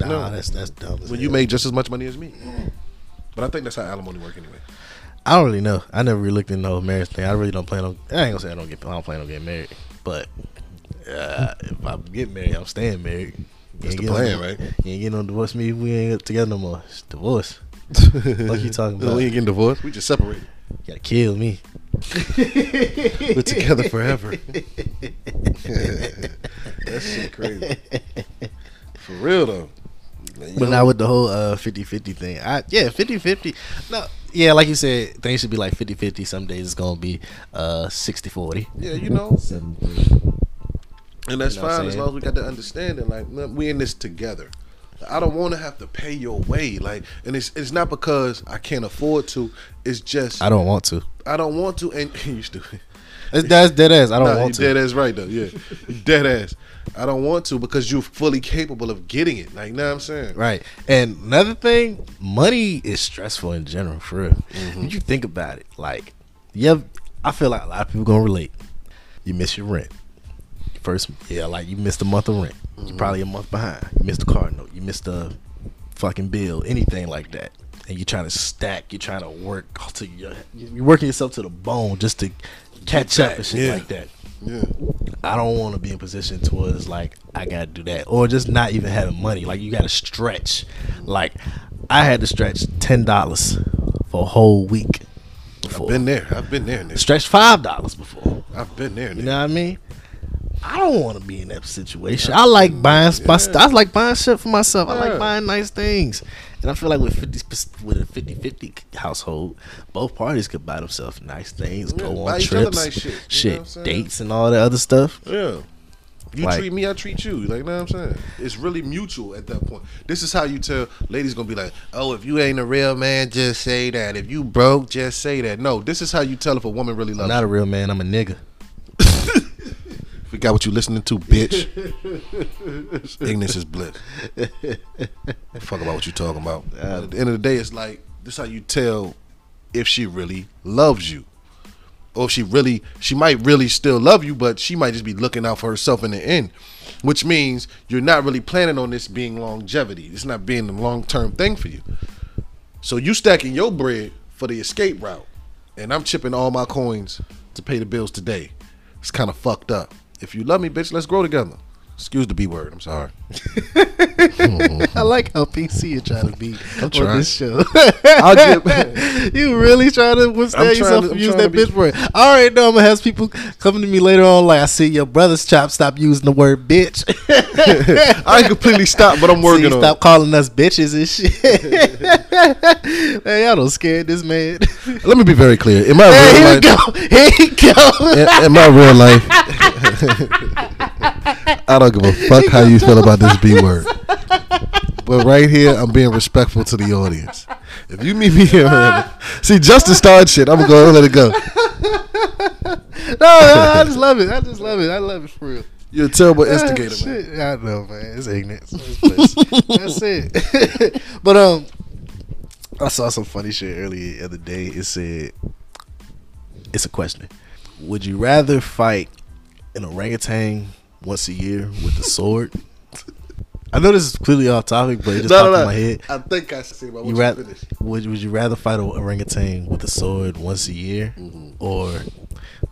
S1: nah,
S2: No.
S1: that's that's dumb. as hell.
S2: when you made just as much money as me. But I think that's how alimony work anyway.
S1: I don't really know. I never really looked into the whole marriage thing. I really don't plan on. I ain't gonna say I don't get. I don't plan on getting married. But uh, if I get married, I'm staying married. You
S2: That's
S1: ain't getting
S2: the
S1: no
S2: plan,
S1: di-
S2: right?
S1: You ain't getting no divorce. Me, if we ain't together no more. It's
S2: *laughs*
S1: divorce. What you talking about?
S2: we ain't getting divorced. We just separated.
S1: You gotta kill me.
S2: We're
S1: *laughs*
S2: together forever. *laughs* that shit crazy. For real though. Man, you
S1: But
S2: know-
S1: now with the whole uh 50-50 thing, I yeah, 50-50. No, yeah, like you said, things should be like 50-50. Some days it's gonna be uh 60-40.
S2: yeah, you know,
S3: Seven three.
S2: and that's
S1: You know what I'm
S2: fine as
S1: saying?
S2: long as we got that understanding. Like, man, we in this together. I don't want to have to pay your way. Like, and it's it's not because I can't afford to. It's just
S1: I
S2: I,
S1: don't want to.
S2: don't want to. And *laughs* you stupid.
S1: That's, that's dead ass. I don't
S2: Nah,
S1: want to.
S2: you dead ass right though.
S1: *laughs*
S2: Yeah, you dead ass. I don't want to because you're fully capable of getting it. Like, know what I'm saying?
S1: Right. And another thing, money is stressful in general, for real. When you think about it, like, yeah, I feel like a lot of people gonna relate. You miss your rent. First, yeah, like you missed a month of rent. You're probably a month behind. You missed a car note. You missed a fucking bill, anything like that. And you're trying to stack. You're trying to work to your. You're working yourself to the bone just to catch up and shit
S2: yeah.
S1: like that.
S2: Yeah.
S1: I don't want to be in position towards like I gotta do that, or just not even having money. Like you gotta stretch. Like I had to stretch ten dollars for a whole week before.
S2: Been there. I've been there. Nigga.
S1: stretched five dollars before.
S2: I've been there.
S1: You
S2: Nigga.
S1: know what I mean? I don't want to be in that situation. I like buying my st- I like buying shit for myself. I
S2: Yeah.
S1: like buying nice things, and I feel like with fifty p- with a 50-50 household, both parties could buy themselves nice things,
S2: Yeah,
S1: go
S2: buy
S1: on
S2: each other
S1: trips,
S2: nice shit, you know what I'm
S1: shit
S2: saying?
S1: dates, and all that other stuff.
S2: Yeah. You
S1: Like-
S2: treat me, I treat you. Like, know what I'm saying? It's really mutual at that point. This is how you tell ladies gonna be like, oh, if you ain't a real man, just say that. If you broke, just say that. No, this is how you tell if a woman really
S1: I'm
S2: loves
S1: not a real man. I'm a nigga.
S2: you. Forgot what you listening to, bitch. Ignorance is bliss. Fuck about what you talking about. at the end of the day, it's like this is how you tell if she really loves you. Or if she really she might really still love you, but she might just be looking out for herself in the end. Which means you're not really planning on this being longevity. It's not being the long term thing for you. So you stacking your bread for the escape route. And I'm chipping all my coins to pay the bills today. It's kind of fucked up. If you love me, bitch, let's grow together. Excuse the B word. I'm sorry.
S1: *laughs* I like how PC you trying to
S2: *laughs*
S1: be on
S2: trying.
S1: this show.
S2: I'll
S1: *laughs*
S2: get. *laughs*
S1: you really trying to withstand
S2: I'm trying
S1: yourself
S2: to-
S1: from
S2: I'm
S1: using
S2: trying
S1: that
S2: to be-
S1: bitch word. All right, now I'm gonna have people coming to me later on like, I see your brother's chop. Stop using the word bitch.
S2: *laughs* I
S1: *laughs*
S2: ain't completely stopped, but I'm working
S1: See,
S2: on.
S1: stop calling us bitches and shit. *laughs* hey, y'all don't scare this
S2: *laughs*
S1: man.
S2: it. Let me be very clear. In my
S1: Hey, here
S2: real
S1: we
S2: life,
S1: go. Here he go.
S2: in, in my real life, *laughs* I don't give a fuck how you feel about this B word. But right here, I'm being respectful to the audience. If you meet me here, *laughs* see Justin started shit. I'm gonna go and let it go.
S1: *laughs* No, no,
S2: *laughs*
S1: I just love it. I just love it. I love it for real.
S2: You're a terrible instigator,
S1: *laughs*
S2: man.
S1: Shit, I know, man. It's ignorance. That's it. *laughs* but um, I saw some funny shit earlier the other day. It said, "It's a question. Would you rather fight an orangutan once a year with a sword?" I know this is clearly off topic, but it just popped in my head.
S2: I think I see. But
S1: You
S2: you
S1: rather
S2: finish.
S1: would would you rather fight an orangutan with a sword once a year, or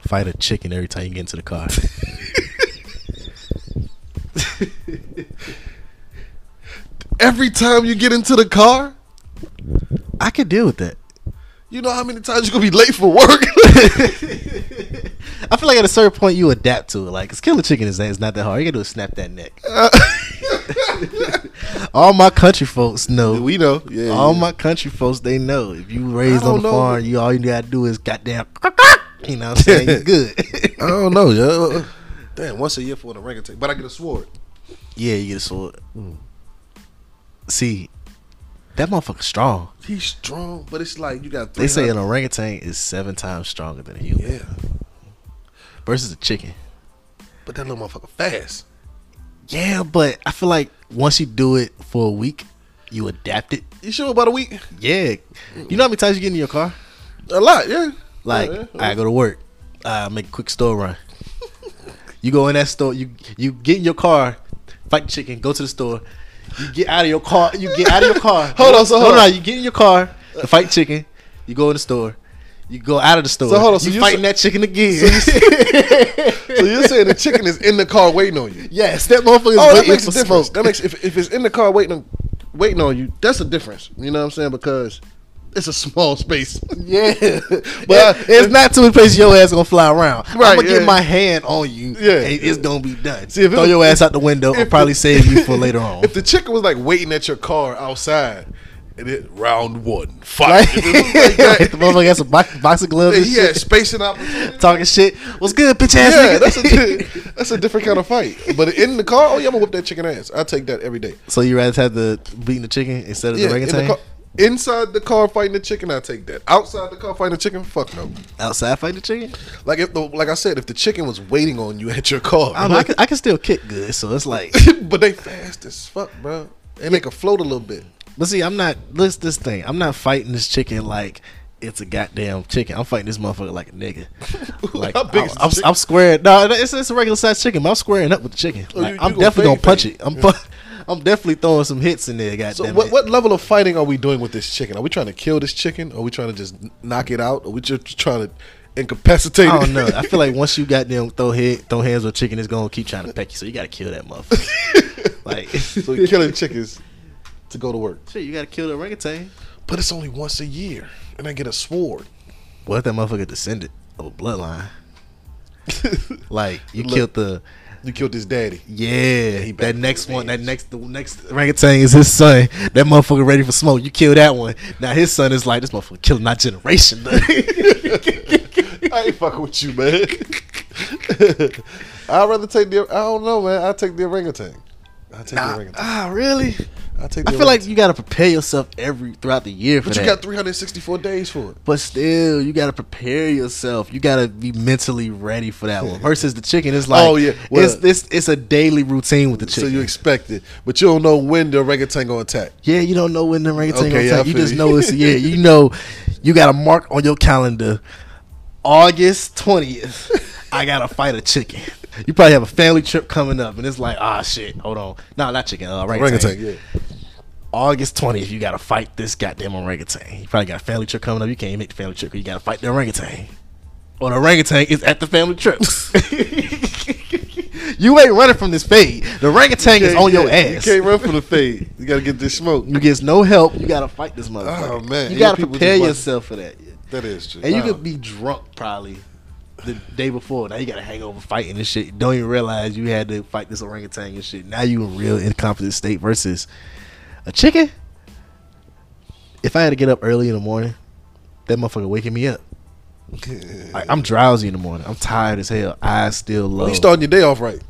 S1: fight a chicken every time you get into the car? *laughs*
S2: Every time you get into the car,
S1: I could deal with that.
S2: you know how many times you're gonna be late for work. *laughs*
S1: I feel like at a certain point you adapt to it. Like, it's killer chicken is it's not that hard. You gotta do is snap that neck. All my country folks know.
S2: we know. Yeah.
S1: all
S2: yeah.
S1: my country folks, they know. If you
S2: I
S1: raised
S2: don't
S1: on a
S2: know.
S1: farm, you all you gotta do is goddamn. *laughs* You know what I'm saying? You're
S2: *laughs*
S1: good.
S2: I don't know, yo. Damn, once a year for an orangutan, but I get a sword.
S1: yeah, you get a sword. See, that motherfucker's strong.
S2: He's strong, but it's like you got.
S1: They say an
S2: 300
S1: orangutan is seven times stronger than a human
S2: yeah,
S1: versus a chicken.
S2: but that little motherfucker fast.
S1: Yeah, but I feel like once you do it for a week, you adapt it.
S2: You sure about a week?
S1: Yeah. You know how many times you get in your car?
S2: A lot, yeah.
S1: Like,
S2: yeah, yeah.
S1: I go to work. I make a quick store run. you go in that store, you you get in your car, fight the chicken, go to the store. You get out of your car. You get out of your car.
S2: *laughs* Hold on, so hold on.
S1: You get in your car to fight chicken. You go in the store. You go out of the store.
S2: So hold on, so
S1: you
S2: you're
S1: fighting
S2: sa-
S1: that chicken again. *laughs*
S2: So you're saying the chicken is in the car waiting on you?
S1: yes, that motherfucker's
S2: Oh, that
S1: waiting
S2: makes a
S1: for
S2: difference.
S1: smoke.
S2: That makes if, if it's in the car waiting on, waiting on you, that's a difference. You know what I'm saying? Because it's a
S1: *laughs*
S2: small space.
S1: Yeah,
S2: *laughs* But
S1: *laughs* but it's not to the place your ass gonna fly around. I'm
S2: Right,
S1: gonna
S2: yeah.
S1: get my hand on you.
S2: Yeah.
S1: and it's gonna be done.
S2: See, if it
S1: Throw
S2: was-
S1: your ass out the window. I'll
S2: if
S1: probably
S2: it-
S1: save you
S2: *laughs*
S1: for later on. *laughs*
S2: If the chicken was like waiting at your car outside, and it round one
S1: Right?
S2: fight, *laughs* If it was like
S1: *laughs*
S2: that,
S1: Like, the motherfucker got some box, boxing gloves and
S2: then he had
S1: shit, *laughs*
S2: spacing opportunity.
S1: talking shit. What's good, bitch ass nigga?
S2: Yeah, that's
S1: *laughs*
S2: a di- that's a different kind of fight. But in the car, oh yeah, I'm gonna whip that chicken ass. I take that every day.
S1: so you rather have the beating the chicken instead of
S2: Yeah,
S1: the
S2: in the
S1: orangutan?
S2: car, inside the car fighting the chicken, I take that. Outside the car fighting the chicken, fuck no.
S1: Outside fighting the chicken?
S2: Like if the, like I said, if the chicken was waiting on you *laughs* at your car,
S1: I don't know. I can, I can still kick good, so it's
S2: *laughs*
S1: like.
S2: but they fast as fuck, bro. And they can float a little bit.
S1: But see, I'm not. This this thing. I'm not fighting this chicken like it's a goddamn chicken. I'm fighting this motherfucker like a *laughs* nigga. Like
S2: How big
S1: I'm,
S2: is the
S1: I'm,
S2: chicken?
S1: I'm squaring. No, it's, it's a regular sized chicken. But I'm squaring up with the chicken.
S2: Oh, you-
S1: Like,
S2: you
S1: I'm
S2: gonna
S1: definitely gonna
S2: fade
S1: punch
S2: fade.
S1: it. I'm pu- *laughs* I'm definitely throwing some hits in there. Goddamn
S2: So
S1: it.
S2: what, what level of fighting are we doing with this chicken? Are we trying to kill this chicken? Are we trying to just knock it out? Are we just trying to incapacitate
S1: I
S2: it?
S1: don't know. I
S2: *laughs*
S1: feel *laughs* like once you goddamn throw head, throw hands with chicken, it's gonna keep trying to peck you. So you gotta kill that *laughs* motherfucker. like,
S2: so we're killing chickens to go to work.
S1: shit, you gotta kill the orangutan.
S2: But it's only once a year. And I get a sword. *laughs*
S1: What if that motherfucker descended of a bloodline? Like you
S2: Look.
S1: killed the
S2: you killed his daddy.
S1: Yeah,
S2: back
S1: that
S2: for
S1: next one, that
S2: revenge.
S1: next, the next orangutan is his son. That motherfucker ready for smoke. You kill that one. Now his son is like, this motherfucker killing our
S2: *laughs*
S1: generation. *laughs*
S2: I ain't fucking with you, man. *laughs* I'd rather take the I don't know, man. I'll take the orangutan. I'll take the
S1: ah,
S2: orangutan.
S1: ah, really?
S2: I'll take the
S1: I feel like
S2: orangutan.
S1: you gotta prepare yourself every throughout the year for
S2: But
S1: that.
S2: you got 364 days for it.
S1: but still, you gotta prepare yourself. You gotta be mentally ready for that one. Versus the chicken, it's like,
S2: *laughs* Oh, yeah. Well-
S1: it's it's it's a daily routine with the chicken.
S2: So you expect it, but you don't know when the orangutan gonna attack.
S1: Yeah, you don't know when the orangutan
S2: Okay,
S1: gonna
S2: yeah, I
S1: take. You
S2: feel
S1: just
S2: you.
S1: know it's yeah.
S2: *laughs*
S1: You know, you got to mark on your calendar, August twentieth. I gotta fight a chicken. You probably have a family trip coming up, and it's like, ah, shit. Hold on, no, not chicken. Uh, orangutan.
S2: Orangutan, yeah.
S1: August twentieth, you gotta fight this goddamn orangutan. You probably got a family trip coming up. You can't even make the family trip. 'cause You gotta fight the orangutan. Or the orangutan is at the family
S2: *laughs*
S1: trip. *laughs* you ain't running from this fade. The orangutan is on your
S2: Yeah,
S1: ass.
S2: You can't run from the fade. You gotta get this
S1: *laughs*
S2: smoke.
S1: You gets no help. You gotta fight this motherfucker.
S2: Oh, man.
S1: you
S2: Yeah,
S1: gotta
S2: people
S1: prepare
S2: just watch-
S1: yourself for that.
S2: That is true.
S1: And you
S2: Wow.
S1: could be drunk probably the day before. Now you got a hangover fighting and shit. Don't even realize you had to fight this orangutan and shit. Now you in real incompetent state versus a chicken. If I had to get up early in the morning, that motherfucker waking me up. Like, I'm drowsy in the morning. I'm tired as hell. Eyes still low.
S2: *laughs* you starting your day off right.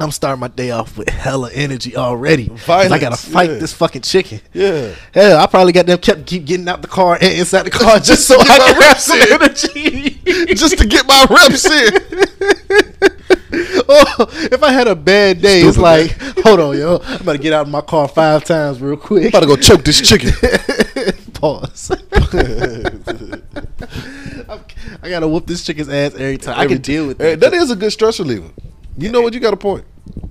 S1: I'm starting my day off with hella energy already. 'Cause I
S2: Violence,
S1: gotta fight
S2: yeah.
S1: this fucking chicken.
S2: Yeah.
S1: Hell, I probably got them kept keep getting out the car and inside the
S2: *laughs*
S1: car just so I
S2: my
S1: can have
S2: reps
S1: some
S2: in.
S1: energy.
S2: *laughs*
S1: *laughs*
S2: Just to get my reps in.
S1: oh, if I had a bad day, it's
S2: Stupid,
S1: like, hold on, yo, I'm about to get out of my car five times real quick.
S2: About to go choke this chicken.
S1: *laughs* Pause. *laughs* I'm- I gotta whoop this chicken's ass every time. I
S2: Every-
S1: can deal with
S2: Eh,
S1: that.
S2: That is a good stress reliever. You know what? You got a point.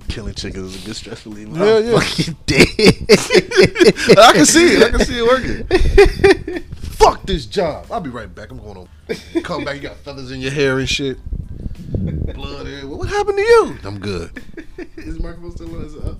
S1: Killing chickens is a good stress reliever.
S2: Yeah,
S1: I'm
S2: yeah.
S1: Fucking dead.
S2: *laughs* I can see it. I can see it working. Fuck this job. I'll be right back. I'm going *laughs* to come back. You got feathers in your hair and shit. Blood everywhere. What happened to you? I'm good.
S1: *laughs* Is microphone still on? Is it up?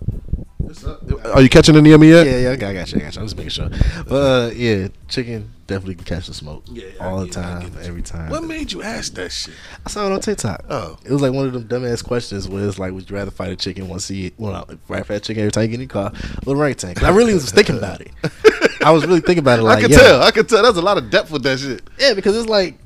S2: What's up? Are you catching any of me E yet? *laughs*
S1: Yeah, yeah, I got, I got you. I got you. I'm just making sure. But uh, yeah, chicken definitely can catch the smoke.
S2: Yeah, I
S1: all the
S2: get it, I
S1: time,
S2: get it.
S1: every time.
S2: What made you ask that shit?
S1: I saw it on TikTok.
S2: Oh.
S1: it was like one of them dumbass questions where it's like, would you rather fight a chicken once you well, right fight a chicken every time you get in your car or orangutan? 'Cause I really was thinking about
S2: *laughs*
S1: it. I was really thinking about it. Like,
S2: I could
S1: yeah,
S2: tell. I could tell. There's a lot of depth with that shit.
S1: Yeah, because it's like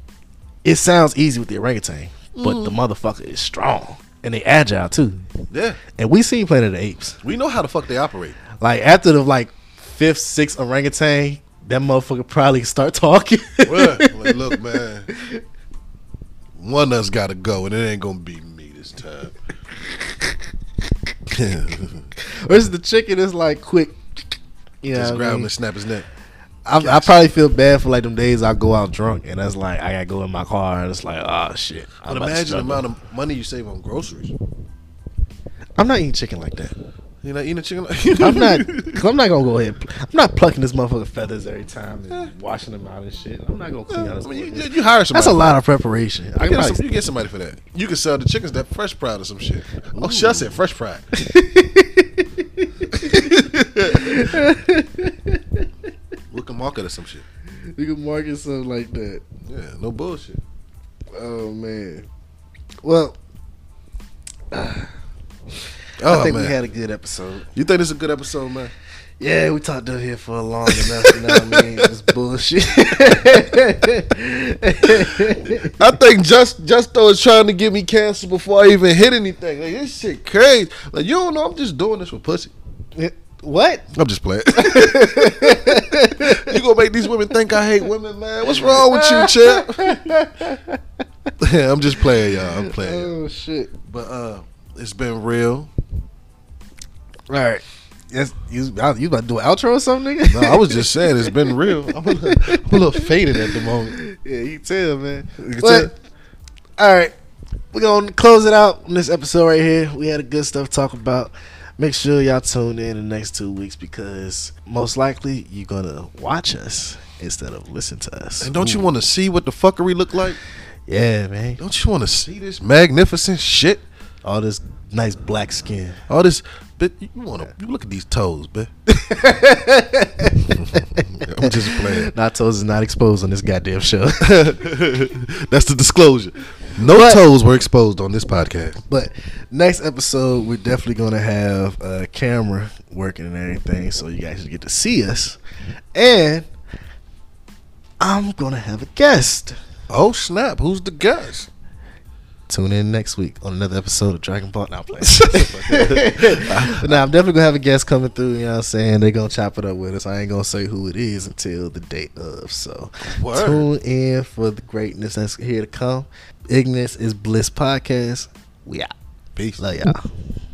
S1: it sounds easy with the orangutan, but
S2: Mm.
S1: the motherfucker is strong and they agile too.
S2: Yeah.
S1: And we seen Planet of the Apes.
S2: We know how the fuck they operate.
S1: Like after the like fifth, sixth orangutan, that motherfucker probably start talking.
S2: Well, *laughs*
S1: *laughs*
S2: like, look, man. One of us got to go, and it ain't going to be me this time. *laughs*
S1: Versus the chicken is like quick. You know,
S2: Just
S1: what I,
S2: grab him
S1: mean?
S2: and snap his neck.
S1: I, I probably feel bad for like them days I go out drunk and that's like I gotta go in my car and it's like oh shit. I'm about
S2: But
S1: to
S2: imagine the
S1: struggle.
S2: amount of money you save on groceries.
S1: I'm not eating chicken like that.
S2: You not eating a chicken? *laughs*
S1: I'm not. Cause I'm not gonna go ahead. I'm not plucking this motherfucker feathers every time and washing them out and shit. I'm not gonna clean out this.
S2: Eh. I mean, you,
S1: motherfucker.
S2: you, you hire somebody.
S1: That's a lot of preparation. I can
S2: You get, some,
S1: probably,
S2: you get somebody for that. You can sell the chickens that fresh fried or some shit. Oh, shit, I said fresh *laughs* fried. we can market or some shit.
S1: we can market something like that.
S2: Yeah, no bullshit.
S1: Oh man. Well, *sighs*
S2: Oh
S1: I think
S2: man,
S1: we had a good episode.
S2: you think this is a good episode, man?
S1: Yeah, we talked up here for a long enough. You know what I mean? It's bullshit. *laughs*
S2: I think just Justo is trying to get me canceled before I even hit anything. Like this shit crazy. Like you don't know, I'm just doing this for pussy.
S1: what?
S2: I'm just playing. *laughs* you gonna make these women think I hate women, man? What's wrong with you, champ? *laughs*
S1: *laughs*
S2: Yeah, I'm just playing, y'all. I'm playing. y'all.
S1: Oh shit!
S2: But uh, it's been real.
S1: All right. Yes, you, you about to do an outro or something, nigga?
S2: No, I was just saying it's been real.
S1: *laughs*
S2: I'm a little, I'm a little faded at the moment.
S1: Yeah, you can tell, man.
S2: can
S1: But, all right, we're gonna close it out on this episode right here. We had a good stuff to talk about. Make sure y'all tune in the next two weeks because most likely you're gonna watch us instead of listen to us.
S2: And don't you want to see what the fuckery look like?
S1: Yeah, man.
S2: Don't you want to see this magnificent shit?
S1: All this nice black skin.
S2: All this, but you want to you look at these toes, but *laughs* I'm just
S1: *laughs*
S2: playing.
S1: Not toes is not exposed on this goddamn show. *laughs*
S2: *laughs* That's the disclosure. No
S1: But-
S2: toes were exposed on this podcast.
S1: But next episode, we're definitely gonna have a camera working and everything, so you guys get to see us. And I'm gonna have a guest.
S2: Oh snap! Who's the guest?
S1: Tune in next week on another episode of Dragon Ball. Now
S2: *laughs*
S1: playing. but nah, I'm definitely gonna have a guest coming through. You know what I'm saying? They're gonna chop it up with us. I ain't gonna say who it is until the day of. So
S2: Word.
S1: tune in for the greatness that's here to come. Ignorance is bliss podcast. We out.
S2: Peace.
S1: Love y'all.